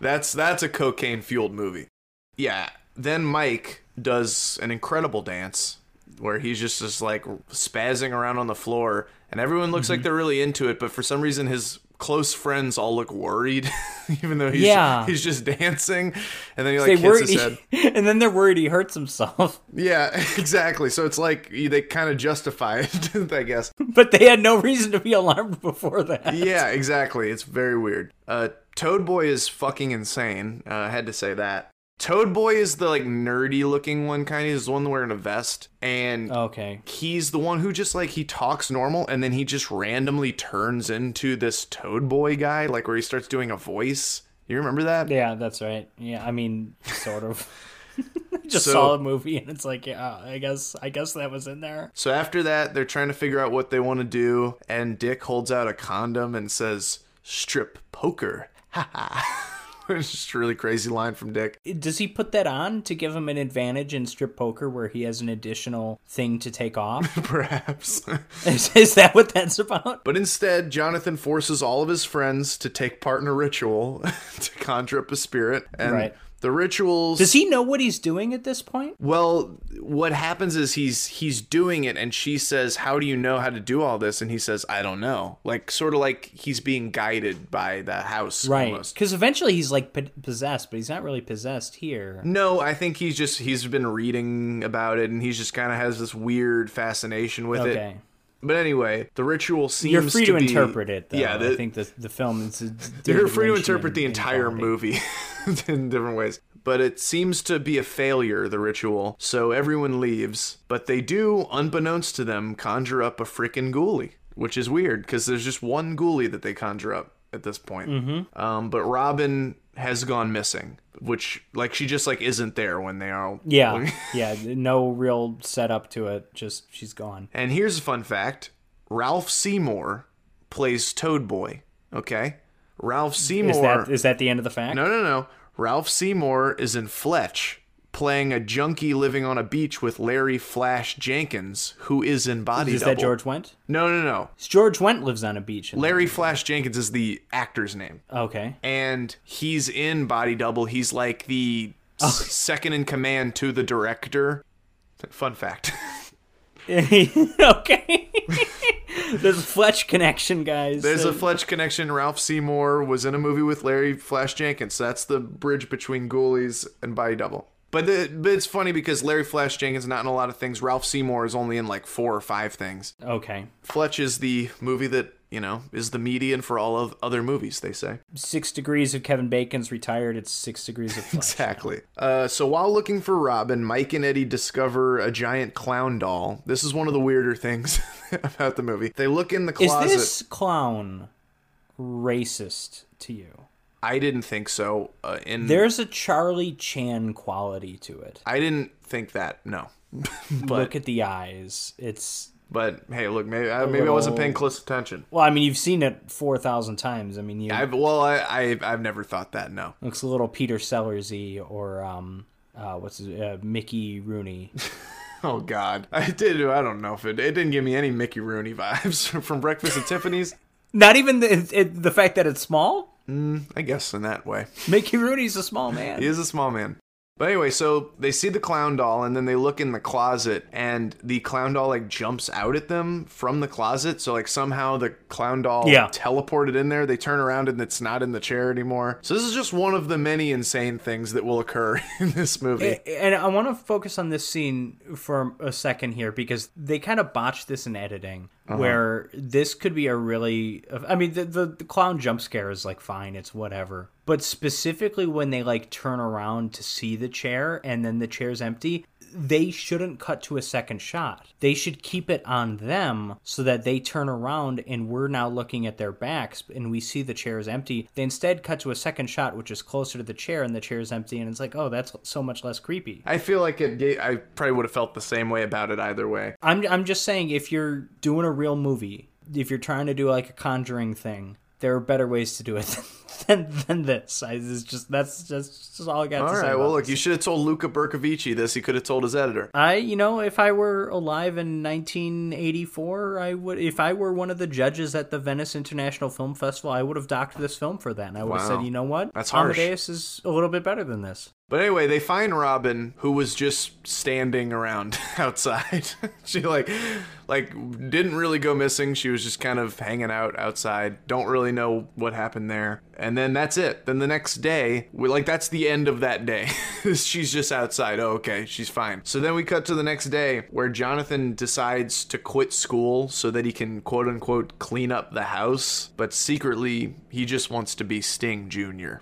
That's that's a cocaine fueled movie. Yeah. Then Mike does an incredible dance where he's just just like spazzing around on the floor, and everyone looks Mm-hmm. like they're really into it, but for some reason his close friends all look worried, even though he's Yeah. he's just dancing, and then he like They hits worried, his head. and then they're worried he hurts himself. Yeah, exactly. So it's like they kind of justify it, I guess. but they had no reason to be alarmed before that. yeah, exactly. It's very weird. Uh, Toad Boy is fucking insane. Uh, I had to say that. Toad Boy is the like nerdy looking one, kind of. He's the one wearing a vest, and Okay. he's the one who just like he talks normal, and then he just randomly turns into this Toad Boy guy, like where he starts doing a voice. You remember that? Yeah, that's right. Yeah, I mean, sort of. Just So- saw a movie and it's like, yeah, I guess, I guess that was in there. So after that, they're trying to figure out what they want to do, and Dick holds out a condom and says, "Strip poker." Ha ha. It's just a really crazy line from Dick. Does he put that on to give him an advantage in strip poker, where he has an additional thing to take off? Perhaps. is, is that what that's about? But instead, Jonathan forces all of his friends to take part in a ritual to conjure up a spirit. And Right. the rituals. Does he know what he's doing at this point? well, what happens is he's he's doing it, and she says, "How do you know how to do all this?" And he says, "I don't know." Like sort of like he's being guided by the house, Right, Almost. because eventually he's like po- possessed, but he's not really possessed here. No, I think he's just he's been reading about it, and he's just kind of has this weird fascination with it. Okay, But anyway, the ritual seems you're free to, be- interpret it. Though. Yeah, I the- think the the film is. They're free to interpret the entire movie in different ways. But it seems to be a failure, the ritual, so everyone leaves. But they do, unbeknownst to them, conjure up a freaking ghoulie, which is weird because there's just one ghoulie that they conjure up at this point. Mm-hmm. Um, but Robin has gone missing, which, like, she just, like, isn't there when they are. Yeah, yeah, no real setup to it. Just she's gone. And here's a fun fact Ralph Seymour plays Toad Boy, okay? Ralph Seymour. Is that is that the end of the fact? No, no, no. Ralph Seymour is in Fletch, playing a junkie living on a beach with Larry Flash Jenkins, who is in Body is Double. that George Wendt? No, no, no. George Wendt lives on a beach. In Larry Flash Jenkins is the actor's name, Okay. and he's in Body Double. He's like the Oh. s- second in command to the director. Fun fact. okay. There's a Fletch connection, guys. There's a Fletch connection. Ralph Seymour was in a movie with Larry Flash Jenkins. So that's the bridge between Ghoulies and Body Double. But, the, but it's funny because Larry Flash Jenkins is not in a lot of things. Ralph Seymour is only in like four or five things. okay. Fletch is the movie that, you know, is the median for all of other movies, they say. Six degrees of Kevin Bacon's retired. It's six degrees of Fletch. Exactly. Uh, so while looking for Robin, Mike and Eddie discover a giant clown doll. This is one of the weirder things about the movie. They look in the Is closet. this clown racist to you? I didn't think so. Uh, in There's a Charlie Chan quality to it. I didn't think that. No. Look at the eyes. It's But hey, look, maybe I, maybe I little- wasn't paying close attention. well, I mean, you've seen it four thousand times. I mean, you I've well, I, I I've never thought that. No, looks a little Peter Sellersy or um, uh, what's his, uh, Mickey Rooney. oh God, I did. I don't know if it it didn't give me any Mickey Rooney vibes from Breakfast at Tiffany's. Not even the it, it, the fact that it's small. I guess in that way, Mickey Rooney's a small man. he is a small man. But anyway, so they see the clown doll, and then they look in the closet, and the clown doll like jumps out at them from the closet. So like somehow the clown doll Yeah. teleported in there. They turn around, and it's not in the chair anymore. So this is just one of the many insane things that will occur in this movie. And I want to focus on this scene for a second here because they kind of botched this in editing, where this could be a really. I mean, the, the the clown jump scare is like fine, it's whatever. But specifically when they like turn around to see the chair and then the chair's empty, they shouldn't cut to a second shot. They should keep it on them so that they turn around and we're now looking at their backs and we see the chair is empty. They instead cut to a second shot, which is closer to the chair and the chair is empty. And it's like, oh, that's so much less creepy. I feel like it. Gave, I probably would have felt the same way about it either way. I'm, I'm just saying, if you're doing a real movie, if you're trying to do like a conjuring thing, there are better ways to do it than, than, than this. I, it's just, that's just, that's just all I got All to say. right. about Well, this. look, you should have told Luca Bercovici this. He could have told his editor. I, you know, if I were alive in 1984, I would. If I were one of the judges at the Venice International Film Festival, I would have docked this film for that, and I would have Wow. said, you know what, That's harsh. Amadeus is a little bit better than this. But anyway, they find Robin, who was just standing around outside. she like, like didn't really go missing. She was just kind of hanging out outside. Don't really know what happened there. And then that's it. Then the next day, we like that's the end of that day. she's just outside. Oh, okay, she's fine. So then we cut to the next day where Jonathan decides to quit school so that he can quote unquote clean up the house, but secretly he just wants to be Sting Jr.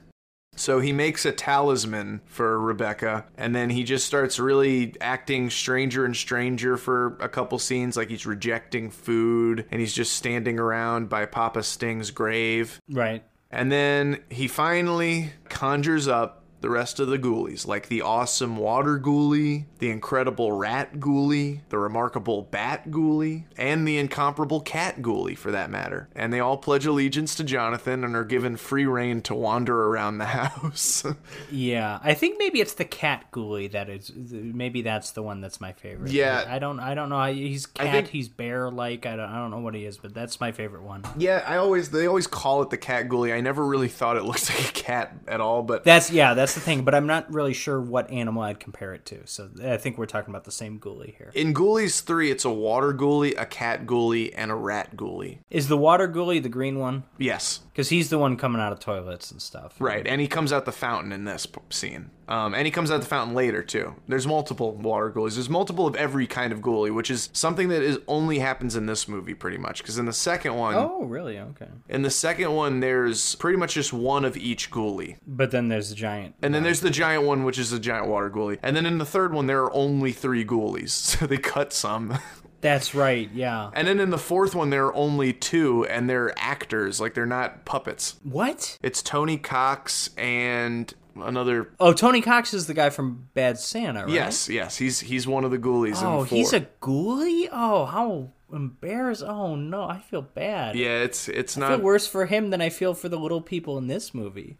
So he makes a talisman for Rebecca, and then he just starts really acting stranger and stranger for a couple scenes. Like he's rejecting food, and he's just standing around by Papa Sting's grave. Right. And then he finally conjures up the rest of the ghoulies, like the awesome water ghoulie, the incredible rat ghoulie, the remarkable bat ghoulie, and the incomparable cat ghoulie, for that matter. And they all pledge allegiance to Jonathan and are given free reign to wander around the house. Yeah, I think maybe it's the cat ghoulie that is. Maybe that's the one that's my favorite. Yeah. I, I don't. I don't know. I- He's cat. think- he's bear like. I don't. I don't know what he is, but that's my favorite one. yeah, I always they always call it the cat ghoulie. I never really thought it looks like a cat at all, but That's yeah. That's the thing. But I'm not really sure what animal I'd compare it to. So I think we're talking about the same ghoulie here. in Ghoulies 3, it's a water ghoulie, a cat ghoulie, and a rat ghoulie. Is the water ghoulie the green one? Yes. Because he's the one coming out of toilets and stuff. Right, and he comes out the fountain in this p- scene. Um, and he comes out the fountain later too. There's multiple water ghoulies. There's multiple of every kind of ghoulie, which is something that is only happens in this movie pretty much. Because in the second one, Oh, really? Okay. in the second one, there's pretty much just one of each ghoulie. But then there's the giant. And then there's the giant one, which is the giant water ghoulie. And then in the third one, there are only three ghoulies, so they cut some. That's right. Yeah. and then in the fourth one, there are only two, and they're actors, like they're not puppets. What? It's Tony Cox and another Oh, Tony Cox is the guy from Bad Santa, right? Yes, yes, he's he's one of the ghoulies. Oh, in four. he's a ghoulie? Oh, how embarrassed. Oh, no, I feel bad. yeah. It's it's I feel not worse for him than I feel for the little people in this movie.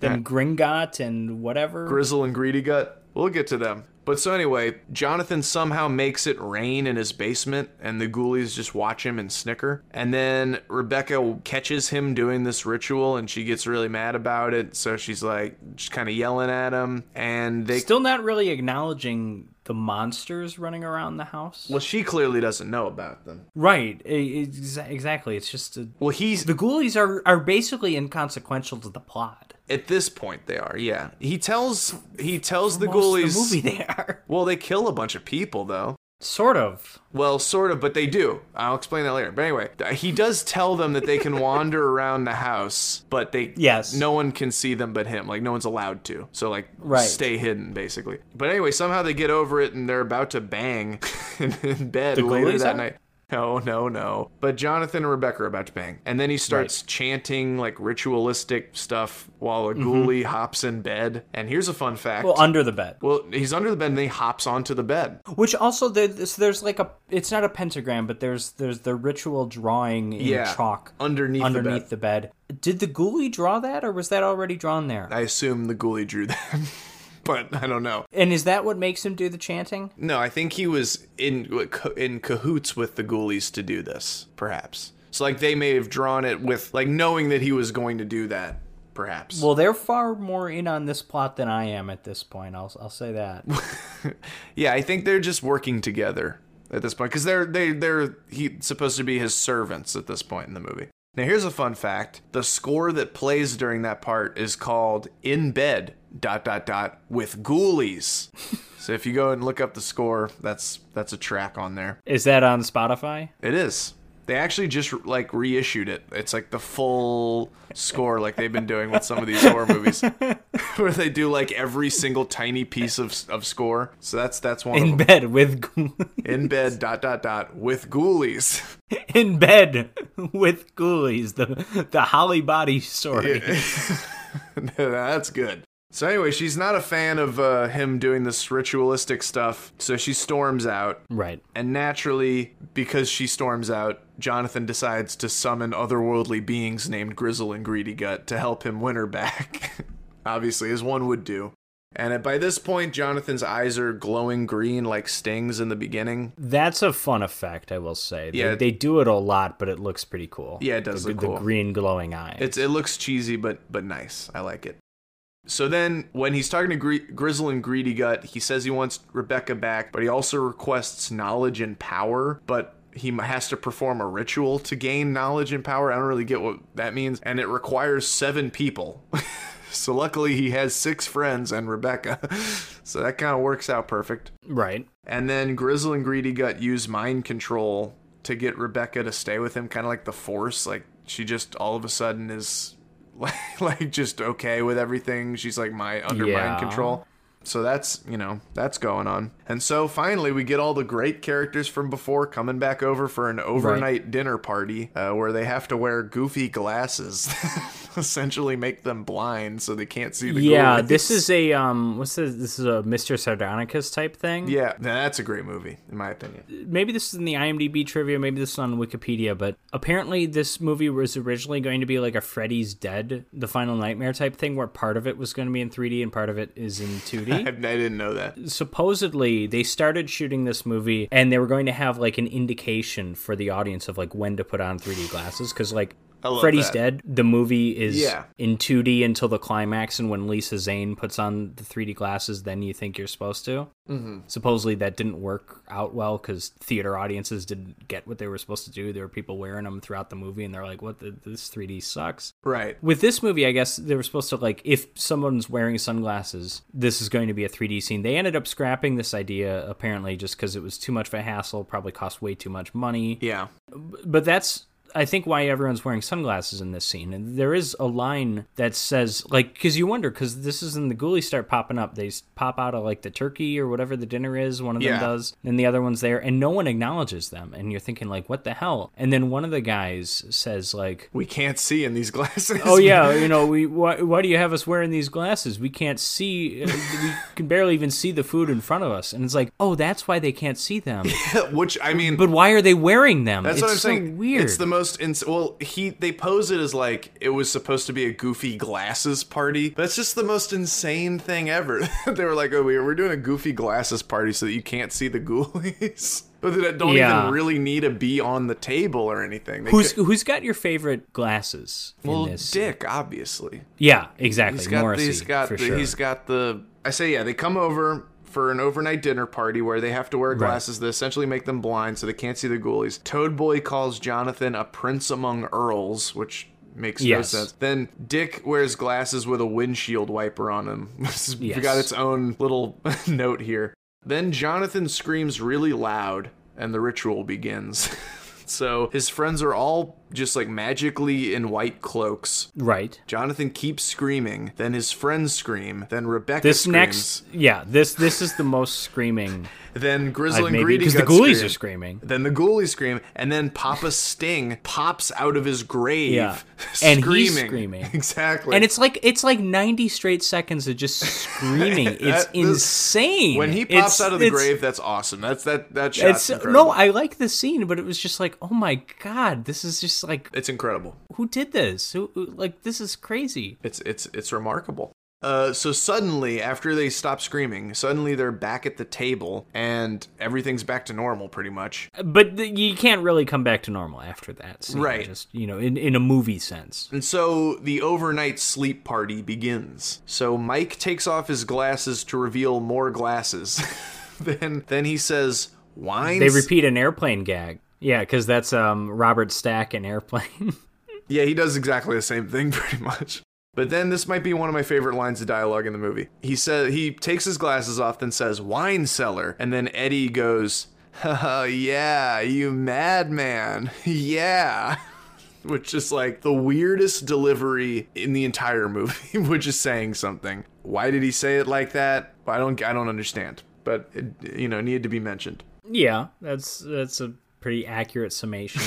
than Gringot and whatever. Grizzle and Greedy Gut. We'll get to them. But so anyway, Jonathan somehow makes it rain in his basement, and the ghoulies just watch him and snicker. And then Rebecca catches him doing this ritual, and she gets really mad about it. So she's like, just kind of yelling at him, and they. Still not really acknowledging the monsters running around the house. well, she clearly doesn't know about them. Right. e- exa- Exactly. It's just a, Well, he's the ghoulies are, are basically inconsequential to the plot. at this point they are. Yeah, he tells he tells the Most of ghoulies. The movie they are. Well, they kill a bunch of people though. Sort of. Well, sort of, but they do. I'll explain that later. But anyway, th- he does tell them that they can wander around the house, but they Yes. no one can see them but him. Like no one's allowed to. So like Right. stay hidden basically. But anyway, somehow they get over it and they're about to bang in, in bed later ghoulies that are? night. No, no, no. But Jonathan and Rebecca are about to bang. And then he starts chanting like ritualistic stuff while a ghoulie hops in bed. And here's a fun fact. Mm-hmm. Well, under the bed. well, he's under the bed and then he hops onto the bed. Which also there, so there's like a it's not a pentagram, but there's there's the ritual drawing in Yeah, chalk underneath the underneath the bed. Did the ghoulie draw that, or was that already drawn there? I assume the ghoulie drew that. but I don't know. and is that what makes him do the chanting? No, I think he was in in cahoots with the ghoulies to do this, perhaps. So like they may have drawn it with like knowing that he was going to do that, perhaps. Well, they're far more in on this plot than I am at this point. I'll I'll say that. yeah, I think they're just working together at this point because they're they they're he's supposed to be his servants at this point in the movie. Now here's a fun fact: the score that plays during that part is called "In Bed." Dot dot dot with ghoulies. so if you go and look up the score, that's that's a track on there. is that on Spotify? It is. They actually just like reissued it. It's like the full score, like they've been doing with some of these horror movies, where they do like every single tiny piece of of score. So that's that's one In of them. bed with ghoulies. In bed, dot dot dot, with ghoulies. in bed with ghoulies. The the Holly Body story. that's good. So anyway, she's not a fan of uh, him doing this ritualistic stuff, so she storms out. Right. And naturally, because she storms out, Jonathan decides to summon otherworldly beings named Grizzle and Greedy Gut to help him win her back. Obviously, as one would do. And by this point, Jonathan's eyes are glowing green like stings in the beginning. That's a fun effect, I will say. They, Yeah. they do it a lot, but it looks pretty cool. Yeah, it does the, look the cool. green glowing eye. It's it looks cheesy, but but nice. I like it. So then, when he's talking to Gre- Grizzle and Greedy Gut, he says he wants Rebecca back, but he also requests knowledge and power. But he m- has to perform a ritual to gain knowledge and power. I don't really get what that means, and it requires seven people. so luckily, he has six friends and Rebecca, so that kind of works out perfect. right. And then Grizzle and Greedy Gut use mind control to get Rebecca to stay with him, kind of like the Force. Like she just all of a sudden is like, like just okay with everything. She's like my under Yeah. mind control. So that's, you know, that's going on. And so finally, we get all the great characters from before coming back over for an overnight dinner party uh, where they have to wear goofy glasses, essentially make them blind so they can't see the Yeah, goalies. this is a um, what's this? This is a Mr. Sardonicus type thing. Yeah, that's a great movie, in my opinion. Maybe this is in the IMDb trivia. Maybe this is on Wikipedia. But apparently, this movie was originally going to be like a Freddy's Dead, the Final Nightmare type thing, where part of it was going to be in 3D and part of it is in 2D. I, I didn't know that. supposedly they started shooting this movie and they were going to have like an indication for the audience of like when to put on 3D glasses because like love Freddy's that. Dead, the movie is Yeah. in 2D until the climax, and when Lisa Zane puts on the 3D glasses, then you think you're supposed to. Mm-hmm. Supposedly that didn't work out well because theater audiences didn't get what they were supposed to do. There were people wearing them throughout the movie, and they're like, "What? The, this 3D sucks." Right. with this movie, I guess they were supposed to like if someone's wearing sunglasses, this is going to be a 3D scene. They ended up scrapping this idea apparently just because it was too much of a hassle, probably cost way too much money. Yeah. But that's I think why everyone's wearing sunglasses in this scene. And there is a line that says like because you wonder because this is when the ghoulies start popping up. They s- pop out of like the turkey or whatever the dinner is. One of them Yeah. does, and the other one's there, and no one acknowledges them. And you're thinking like, what the hell? And then one of the guys says like. We can't see in these glasses. Oh yeah, you know we. Why, why do you have us wearing these glasses? We can't see. uh, We can barely even see the food in front of us, and it's like, oh, that's why they can't see them. Which I mean, But why are they wearing them? That's it's what I'm so saying. Weird. It's the most ins- well. He they pose it as like it was supposed to be a goofy glasses party. That's just the most insane thing ever. they were like, "Oh, we- we're doing a goofy glasses party so that you can't see the ghoulies." But that don't Yeah. even really need to be on the table or anything. They who's could- who's got your favorite glasses in well, this? Dick, obviously. Yeah, exactly. He's got, Morrissey, he's got for the, sure. he's got the I say yeah, they come over for an overnight dinner party where they have to wear glasses that essentially make them blind so they can't see the ghoulies. Toad Boy calls Jonathan a prince among earls, which makes Yes. no sense. Then Dick wears glasses with a windshield wiper on him. This has Yes. got its own little note here. Then Jonathan screams really loud and the ritual begins. so his friends are all just like magically in white cloaks right. Jonathan keeps screaming, then his friends scream, then Rebecca This screams, next, yeah, this this is the most screaming then Grizzle I've and maybe Greedy because the Guts ghoulies scream, are screaming. Then the ghoulies scream, and then Papa Sting pops out of his grave, Yeah. screaming. And he's screaming. exactly. And it's like it's like ninety straight seconds of just screaming. It's That- this- insane. when he It's- pops out of the it's- grave, that's awesome. That's that that shot's It's incredible. no, I like the scene, but it was just like, oh my god, this is just like, it's incredible. who did this? Who, who- like, this is crazy. It's it's it's remarkable. Uh, so suddenly, after they stop screaming, suddenly they're back at the table, and everything's back to normal, pretty much. But th- you can't really come back to normal after that, scene, Right. Just you know, in in a movie sense. And so the overnight sleep party begins. So Mike takes off his glasses to reveal more glasses. then then he says, "Wine." They repeat an airplane gag. Yeah, because that's um Robert Stack in Airplane. Yeah, he does exactly the same thing pretty much. But then this might be one of my favorite lines of dialogue in the movie. He says he takes his glasses off then says, "Wine cellar." And then Eddie goes, "Haha, yeah, you madman. yeah." Which is like the weirdest delivery in the entire movie, which is saying something. Why did he say it like that? I don't I don't understand. But it, you know, needed to be mentioned. yeah, that's that's a pretty accurate summation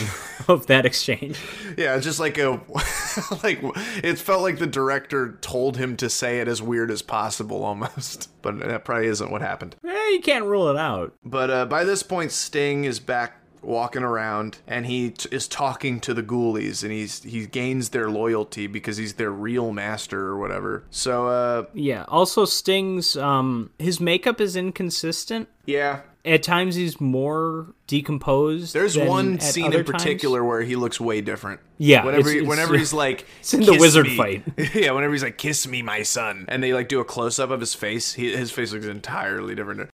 of that exchange. Yeah, it's just like a like it felt like the director told him to say it as weird as possible almost, but that probably isn't what happened. Eh, you can't rule it out. But uh, by this point, Sting is back walking around and he t- is talking to the ghoulies and he's he gains their loyalty because he's their real master or whatever. So uh Yeah. Also, Sting's um his makeup is inconsistent. yeah, At times he's more decomposed. there's than one at scene other in times. particular where he looks way different. Yeah, whenever it's- he, it's- whenever he's like It's in the "Kiss wizard me." fight. yeah, whenever he's like kiss me my son and they like do a close up of his face, he, his face looks entirely different.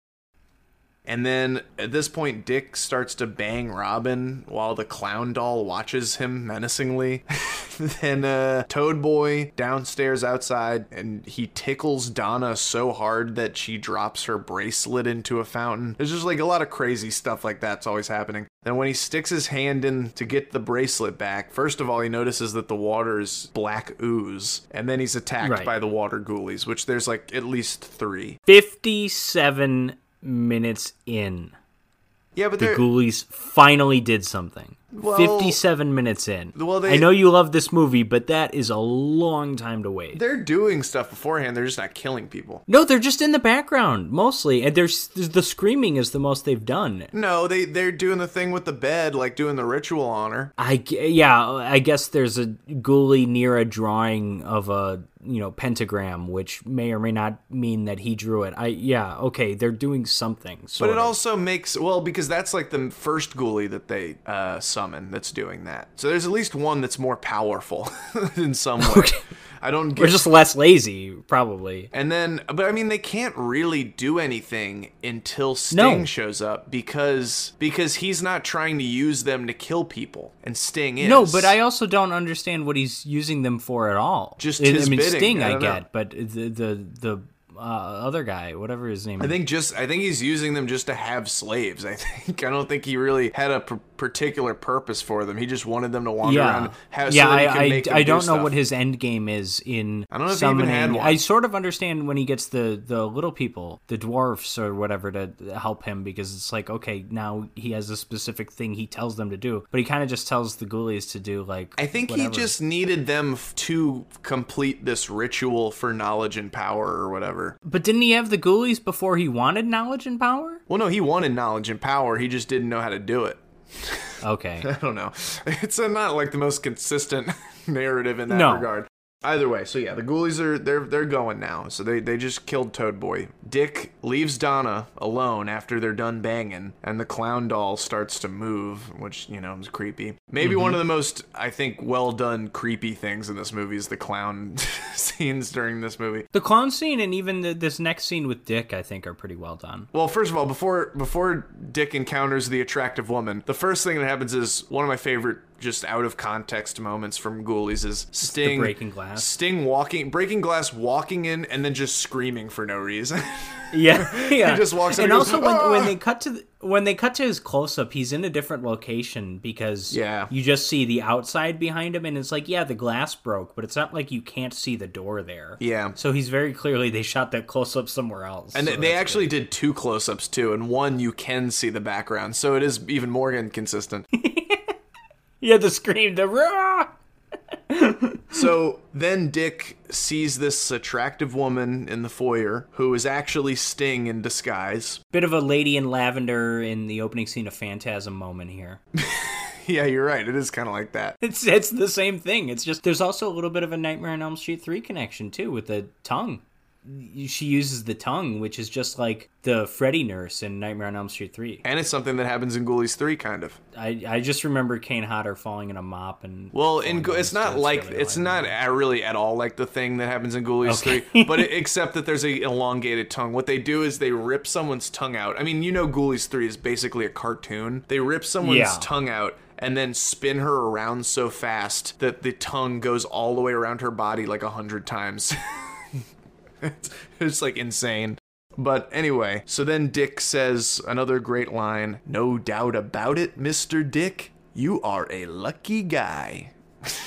And then at this point, Dick starts to bang Robin while the clown doll watches him menacingly. then uh, Toad Boy downstairs outside, and he tickles Donna so hard that she drops her bracelet into a fountain. There's just like a lot of crazy stuff like that's always happening. And when he sticks his hand in to get the bracelet back, first of all, he notices that the water is black ooze, and then he's attacked Right. by the water ghoulies, which there's like at least three. 57 minutes in, Yeah, but the they're ghoulies finally did something. Well- 57 minutes in. Well, they- I know you love this movie, but that is a long time to wait. they're doing stuff beforehand. They're just not killing people. No, they're just in the background mostly, and there's the screaming is the most they've done. No, they they're doing the thing with the bed, like doing the ritual on her. I gu- yeah, I guess there's a ghoulie near a drawing of a you know pentagram, which may or may not mean that he drew it. I yeah okay, they're doing something. But sort it of. also makes well because that's like the first ghoulie that they uh, summon that's doing that. So there's at least one that's more powerful in some way. I don't We're get. just less lazy, probably. and then, but I mean, they can't really do anything until Sting No. shows up because because he's not trying to use them to kill people, and Sting is No, but I also don't understand what he's using them for at all. Just I- I, his mean, bidding, Sting, I I, don't know. get, but the the the uh, other guy, whatever his name, I is. think just I think he's using them just to have slaves. I think I don't think he really had a p- particular purpose for them. He just wanted them to wander around. Have, so yeah. that he I, can I, make them I do don't know stuff. what his end game is in. I don't know if he even summoning. had one. I sort of understand when he gets the the little people, the dwarfs or whatever, to help him because it's like okay, now he has a specific thing he tells them to do, but he kind of just tells the ghoulies to do like. I think whatever. he just needed them f- to complete this ritual for knowledge and power or whatever. But didn't he have the ghoulies before he wanted knowledge and power? Well, no, he wanted knowledge and power. He just didn't know how to do it. Okay. I don't know. It's uh not like the most consistent narrative in that No. regard. Either way, so yeah, the ghoulies are they're they're going now. So they they just killed Toad Boy. Dick leaves Donna alone after they're done banging, and the clown doll starts to move, which you know is creepy. Maybe one of the most I think well done creepy things in this movie is the clown scenes during this movie. The clown scene and even the, this next scene with Dick, I think, are pretty well done. Well, first of all, before before Dick encounters the attractive woman, the first thing that happens is one of my favorite just out of context moments from Ghoulies is Sting breaking glass. Sting walking breaking glass walking in and then just screaming for no reason. Yeah, yeah. just walks in and and goes, also when, "Ah!" when they cut to the, when they cut to his close up, he's in a different location because Yeah. you just see the outside behind him, and it's like yeah, the glass broke, but it's not like you can't see the door there. Yeah. So he's very clearly they shot that close up somewhere else. and so they- they that's actually did two close-ups too, and one you can see the background, so it is even more inconsistent. good. yeah, the scream, the rah! So then Dick sees this attractive woman in the foyer who is actually Sting in disguise. bit of a lady in lavender in the opening scene of Phantasm moment here. Yeah, you're right. It is kind of like that. It's it's the same thing. It's just there's also a little bit of a Nightmare on Elm Street three connection too with the tongue. She uses the tongue, which is just like the Freddy nurse in Nightmare on Elm Street three. And it's something that happens in Ghoulies 3 kind of. I I just remember Kane Hodder falling in a mop and Well, in Ghou- down it's the not stairs like really it's like not a- really at all like the thing that happens in Ghoulies Okay. 3, but it, except that there's a elongated tongue. What they do is they rip someone's tongue out. I mean, you know Ghoulies 3 is basically a cartoon. They rip someone's Yeah. tongue out and then spin her around so fast that the tongue goes all the way around her body like a hundred times. it's, it's like insane. But anyway, so then Dick says another great line No doubt about it, Mr. Dick. You are a lucky guy.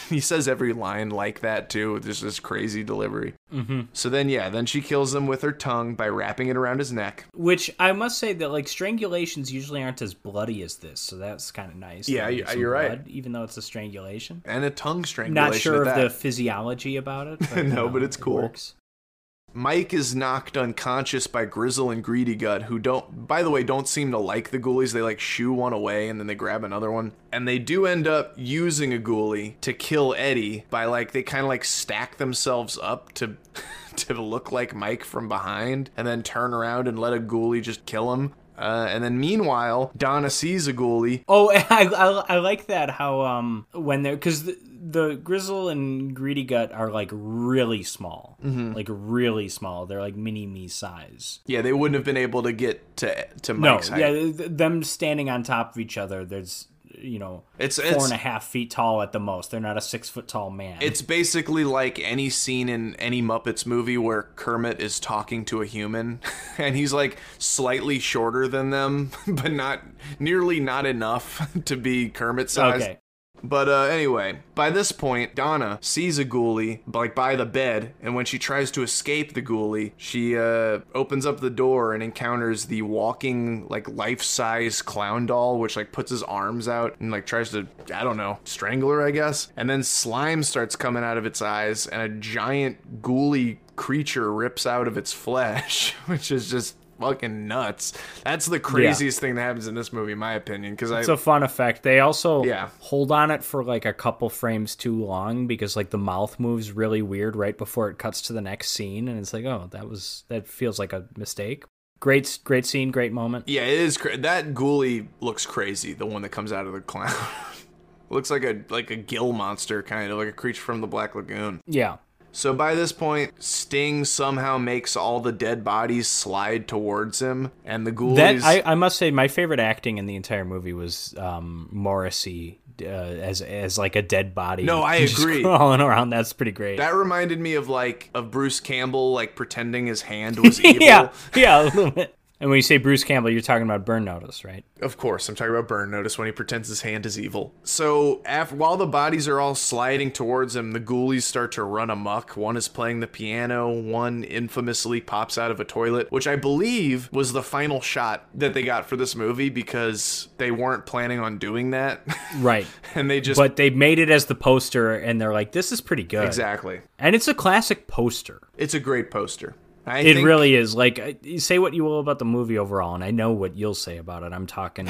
he says every line like that, too, with just this crazy delivery. Mm-hmm. So then, yeah, then she kills him with her tongue by wrapping it around his neck. Which I must say that like strangulations usually aren't as bloody as this, so that's kind of nice. Yeah, There's you- some you're right. Even though it's a strangulation, And a tongue strangulation. not sure at of that. the physiology about it. But, No, you know, but it's it cool. works. Mike is knocked unconscious by Grizzle and Greedy Gut, who don't, by the way, don't seem to like the ghoulies. They like shoo one away and then they grab another one. And they do end up using a ghoulie to kill Eddie by like, they kind of like stack themselves up to. To look like Mike from behind and then turn around and let a ghoulie just kill him. Uh, and then, meanwhile, Donna sees a ghoulie. Oh, I, I, I like that how um when they're because the, the Grizzle and Greedy Gut are like really small, Mm-hmm. like really small. They're like mini me size. Yeah, they wouldn't have been able to get to to No, Mike's height. yeah, th- th- them standing on top of each other. There's you know, It's- four and a half it's- feet tall at the most. They're not a six foot tall man. It's basically like any scene in any Muppets movie where Kermit is talking to a human and he's like slightly shorter than them, but not nearly not enough to be Kermit sized. okay. But uh, anyway, by this point, Donna sees a ghoulie like by the bed, and when she tries to escape the ghoulie, she uh, opens up the door and encounters the walking like life-size clown doll, which like puts his arms out and like tries to I don't know strangle her, I guess. And then slime starts coming out of its eyes, and a giant ghoulie creature rips out of its flesh, which is just fucking nuts. That's the craziest thing that happens in this movie, in my opinion, because I It's a fun effect. They also Yeah. hold on it for like a couple frames too long because like the mouth moves really weird right before it cuts to the next scene, and it's like, oh, that was that feels like a mistake. Great, s- great scene, great moment. Yeah, it is. Cra- that ghoulie looks crazy. The one that comes out of the clown looks like a like a gill monster, kind of like a creature from the Black Lagoon. Yeah, So by this point, Sting somehow makes all the dead bodies slide towards him, and the that ghoulies. I, I must say, my favorite acting in the entire movie was um, Morrissey uh, as as like a dead body. No, I just agree. Crawling around, that's pretty great. that reminded me of like of Bruce Campbell like pretending his hand was evil. yeah, yeah, a little bit. And when you say Bruce Campbell, you're talking about Burn Notice, right? Of course, I'm talking about Burn Notice when he pretends his hand is evil. So, af while the bodies are all sliding towards him, the ghoulies start to run amok. One is playing the piano, one infamously pops out of a toilet, which I believe was the final shot that they got for this movie because they weren't planning on doing that. Right. and they just. But they made it as the poster, and they're like, "This is pretty good." exactly. And it's a classic poster. It's a great poster. I It think- really is. Like, I- you say what you will about the movie overall, and I know what you'll say about it. I'm talking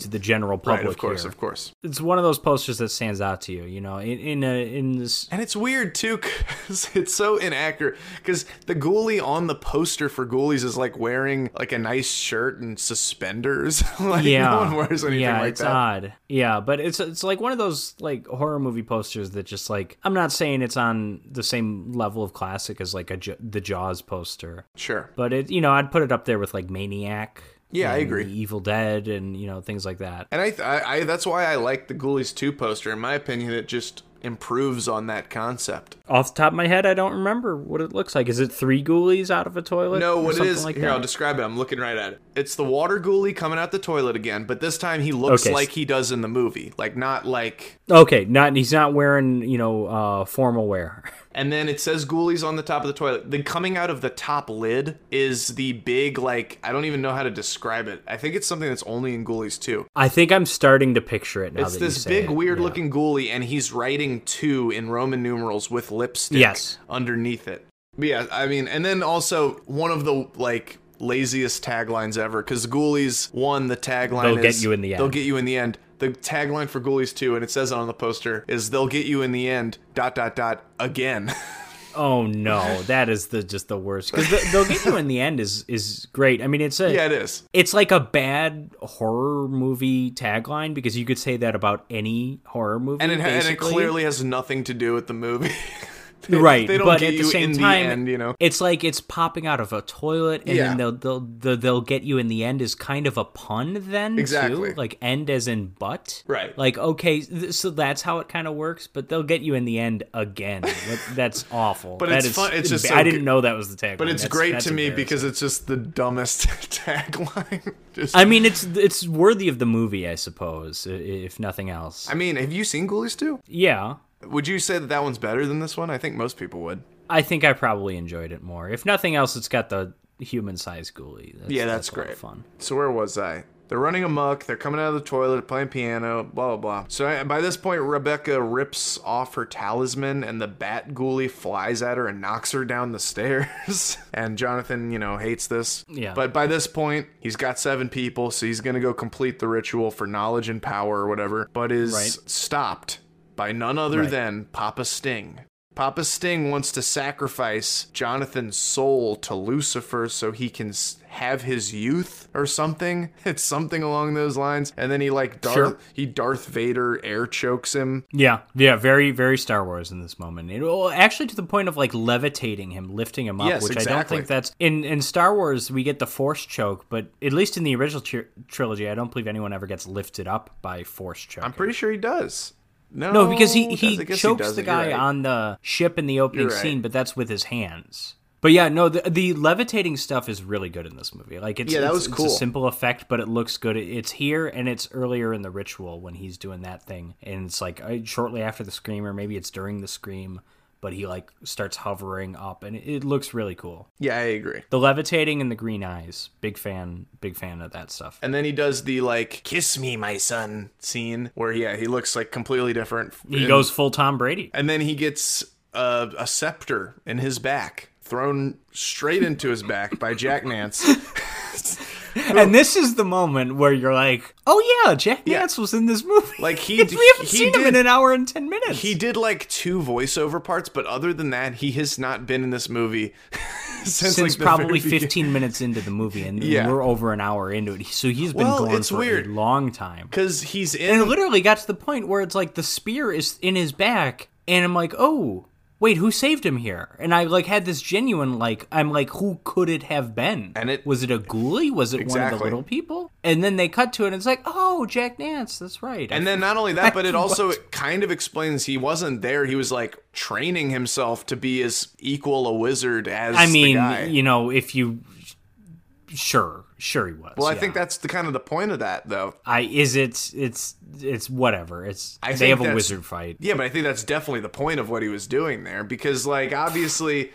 to the general public Right, of course, here. of course. It's one of those posters that stands out to you. You know, in in, a, in this. And it's weird too, cause it's so inaccurate. Cause the ghoulie on the poster for ghoulies is like wearing like a nice shirt and suspenders. like Yeah, no one wears anything yeah, like it's uh, that. odd. Yeah, but it's it's like one of those like horror movie posters that just like I'm not saying it's on the same level of classic as like a J- the Jaws poster, Sure. but it you know I'd put it up there with like Maniac. Yeah, I and agree. Evil Dead and you know things like that. And I, th- I, I that's why I like the Ghoulies 2 poster. In my opinion, it just improves on that concept. Off the top of my head, I don't remember what it looks like. Is it three ghoulies out of a toilet? No, or what it something is Like here, that? I'll describe it. I'm looking right at it. It's the water ghoulie coming out the toilet again, but this time he looks Okay. like he does in the movie. Like not like Okay, not he's not wearing you know uh, formal wear. And then it says ghoulies on the top of the toilet. Then coming out of the top lid is the big, like, I don't even know how to describe it. I think it's something that's only in ghoulies too. I think I'm starting to picture it now. It's that you this say big, it. weird Yeah. looking ghoulie, and he's writing two in Roman numerals with lipstick Yes. underneath it. But yeah, I mean, and then also one of the, like, laziest taglines ever, because ghoulies, one, the tagline They'll get is, you in the end. They'll get you in the end. The tagline for ghoulies 2, and it says it on the poster, is they'll get you in the end, dot, dot, dot, again. Oh no, that is the just the worst. Because the, they'll get you in the end is is great. I mean, it's a yeah, it is. it's like a bad horror movie tagline because you could say that about any horror movie. and it, and it basically. clearly has nothing to do with the movie. They- right They don't but get at the you same in time the end, you know. it's like it's popping out of a toilet and Yeah. then they'll, they'll they'll they'll get you in the end is kind of a pun then too. Exactly. like end as in butt Right. like okay th- so that's how it kind of works but they'll get you in the end again That- that's awful But That it's is fun- it's just emba- so i didn't good. know that was the tagline But it's That's- great that's to me embarrassing. because it's just the dumbest tagline. just, i i mean it's it's worthy of the movie i suppose i- if nothing else mean, have you seen Ghoulies 2? yeah Would you say that that one's better than this one? I think most people would. i think i probably enjoyed it more if nothing else it's got the human-sized ghoulie that's, Yeah, that's a lot of great. fun So where was I? They're running amok. They're coming out of the toilet, playing piano, blah blah blah. So I, by this point, Rebecca rips off her talisman, and the bat ghoulie flies at her and knocks her down the stairs. and Jonathan, you know, hates this. Yeah. But by this point, he's got seven people, so he's gonna go complete the ritual for knowledge and power or whatever. But is Right. stopped by none other Right. than Papa Sting. Papa Sting wants to sacrifice Jonathan's soul to Lucifer so he can s- have his youth or something. It's something along those lines. And then he like Darth Sure. he Darth Vader air chokes him. Yeah, yeah, very, very Star Wars in this moment. It, well, actually, to the point of like levitating him, lifting him up, Yes, which I don't exactly. think that's in in Star Wars. We get the Force choke, but at least in the original tr- trilogy, I don't believe anyone ever gets lifted up by Force choke. I'm pretty sure he does. No, no, because he does- I he guess chokes the doesn't. You're guy right. on the ship in the opening You're right. scene, but that's with his hands. But yeah, no, the, the levitating stuff is really good in this movie. Like it's Yeah, that it's- was it's cool. a simple effect, but it looks good. It- It's here and it's earlier in the ritual when he's doing that thing, and it's like uh, shortly after the scream, or maybe it's during the scream. But he like starts hovering up, and it, it looks really cool. Yeah, I agree. The levitating and the green eyes, big fan, big fan of that stuff. And then he does the like "kiss me, my son" scene, where yeah, he looks like completely different. He goes full Tom Brady. and then he gets a, a scepter in his back thrown straight into his back by Jack Nance. And this is the moment where you're like, oh yeah, Jack Yeah. Nance was in this movie. Like, he- we haven't he seen him did- in an hour and ten minutes. He did like two voiceover parts, but other than that, he has not been in this movie since, since like, the probably very beginning. 15 minutes into the movie, and Yeah. we're over an hour into it. So he's been Well, gone it's for weird. a long time. Because he's And it in. literally got to the point where it's like the spear is in his back, and I'm like, oh. Wait, who saved him here? And I like had this genuine like I'm like, who could it have been? And it- was it a ghoulie? Was it one of Exactly. the little people? And then they cut to it, and it's like, oh, Jack Nance, that's right. I And then not only that, but it also kind of explains he wasn't there. He was like training himself to be as equal a wizard as I the mean, guy. you know, if you sure, sure he was. well, I yeah. think that's the kind of the point of that, though. I is it it's it's whatever. It's I they think have a that's- wizard fight. Yeah, but I think that's definitely the point of what he was doing there because, like, obviously,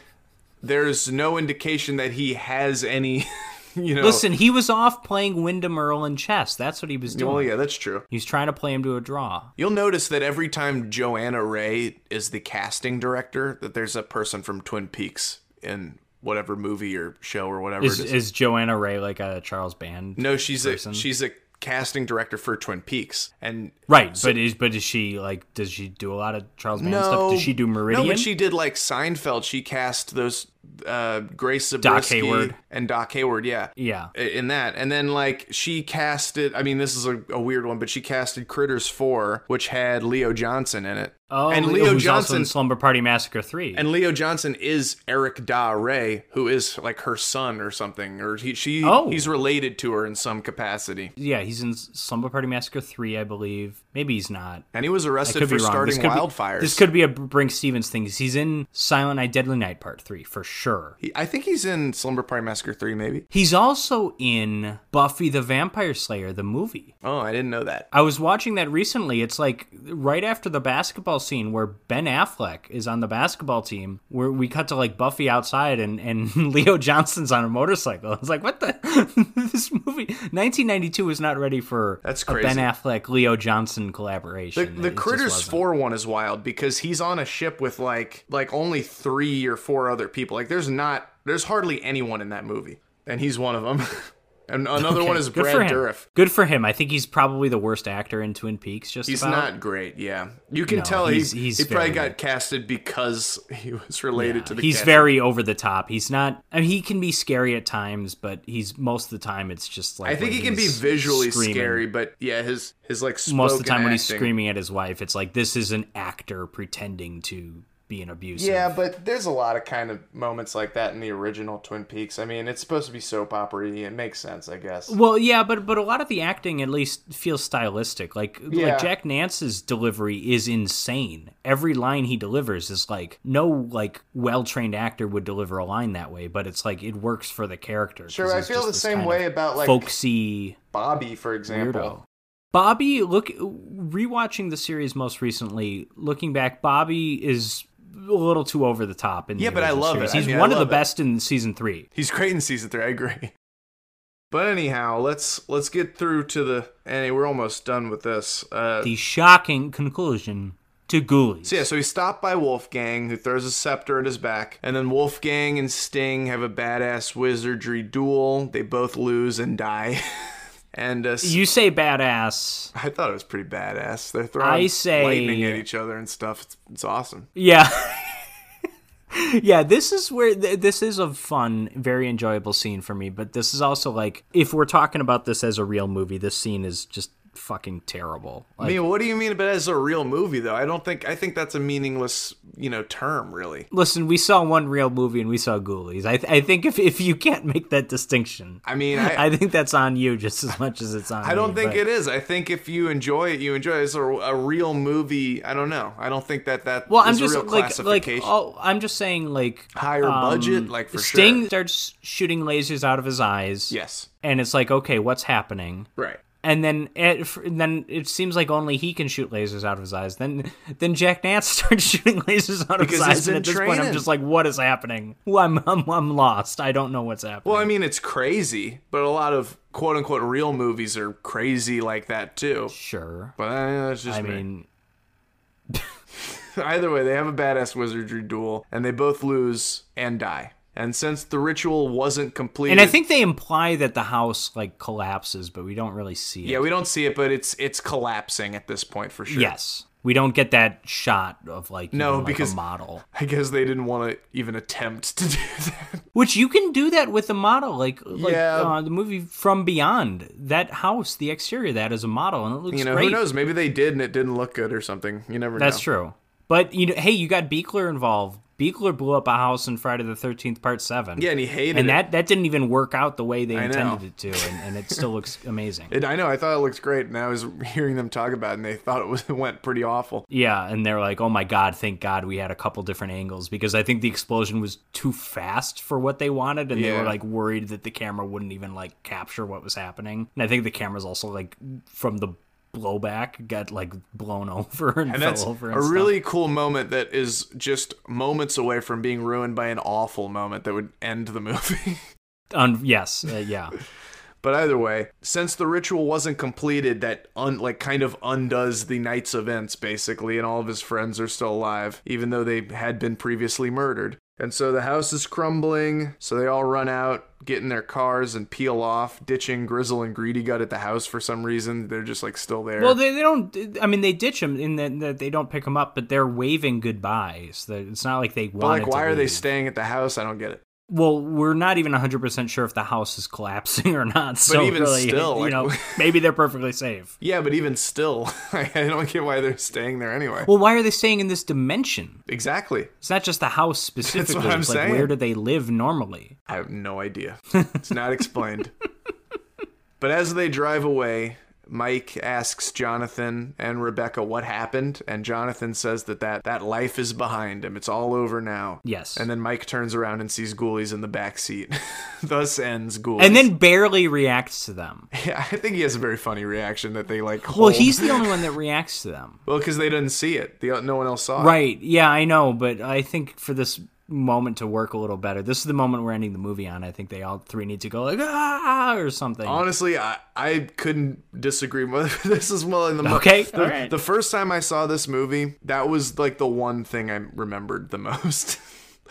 there's no indication that he has any, you know. Listen, he was off playing Wyndham Earl in chess. That's what he was doing. Well, yeah, that's true. He was trying to play him to a draw. You'll notice that every time Joanna Ray is the casting director, that there's a person from Twin Peaks in whatever movie or show or whatever Is it is. is Joanna Ray like a Charles Band? no, she's a she's a casting director for Twin Peaks, and Right, but is but is she like does she do a lot of Charles Band stuff? Does she do Meridian? No, when she did like Seinfeld, she cast those uh, Grace Zabriskie Hayward. and Doc Hayward. Yeah, yeah. i- in that. And then like she casted I mean this is a, a weird one, but she casted Critters 4, which had Leo Johnson in it. Oh, and Leo, Leo who's also Johnson in Slumber Party Massacre Three. and Leo Johnson is Eric Da Ray, who is like her son or something, or he she Oh. he's related to her in some capacity. yeah, he's in Slumber Party Massacre Three, I believe. Maybe he's not. And he was arrested could for be wrong. This starting could be- wildfires. this could be a Brink Stevens thing. He's in Silent Night, Deadly Night Part Three for sure. He- I think he's in Slumber Party Massacre three, maybe. He's also in Buffy the Vampire Slayer, the movie. Oh, I didn't know that. I was watching that recently. It's like right after the basketball scene where Ben Affleck is on the basketball team, where we cut to like Buffy outside and, and Leo Johnson's on a motorcycle. It's like, what the? this movie, 1992, was not ready for That's a Ben crazy. Affleck, Leo Johnson The, collaboration. the It just Critters wasn't. Four one is wild because he's on a ship with like like only three or four other people. Like there's not there's hardly anyone in that movie, and he's one of them. and another one Okay, is good for Brad him. Dourif. Good for him. I think he's probably the worst actor in Twin Peaks. Just He's about. not great. Yeah, you can No, tell he's- he's he's, he probably very- got casted because he was related to the. he's casting. very over the top. He's not. I mean, he can be scary at times, but he's most of the time it's just like I think when he can be he's visually screaming. scary, but yeah, his his like spoken Most of the time when he's acting- screaming at his wife, it's like this is an actor pretending to be an abusive. Yeah, but there's a lot of kind of moments like that in the original Twin Peaks. I mean, it's supposed to be soap opery. It makes sense, I guess. Well, yeah, but but a lot of the acting at least feels stylistic. Like Yeah. like Jack Nance's delivery is insane. Every line he delivers is like no like well trained actor would deliver a line that way, but it's like it works for the character. 'cause Sure, I he's feel just the this same kind way of about like folksy Bobby, for example. weirdo. Bobby, look, rewatching the series most recently, looking back, Bobby is a little too over the top. In the Yeah, but I original love it. series. I He's mean, I one of the love it. best in season three. He's great in season three. I agree. But anyhow, let's let's get through to the. Anyway, we're almost done with this. Uh, The shocking conclusion to Ghoulies. So yeah, so he's stopped by Wolfgang, who throws a scepter at his back, and then Wolfgang and Sting have a badass wizardry duel. They both lose and die. and uh, S- You say badass. I thought it was pretty badass. They're throwing I say- lightning at each other and stuff. It's, it's awesome. Yeah. yeah, this is where th- this is a fun, very enjoyable scene for me. But this is also like, if we're talking about this as a real movie, this scene is just fucking terrible. I mean, what do you mean? But as a real movie, though, I don't think I think that's a meaningless, you know, term really. Listen, we saw one real movie and we saw Ghoulies. I, th- I think if, if you can't make that distinction, I mean, I, I, think that's on you just as much as it's on. I me, don't think but- it is. I think if you enjoy it, you enjoy it. It's a, a real movie. I don't know. I don't think that that Well, I'm is a just real like like classification. oh, I'm just saying like Higher budget, like, for sure. um, Sting starts shooting lasers out of his eyes. yes, and it's like okay, what's happening? right. and then it, f- then it seems like only he can shoot lasers out of his eyes. Then then Jack Nance starts shooting lasers out of Because his eyes, he's and been at this point I'm training. just like, what is happening? Well, I'm I'm, I'm lost. I don't know what's happening. Well, I mean, it's crazy, but a lot of quote unquote real movies are crazy like that too. sure. But uh, that's just I me. mean, Either way, they have a badass wizardry duel, and they both lose and die. And since the ritual wasn't completed, and I think they imply that the house like collapses, but we don't really see it. yeah, we don't see it, but it's it's collapsing at this point for sure. Yes, we don't get that shot of like No, even, like, because- a model, I guess they didn't want to even attempt to do that. which you can do that with a model, like like Yeah. uh, the movie From Beyond. That house, the exterior of that is a model, and it looks You know, great. who knows? Maybe they did, and it didn't look good or something. You never That's know. true. But you know, hey, you got Beekler involved. Beekler blew up a house in Friday the Thirteenth Part Seven. Yeah, and he hated and it. that that didn't even work out the way they know. intended it to, and, and it still looks amazing. It, I know. I thought it looked great, and I was hearing them talk about, it, and they thought it was it went pretty awful. yeah, and they're like, "Oh my god, thank God we had a couple different angles because I think the explosion was too fast for what they wanted, and they Yeah. were like worried that the camera wouldn't even like capture what was happening." And I think the camera's also like from the blowback got like blown over and, And fell that's over. a And stuff. really cool moment that is just moments away from being ruined by an awful moment that would end the movie. Un- yes, uh, yeah. But either way, since the ritual wasn't completed, that un- like kind of undoes the night's events basically, and all of his friends are still alive, even though they had been previously murdered. And so the house is crumbling, so they all run out, get in their cars, and peel off, ditching Grizzle and Greedy Gut at the house for some reason. They're just like still there. Well, they, they don't. I mean, they ditch him in that that they don't pick him up, but they're waving goodbyes. That- It's not like they but want. like, why are they staying at the house? I don't get it. Well, we're not even hundred percent sure if the house is collapsing or not. So even really, still, you like- know, maybe they're perfectly safe. Yeah, but even still, I don't get why they're staying there anyway. Well, why are they staying in this dimension? Exactly. It's not just the house specifically. I'm it's like saying. where do they live normally? I have no idea. It's not explained. but as they drive away, Mike asks Jonathan and Rebecca what happened, and Jonathan says that that, that life is behind him. It's all over now. Yes. And then Mike turns around and sees Ghoulies in the back seat. Thus ends Ghoulies. And then barely reacts to them. yeah, I think he has a very funny reaction that they like. Well, Hold. he's the only one that reacts to them. well because they didn't see it. The, no one else saw it. Right. Yeah, I know, but I think for this moment to work a little better, this is the moment we're ending the movie on. I think they all three need to go like ah or something. Honestly, I, I couldn't disagree more. this is well in the mo- Okay, The, all right. the first time I saw this movie, that was like the one thing I remembered the most.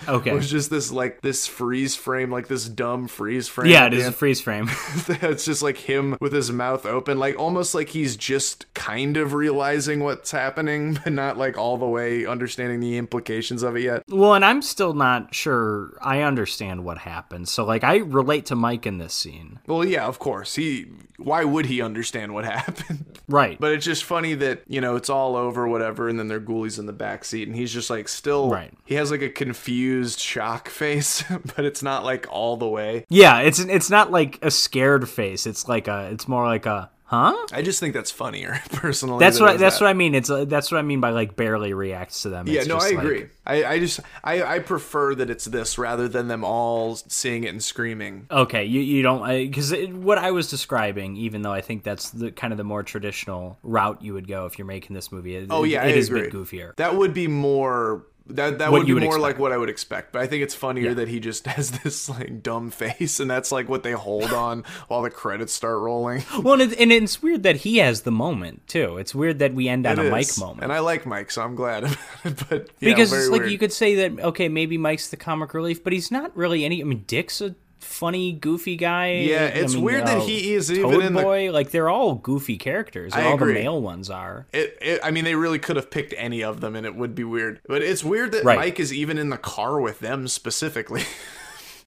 okay. was just this like this freeze frame, like this dumb freeze frame. yeah, at it the is a end. freeze frame. it's just like him with his mouth open, like almost like he's just kind of realizing what's happening, but not like all the way understanding the implications of it yet. well, and I'm still not sure I understand what happened. So like I relate to Mike in this scene. Well, yeah, of course. He why would he understand what happened? Right. But it's just funny that, you know, it's all over, whatever, and then their ghoulies in the backseat, and he's just like still Right. he has like a confused shock face, but it's not like all the way. yeah, it's it's not like a scared face. It's like a it's more like a huh? I just think that's funnier, personally. That's than what I, it that's is what that. I mean. It's uh that's what I mean by like barely reacts to them. Yeah, It's no, I just like- agree. I, I just I, I prefer that it's this rather than them all seeing it and screaming. Okay, you you don't because what I was describing, even though I think that's the kind of the more traditional route you would go if you're making this movie. It, Oh yeah, it I is a agree. bit goofier. That would be more that that What would be you would more expect. like what I would expect. But I think it's funnier that he just has this like dumb face, and that's like what they hold on while the credits start rolling. Well, and, it, and it's weird that he has the moment too. It's weird that we end on a It Mike is. moment. and I like Mike, so I'm glad. about it, but yeah, because very it's like weird. you could say that okay, maybe Mike's the comic relief, but he's not really any. I mean, Dick's a funny, goofy guy. uh, Yeah, it's weird that he is even Toad in the- Boy. Like they're all goofy characters. and I all agree. the male ones are. It, it, I mean, they really could have picked any of them, and it would be weird. But it's weird that Right. Mike is even in the car with them specifically.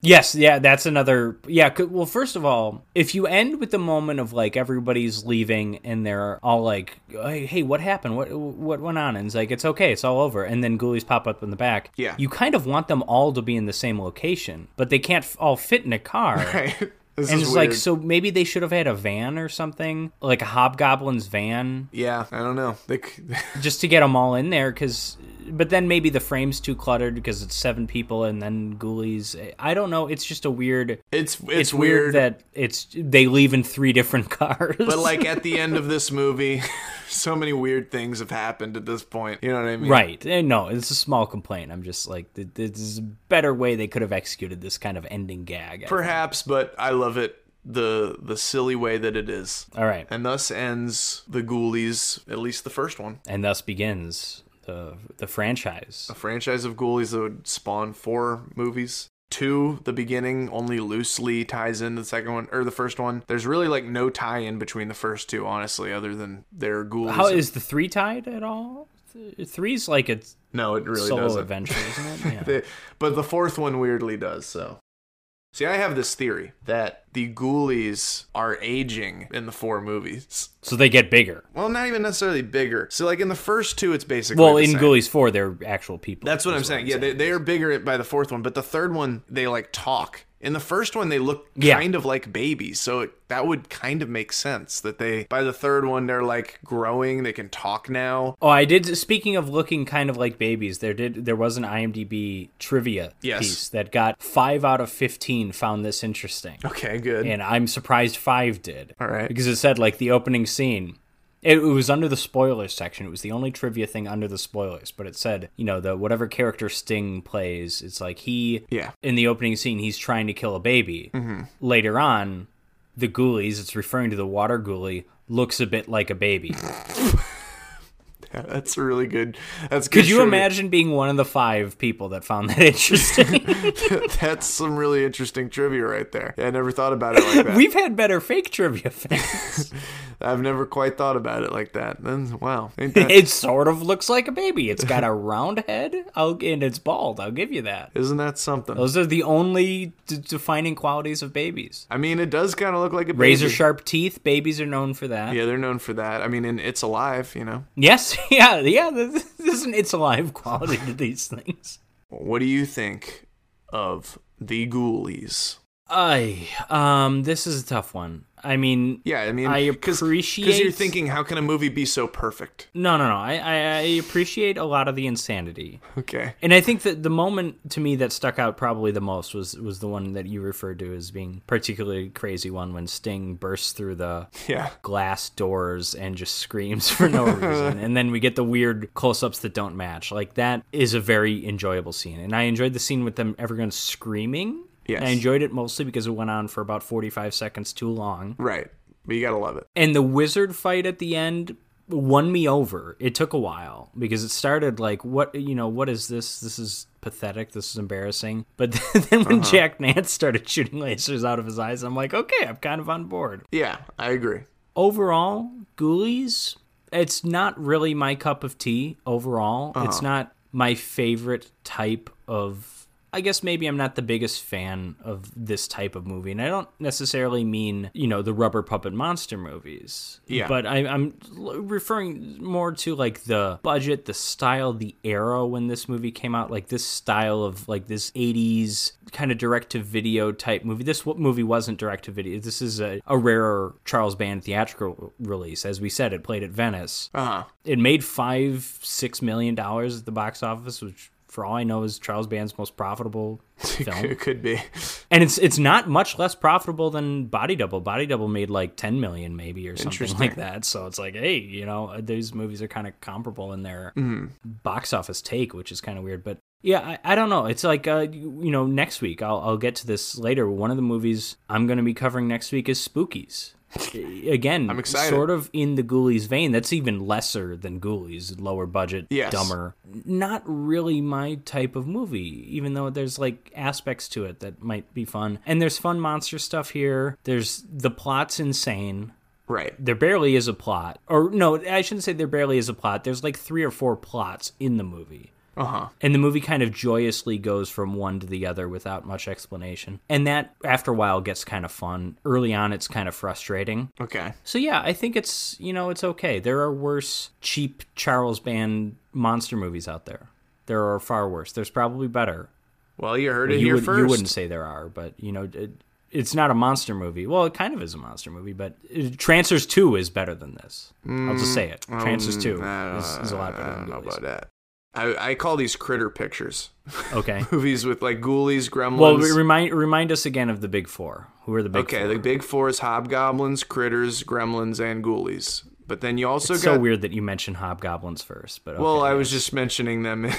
Yes, yeah, that's another. Yeah, c- well, first of all, if you end with the moment of like everybody's leaving and they're all like, "Hey, hey, what happened? What what went on?" and it's like, "It's okay, it's all over," and then ghoulies pop up in the back. Yeah. you kind of want them all to be in the same location, but they can't f- all fit in a car. Right? This And is it's weird. like, so maybe they should have had a van or something, like a hobgoblin's van, yeah, I don't know. They, c- just to get them all in there. Because, but then maybe the frame's too cluttered because it's seven people and then ghoulies. I don't know. It's just a weird it's, it's it's weird, that. that it's they leave in three different cars. But like at the end of this movie, so many weird things have happened at this point. You know what I mean? right? Eh, No, it's a small complaint. I'm just like, th- th- this is a better way they could have executed this kind of ending gag. Perhaps, but I love it the the silly way that it is. All right, And thus ends the Ghoulies, at least the first one. and thus begins the the franchise. A franchise of Ghoulies that would spawn four movies. Two, the beginning only loosely ties into the second one or the first one. There's really like no tie in between the first two, honestly, other than they're ghoulies. How is the three tied at all? Th- Three's like a no, it really solo doesn't. adventure, isn't it? Yeah. They- but the fourth one weirdly does so. See, I have this theory that the ghoulies are aging in the four movies. so they get bigger. Well, not even necessarily bigger. So, like in the first two, it's basically Well, the in same. Ghoulies Four, they're actual people. That's what is I'm saying. Yeah, they, they are bigger by the fourth one, but the third one they like talk. In the first one, they look Yeah. kind of like babies, so it, that would kind of make sense that they by the third one they're like growing, they can talk now. Oh, I did. Speaking of looking kind of like babies, there did there was an IMDb trivia Yes. piece that got five out of fifteen found this interesting, Okay, good. and I'm surprised five did. All right. because it said like the opening scene. It, it was under the spoilers section. It was the only trivia thing under the spoilers, but it said you know the whatever character Sting plays, it's like he Yeah. Mm-hmm. in the opening scene he's trying to kill a baby. Later on, the ghoulies, it's referring to the water ghoulie, looks a bit like a baby. That's really good. That's good. Could you trivia. imagine being one of the five people that found that interesting? That's some really interesting trivia right there. Yeah, I never thought about it like that. We've had better fake trivia facts. I've never quite thought about it like that. Then wow, ain't that, it sort of looks like a baby. It's got a round head I'll, and it's bald. I'll give you that. isn't that something? Those are the only d- defining qualities of babies. I mean, it does kind of look like a baby. Razor sharp teeth. Babies are known for that. Yeah, they're known for that. I mean, and it's alive. You know, Yes, yeah, yeah. This this is an it's alive quality to these things. what do you think of the Ghoulies? I um, this is a tough one. I mean, Yeah, I mean, I because you're appreciate- thinking, how can a movie be so perfect? no, no, no. I, I, I appreciate a lot of the insanity. Okay, And I think that the moment to me that stuck out probably the most was was the one that you referred to as being particularly crazy one when Sting bursts through the yeah. glass doors and just screams for no reason. and then we get the weird close-ups that don't match. Like that is a very enjoyable scene. And I enjoyed the scene with them everyone screaming. Yes. I enjoyed it mostly because it went on for about 45 seconds too long. Right, but you gotta love it. And the wizard fight at the end won me over. It took a while because it started like, what, you know, what is this? This is pathetic. This is embarrassing. But then when Jack Nance started shooting lasers out of his eyes, I'm like, okay, I'm kind of on board. Yeah, I agree. Overall, Ghoulies, it's not really my cup of tea overall. It's not my favorite type of. I guess maybe I'm not the biggest fan of this type of movie, and I don't necessarily mean you know the rubber puppet monster movies. Yeah. But I, I'm l- referring more to like the budget, the style, the era when this movie came out. Like this style of like this '80s kind of direct to video type movie. This w- movie wasn't direct to video. This is a, a rarer Charles Band theatrical release, as we said. It played at Venice. Uh huh. It made five, six million dollars at the box office, which for all I know is Charles Band's most profitable film. It could be. And it's it's not much less profitable than Body Double. Body Double made like ten million maybe or something Interesting. like that. So it's like, hey, you know, uh, these movies are kind of comparable in their Mm-hmm. box office take, which is kind of weird. But yeah, I, I don't know. It's like uh, you, you know, next week I'll I'll get to this later. One of the movies I'm going to be covering next week is Spookies. again, I'm excited. sort of in the Ghoulies vein. That's even lesser than Ghoulies, lower budget, Yes. dumber. Not really my type of movie, even though there's like aspects to it that might be fun. And there's fun monster stuff here. There's the plot's insane. Right. There barely is a plot. Or no, I shouldn't say there barely is a plot. There's like three or four plots in the movie. Uh huh. And the movie kind of joyously goes from one to the other without much explanation. And that, after a while, gets kind of fun. Early on, it's kind of frustrating. Okay. So, yeah, I think it's, you know, it's okay. There are worse, cheap Charles Band monster movies out there. There are far worse. There's probably better. Well, you heard it You, here would, first. not say there are, but, you know, it, it's not a monster movie. Well, it kind of is a monster movie, but uh, Trancers 2 is better than this. I'll just say it. Mm, Trancers 2 is, is a lot better I than don't know about Ghoulies. that. I, I call these critter pictures. Okay. Movies with like ghoulies, gremlins. Well, re- remind remind us again of the big four. Who are the big okay, four? the big four is hobgoblins, critters, gremlins, and ghoulies. But then you also It's got. so weird that you mentioned hobgoblins first, but okay. Well, I was just mentioning them.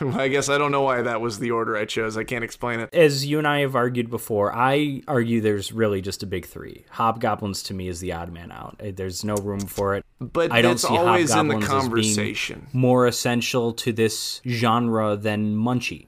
I guess I don't know why that was the order I chose. I can't explain it. as you and I have argued before, I argue there's really just a big three. Hobgoblins to me is the odd man out. Uh, There's no room for it. But I don't it's see always in the hobgoblins as being conversation. More essential to this genre than Munchie.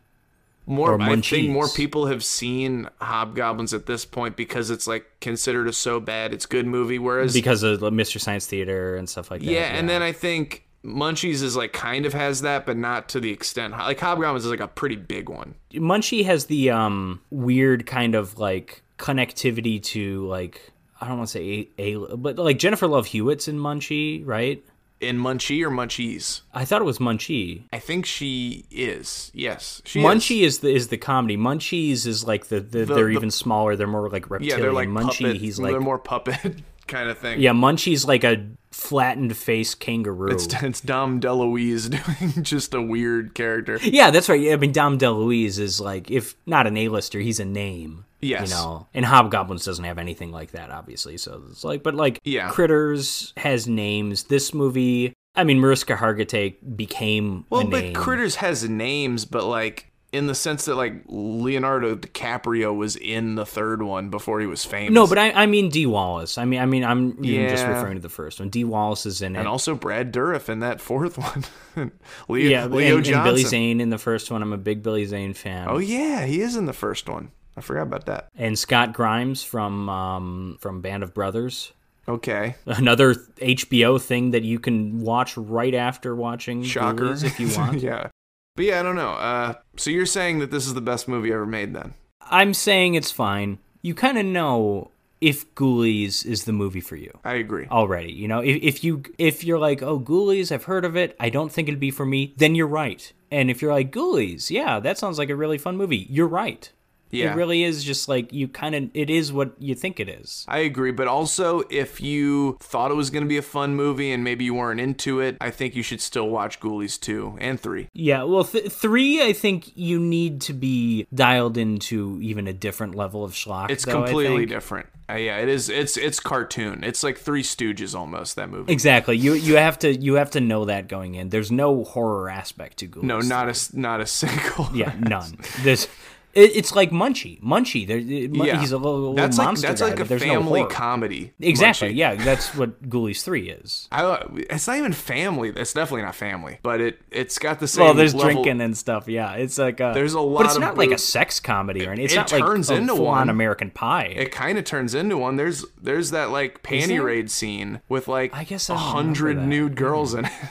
More, or I think munchies. more people have seen Hobgoblins at this point because it's like considered a so bad it's good movie. Whereas, Because of like, Mr. Science Theater and stuff like that. yeah, and then I think Munchies is like kind of has that, but not to the extent. Like Hobgoblins is like a pretty big one. Munchie has the um weird kind of like connectivity to like I don't want to say a, a but like Jennifer Love Hewitt's in Munchie, right? In Munchie or Munchies, I thought it was Munchie. I think she is. Yes, she Is. Munchie is the is the comedy. Munchies is like the, the, they're the- even smaller. They're more like reptilian. Yeah, they're like Munchie. puppet. He's like they're more puppet kind of thing. yeah. Munchie's like a flattened face kangaroo. it's, it's Dom DeLuise doing just a weird character. yeah, that's right. I mean, Dom DeLuise is like if not an A-lister, he's a name. Yes. You know, and Hobgoblins doesn't have anything like that, obviously. So it's like, but like, Yeah. Critters has names. This movie, I mean, Mariska Hargitay became Well, a but name. Critters has names, but like in the sense that like Leonardo DiCaprio was in the third one before he was famous. no, but I, I mean D. Wallace. I mean, I mean, I'm even just Yeah. referring to the first one. D. Wallace is in it. and also Brad Dourif in that fourth one. Leo, yeah, Leo and, Johnson. and Billy Zane in the first one. I'm a big Billy Zane fan. Oh yeah, he is in the first one. I forgot about that. And Scott Grimes from um, from Band of Brothers, Okay, another HBO thing that you can watch right after watching shocker. Ghoulies if you want. yeah, but yeah, I don't know. Uh, so you're saying that this is the best movie ever made? Then I'm saying it's fine. You kind of know if Ghoulies is the movie for you I agree. already. You know, if, if you if you're like, oh, Ghoulies, I've heard of it. I don't think it'd be for me. Then you're right. And if you're like Ghoulies, yeah, that sounds like a really fun movie. You're right. yeah, It really is just like you kind of it is what you think it is. I agree, but also if you thought it was going to be a fun movie and maybe you weren't into it, I think you should still watch Ghoulies 2 and 3. Yeah, well, th- three, I think you need to be dialed into even a different level of schlock. It's though, I completely think. different. Uh, yeah, it is. It's it's cartoon. It's like Three Stooges almost. That movie. Exactly. You you have to you have to know that going in. There's no horror aspect to Ghouls. No, not a s- not a single. yeah, none. There's it, it's like Munchie. Munchie. There, it, Mun- yeah. he's a little, little that's like monster that's guy, like but a there's no family horror. comedy. Exactly. Munchie. Yeah, that's what Ghoulies three is. I, it's not even family. It's definitely not family, but it it's got the same. Well, there's level- drinking and stuff. Yeah, it's like a There's a lot but it's of not like a boob- sex comedy or anything. It's it not like turns a into full one. on American Pie. It kind of turns into one. There's there's that like panty there? raid scene with like I guess I a don't remember hundred that. Mm-hmm. nude girls in it.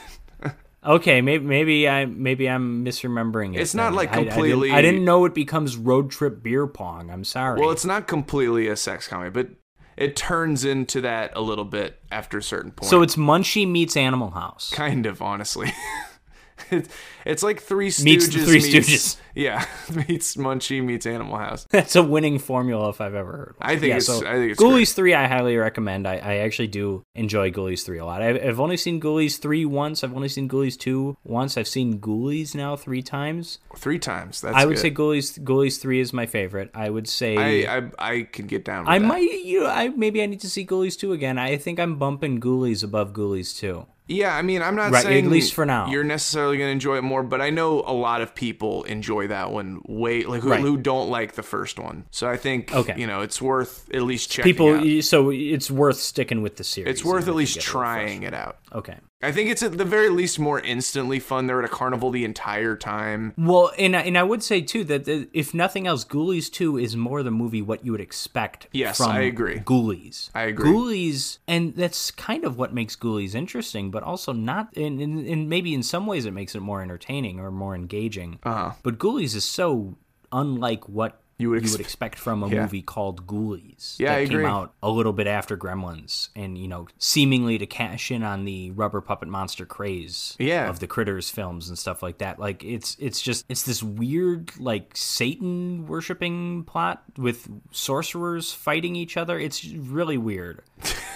Okay, maybe maybe I maybe I'm misremembering it. It's not, then. like, I- I didn't- completely- I, didn't know it becomes road trip beer pong. I'm sorry. Well, it's not completely a sex comedy, but it turns into that a little bit after a certain point. so it's Munchie meets Animal House. kind of honestly. it's, it's like Three Stooges Meets the Three Stooges. Yeah, meets Munchie meets Animal House. That's a winning formula if I've ever heard. One. I think yeah, it's- so I think it's Ghoulies three. I highly recommend. I, I actually do enjoy Ghoulies three a lot. I've, I've only seen Ghoulies three once. I've only seen Ghoulies two once. I've seen Ghoulies now three times. Three times. That's I would good. say Ghoulies Ghoulies three is my favorite. I would say I I, I can get down. With I that. might, you know, I maybe I need to see Ghoulies 2 again. I think I'm bumping Ghoulies above Ghoulies 2. Yeah, I mean, I'm not Right, saying at least for now. you're necessarily going to enjoy it more, but I know a lot of people enjoy that one way, like who, Right. who don't like the first one. So I think Okay. you know it's worth at least checking. People, out. y- so it's worth sticking with the series. it's worth even at if least you get a little trying it out. frustrated. Okay. I think it's at the very least more instantly fun. They're at a carnival the entire time. Well, and I- and I would say too that the, if nothing else, Ghoulies Two is more the movie what you would expect. Yes, from I agree. Ghoulies, I agree. Ghoulies, and that's kind of what makes Ghoulies interesting, but also not. And, and, and maybe in some ways it makes it more entertaining or more engaging. Uh-huh. But Ghoulies is so unlike what You would expe- expect from a Yeah. movie called Ghoulies. Yeah, that I came agree. out a little bit after Gremlins, and you know, seemingly to cash in on the rubber puppet monster craze Yeah. of the critters films and stuff like that like it's it's just it's this weird like satan worshipping plot with sorcerers fighting each other it's really weird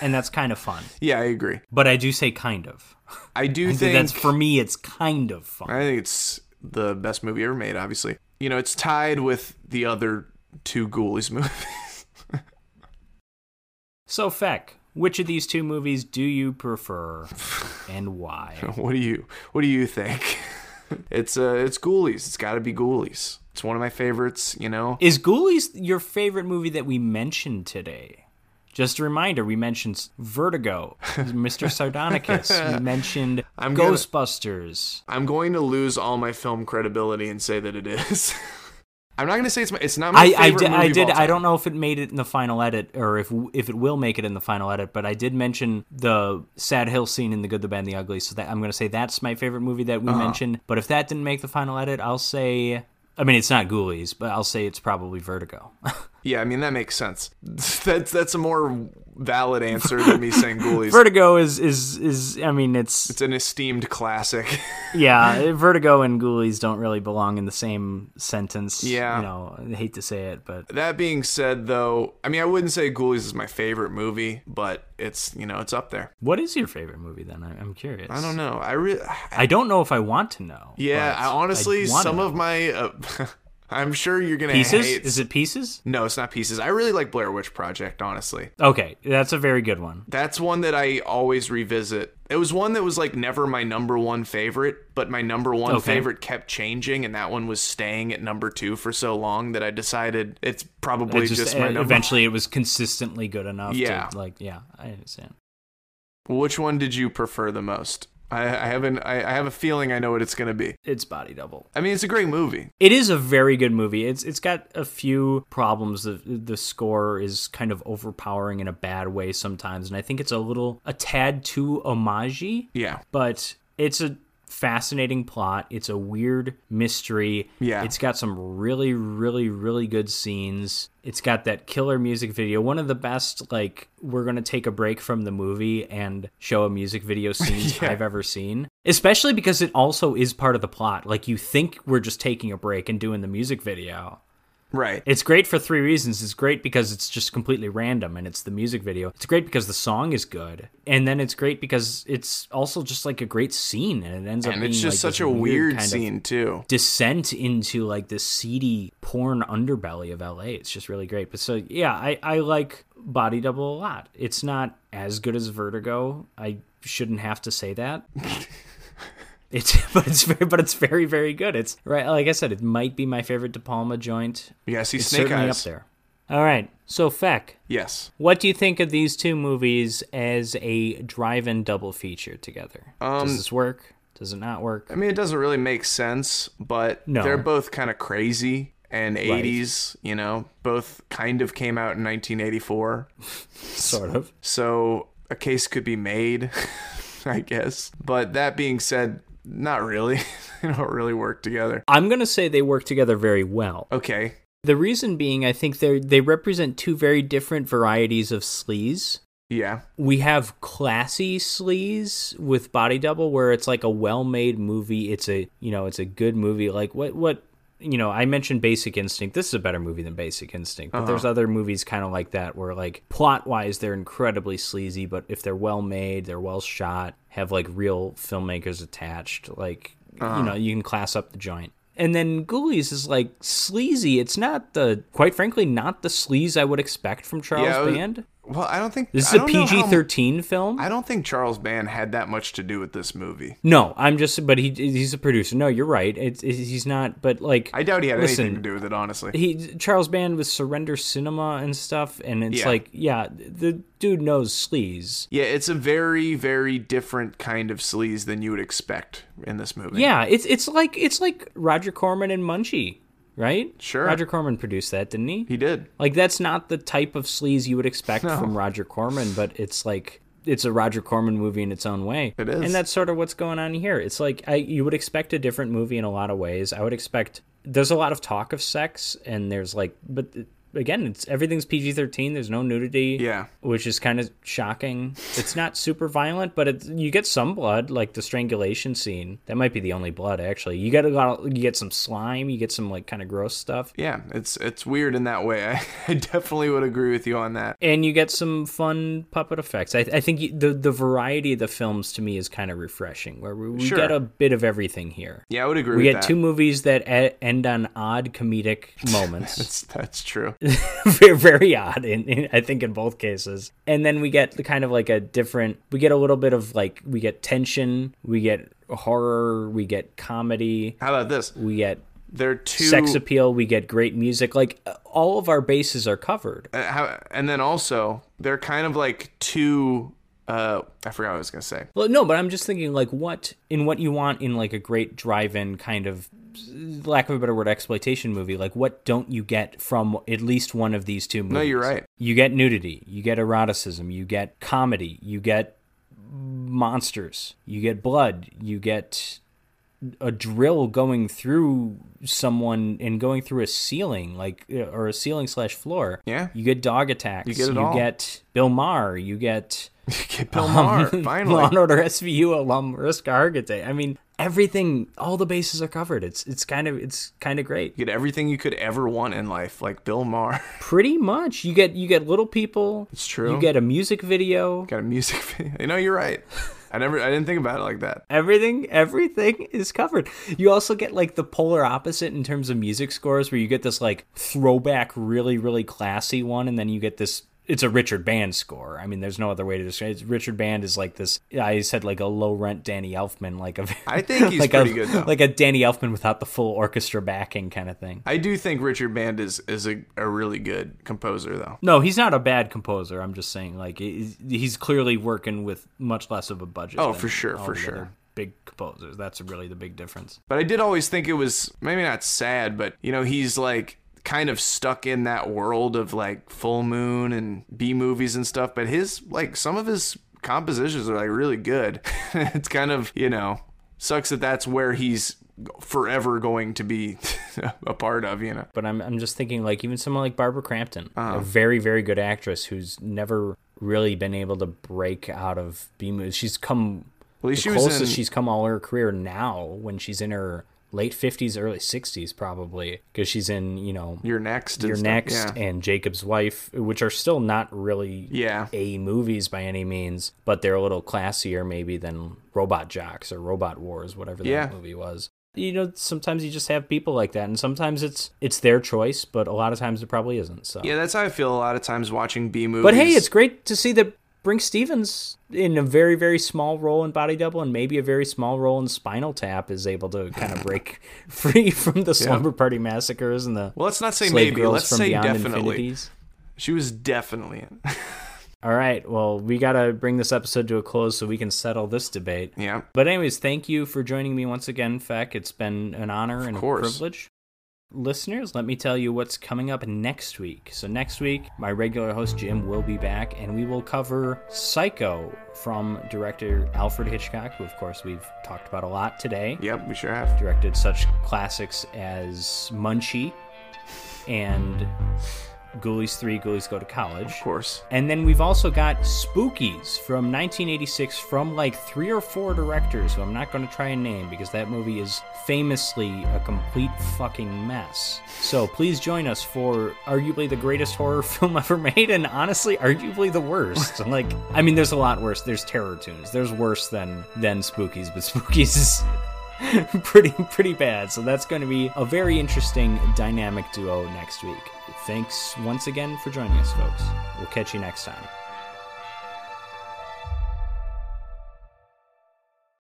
and that's kind of fun Yeah, I agree. but i do say kind of I do think that's for me it's kind of fun I think it's the best movie ever made. Obviously, you know it's tied with the other two Ghoulies movies. so feck which of these two movies do you prefer and why what do you What do you think? it's uh, it's Ghoulies. It's got to be Ghoulies. It's one of my favorites. You know. Is Ghoulies your favorite movie that we mentioned today? Just a reminder, we mentioned Vertigo, Mr. Sardonicus, we mentioned I'm gonna- Ghostbusters. I'm going to lose all my film credibility and say that it is. I'm not going to say it's my. It's not my I, I, favorite did, movie I of did. all I time. don't know if it made it in the final edit or if if it will make it in the final edit, but I did mention the Sad Hill scene in The Good, the Bad, and the Ugly. So that I'm going to say that's my favorite movie that we Uh-huh. mentioned. But if that didn't make the final edit, I'll say. I mean, it's not Ghoulies, but I'll say it's probably Vertigo. Yeah, I mean that makes sense. That's that's a more valid answer than me saying Ghoulies. Vertigo is is is. I mean, it's it's an esteemed classic. yeah, Vertigo and Ghoulies don't really belong in the same sentence. Yeah. you know, I hate to say it, but that being said, though, I mean I wouldn't say Ghoulies is my favorite movie, but it's you know it's up there. what is your favorite movie then? I, I'm curious. I don't know. I really. I don't know if I want to know. Yeah, but I honestly, I'd wanna some know. of my. Uh, I'm sure you're gonna pieces hate. is it pieces? no, it's not pieces. I really like Blair Witch Project. Honestly, Okay, that's a very good one. That's one that I always revisit. It was one that was like never my number one favorite, but my number one Okay. favorite kept changing, and that one was staying at number two for so long that I decided it's probably It just, just, my uh, number. eventually it was consistently good enough. Yeah. to, like yeah, I understand. Which one did you prefer the most? I, I haven't. I, I have a feeling I know what it's gonna be. It's body double. I mean, it's a great movie. It is a very good movie. It's it's got a few problems. The the score is kind of overpowering in a bad way sometimes, and I think it's a little a tad too homagey. Yeah. But it's a fascinating plot. It's a weird mystery. Yeah. It's got some really, really, really good scenes. It's got that killer music video. One of the best, like, we're going to take a break from the movie and show a music video scenes I've ever seen. Especially because it also is part of the plot. Like, you think we're just taking a break and doing the music video. Right. It's great for three reasons. It's great because it's just completely random and it's the music video. It's great because the song is good. And then it's great because it's also just like a great scene and it ends up and being it's just like such this a weird, kind of scene too. descent into like this seedy porn underbelly of LA. It's just really great. But so yeah, I I like Body Double a lot. It's not as good as Vertigo. I shouldn't have to say that. It's but it's very but it's very very good. It's right like I said, it might be my favorite De Palma joint. Yeah, I see It's Snake certainly Eyes. up there. All right. So Feck, Yes. what do you think of these two movies as a drive-in double feature together? Um, Does this work? Does it not work? I mean, it doesn't really make sense, but No. they're both kind of crazy and 80s, you know, both kind of came out in 1984. Sort of. So a case could be made, I guess. But that being said, not really. they don't really work together. I'm going to say they work together very well. Okay. The reason being, I think they they represent two very different varieties of sleaze. Yeah. We have classy sleaze with Body Double, where it's like a well-made movie. It's a you know, it's a good movie. Like what what you know, I mentioned Basic Instinct. This is a better movie than Basic Instinct, but Uh-huh. there's other movies kind of like that where like plot-wise they're incredibly sleazy, but if they're well-made, they're well shot, have like real filmmakers attached, like Uh-huh. you know, you can class up the joint. And then Ghoulies is like sleazy. It's not the, quite frankly, not the sleaze I would expect from Charles yeah, I was, Band. Well, I don't think This is I a don't know PG how- thirteen film. I don't think Charles Band had that much to do with this movie. no, I'm just, but he he's a producer. No, you're right. It's, it's he's not, but like I doubt he had anything Listen, to do with it, honestly. he Charles Band with Surrender Cinema and stuff, and it's Yeah. like, yeah, the dude knows sleaze. yeah, it's a very, very different kind of sleaze than you would expect in this movie. Yeah, it's it's like it's like Roger Corman and Munchie, right? Sure. Roger Corman produced that, didn't he? He did. Like that's not the type of sleaze you would expect No. from Roger Corman, but it's like it's a Roger Corman movie in its own way. It is. and that's sort of what's going on here. It's like I, you would expect a different movie in a lot of ways. I would expect there's a lot of talk of sex, and there's like, but again, it's everything's PG thirteen. There's no nudity. Yeah. which is kind of shocking. It's not super violent, but it, you get some blood, like the strangulation scene. That might be the only blood actually. You get a lot. Of, you get some slime. You get some like kind of gross stuff. Yeah, it's it's weird in that way. I, I definitely would agree with you on that. and you get some fun puppet effects. I, I think you, the the variety of the films to me is kind of refreshing, where we, we Sure. get a bit of everything here. Yeah, I would agree we with get that. two movies that e- end on odd comedic moments, that's, that's true. very, very odd. In, in I think in both cases, and then we get the kind of like a different. We get a little bit of like we get tension, we get horror, we get comedy, How about this? we get There are two uh, sex appeal, we get great music. Like uh, all of our bases are covered. Uh, how, and then also they're kind of like two uh i forgot what i was gonna say Well, no, but I'm just thinking like what in what you want in like a great drive-in kind of lack of a better word exploitation movie. Like what don't you get from at least one of these two movies? no you're right You get nudity, you get eroticism, you get comedy, you get monsters, you get blood, you get a drill going through someone and going through a ceiling like or a ceiling slash floor Yeah. you get dog attacks you get it all. get bill maher you get Get bill maher Um, Law and finally Order SVU alum Mariska Hargitay. I mean, everything, all the bases are covered. It's it's kind of it's kind of great. you get everything you could ever want in life like bill maher Pretty much, you get you get little people. It's true. You get a music video. got a music video you know you're right i never i didn't think about it like that Everything, everything is covered. You also get like the polar opposite in terms of music scores, where you get this like throwback, really, really classy one, and then you get this. It's a Richard Band score. I mean, there's no other way to describe it. Richard Band is like this. I said like a low rent Danny Elfman, like a. i think he's like pretty a, good though Like a Danny Elfman without the full orchestra backing kind of thing. i do think richard band is is a, a really good composer though No, he's not a bad composer. I'm just saying, like he- he's clearly working with much less of a budget. Oh, than for sure, all for the sure. other Big composers. That's really the big difference. But I did always think it was maybe not sad, but you know, he's like kind of stuck in that world of like full moon and B movies and stuff. But his like some of his compositions are like really good. it's kind of you know sucks that that's where he's forever going to be a part of. You know, But I'm I'm just thinking, like even someone like Barbara Crampton, Uh-huh. a very very good actress who's never really been able to break out of B movies. She's come at least the she was closest in. she's come all her career now when she's in her late 50s early 60s probably because she's in you know you're next. and Your stuff. Next Yeah. and Jacob's Wife, which are still not really Yeah. A movies by any means, but they're a little classier maybe than Robot Jocks or Robot Wars, whatever that Yeah. movie was. You know, sometimes you just have people like that, and sometimes it's it's their choice, but a lot of times it probably isn't. So, yeah, that's how I feel a lot of times watching B movies. but hey, it's great to see that Brink Stevens in a very very small role in Body Double and maybe a very small role in Spinal Tap is able to kind of break free from the Slumber Party massacres and the well, let's not say slave maybe. girls Let's from say beyond definitely. infinities. She was definitely in. All right. Well, we got to bring this episode to a close so we can settle this debate. yeah. But, anyways, thank you for joining me once again, Feck. It's been an honor and a course. privilege. Listeners, let me tell you what's coming up next week. So, next week, my regular host Jim will be back and we will cover Psycho from director Alfred Hitchcock, who, of course, we've talked about a lot today Yep. We sure have. directed such classics as Munchie and Ghoulies 3, Ghoulies Go to College. Of course. And then we've also got Spookies from 1986 from like three or four directors who I'm not going to try and name because that movie is famously a complete fucking mess. So please join us for arguably the greatest horror film ever made and honestly arguably the worst. like I mean there's a lot worse. There's Terror Tunes. There's worse than than Spookies, but Spookies is pretty pretty bad. So that's going to be a very interesting dynamic duo next week. Thanks once again for joining us, folks. We'll catch you next time.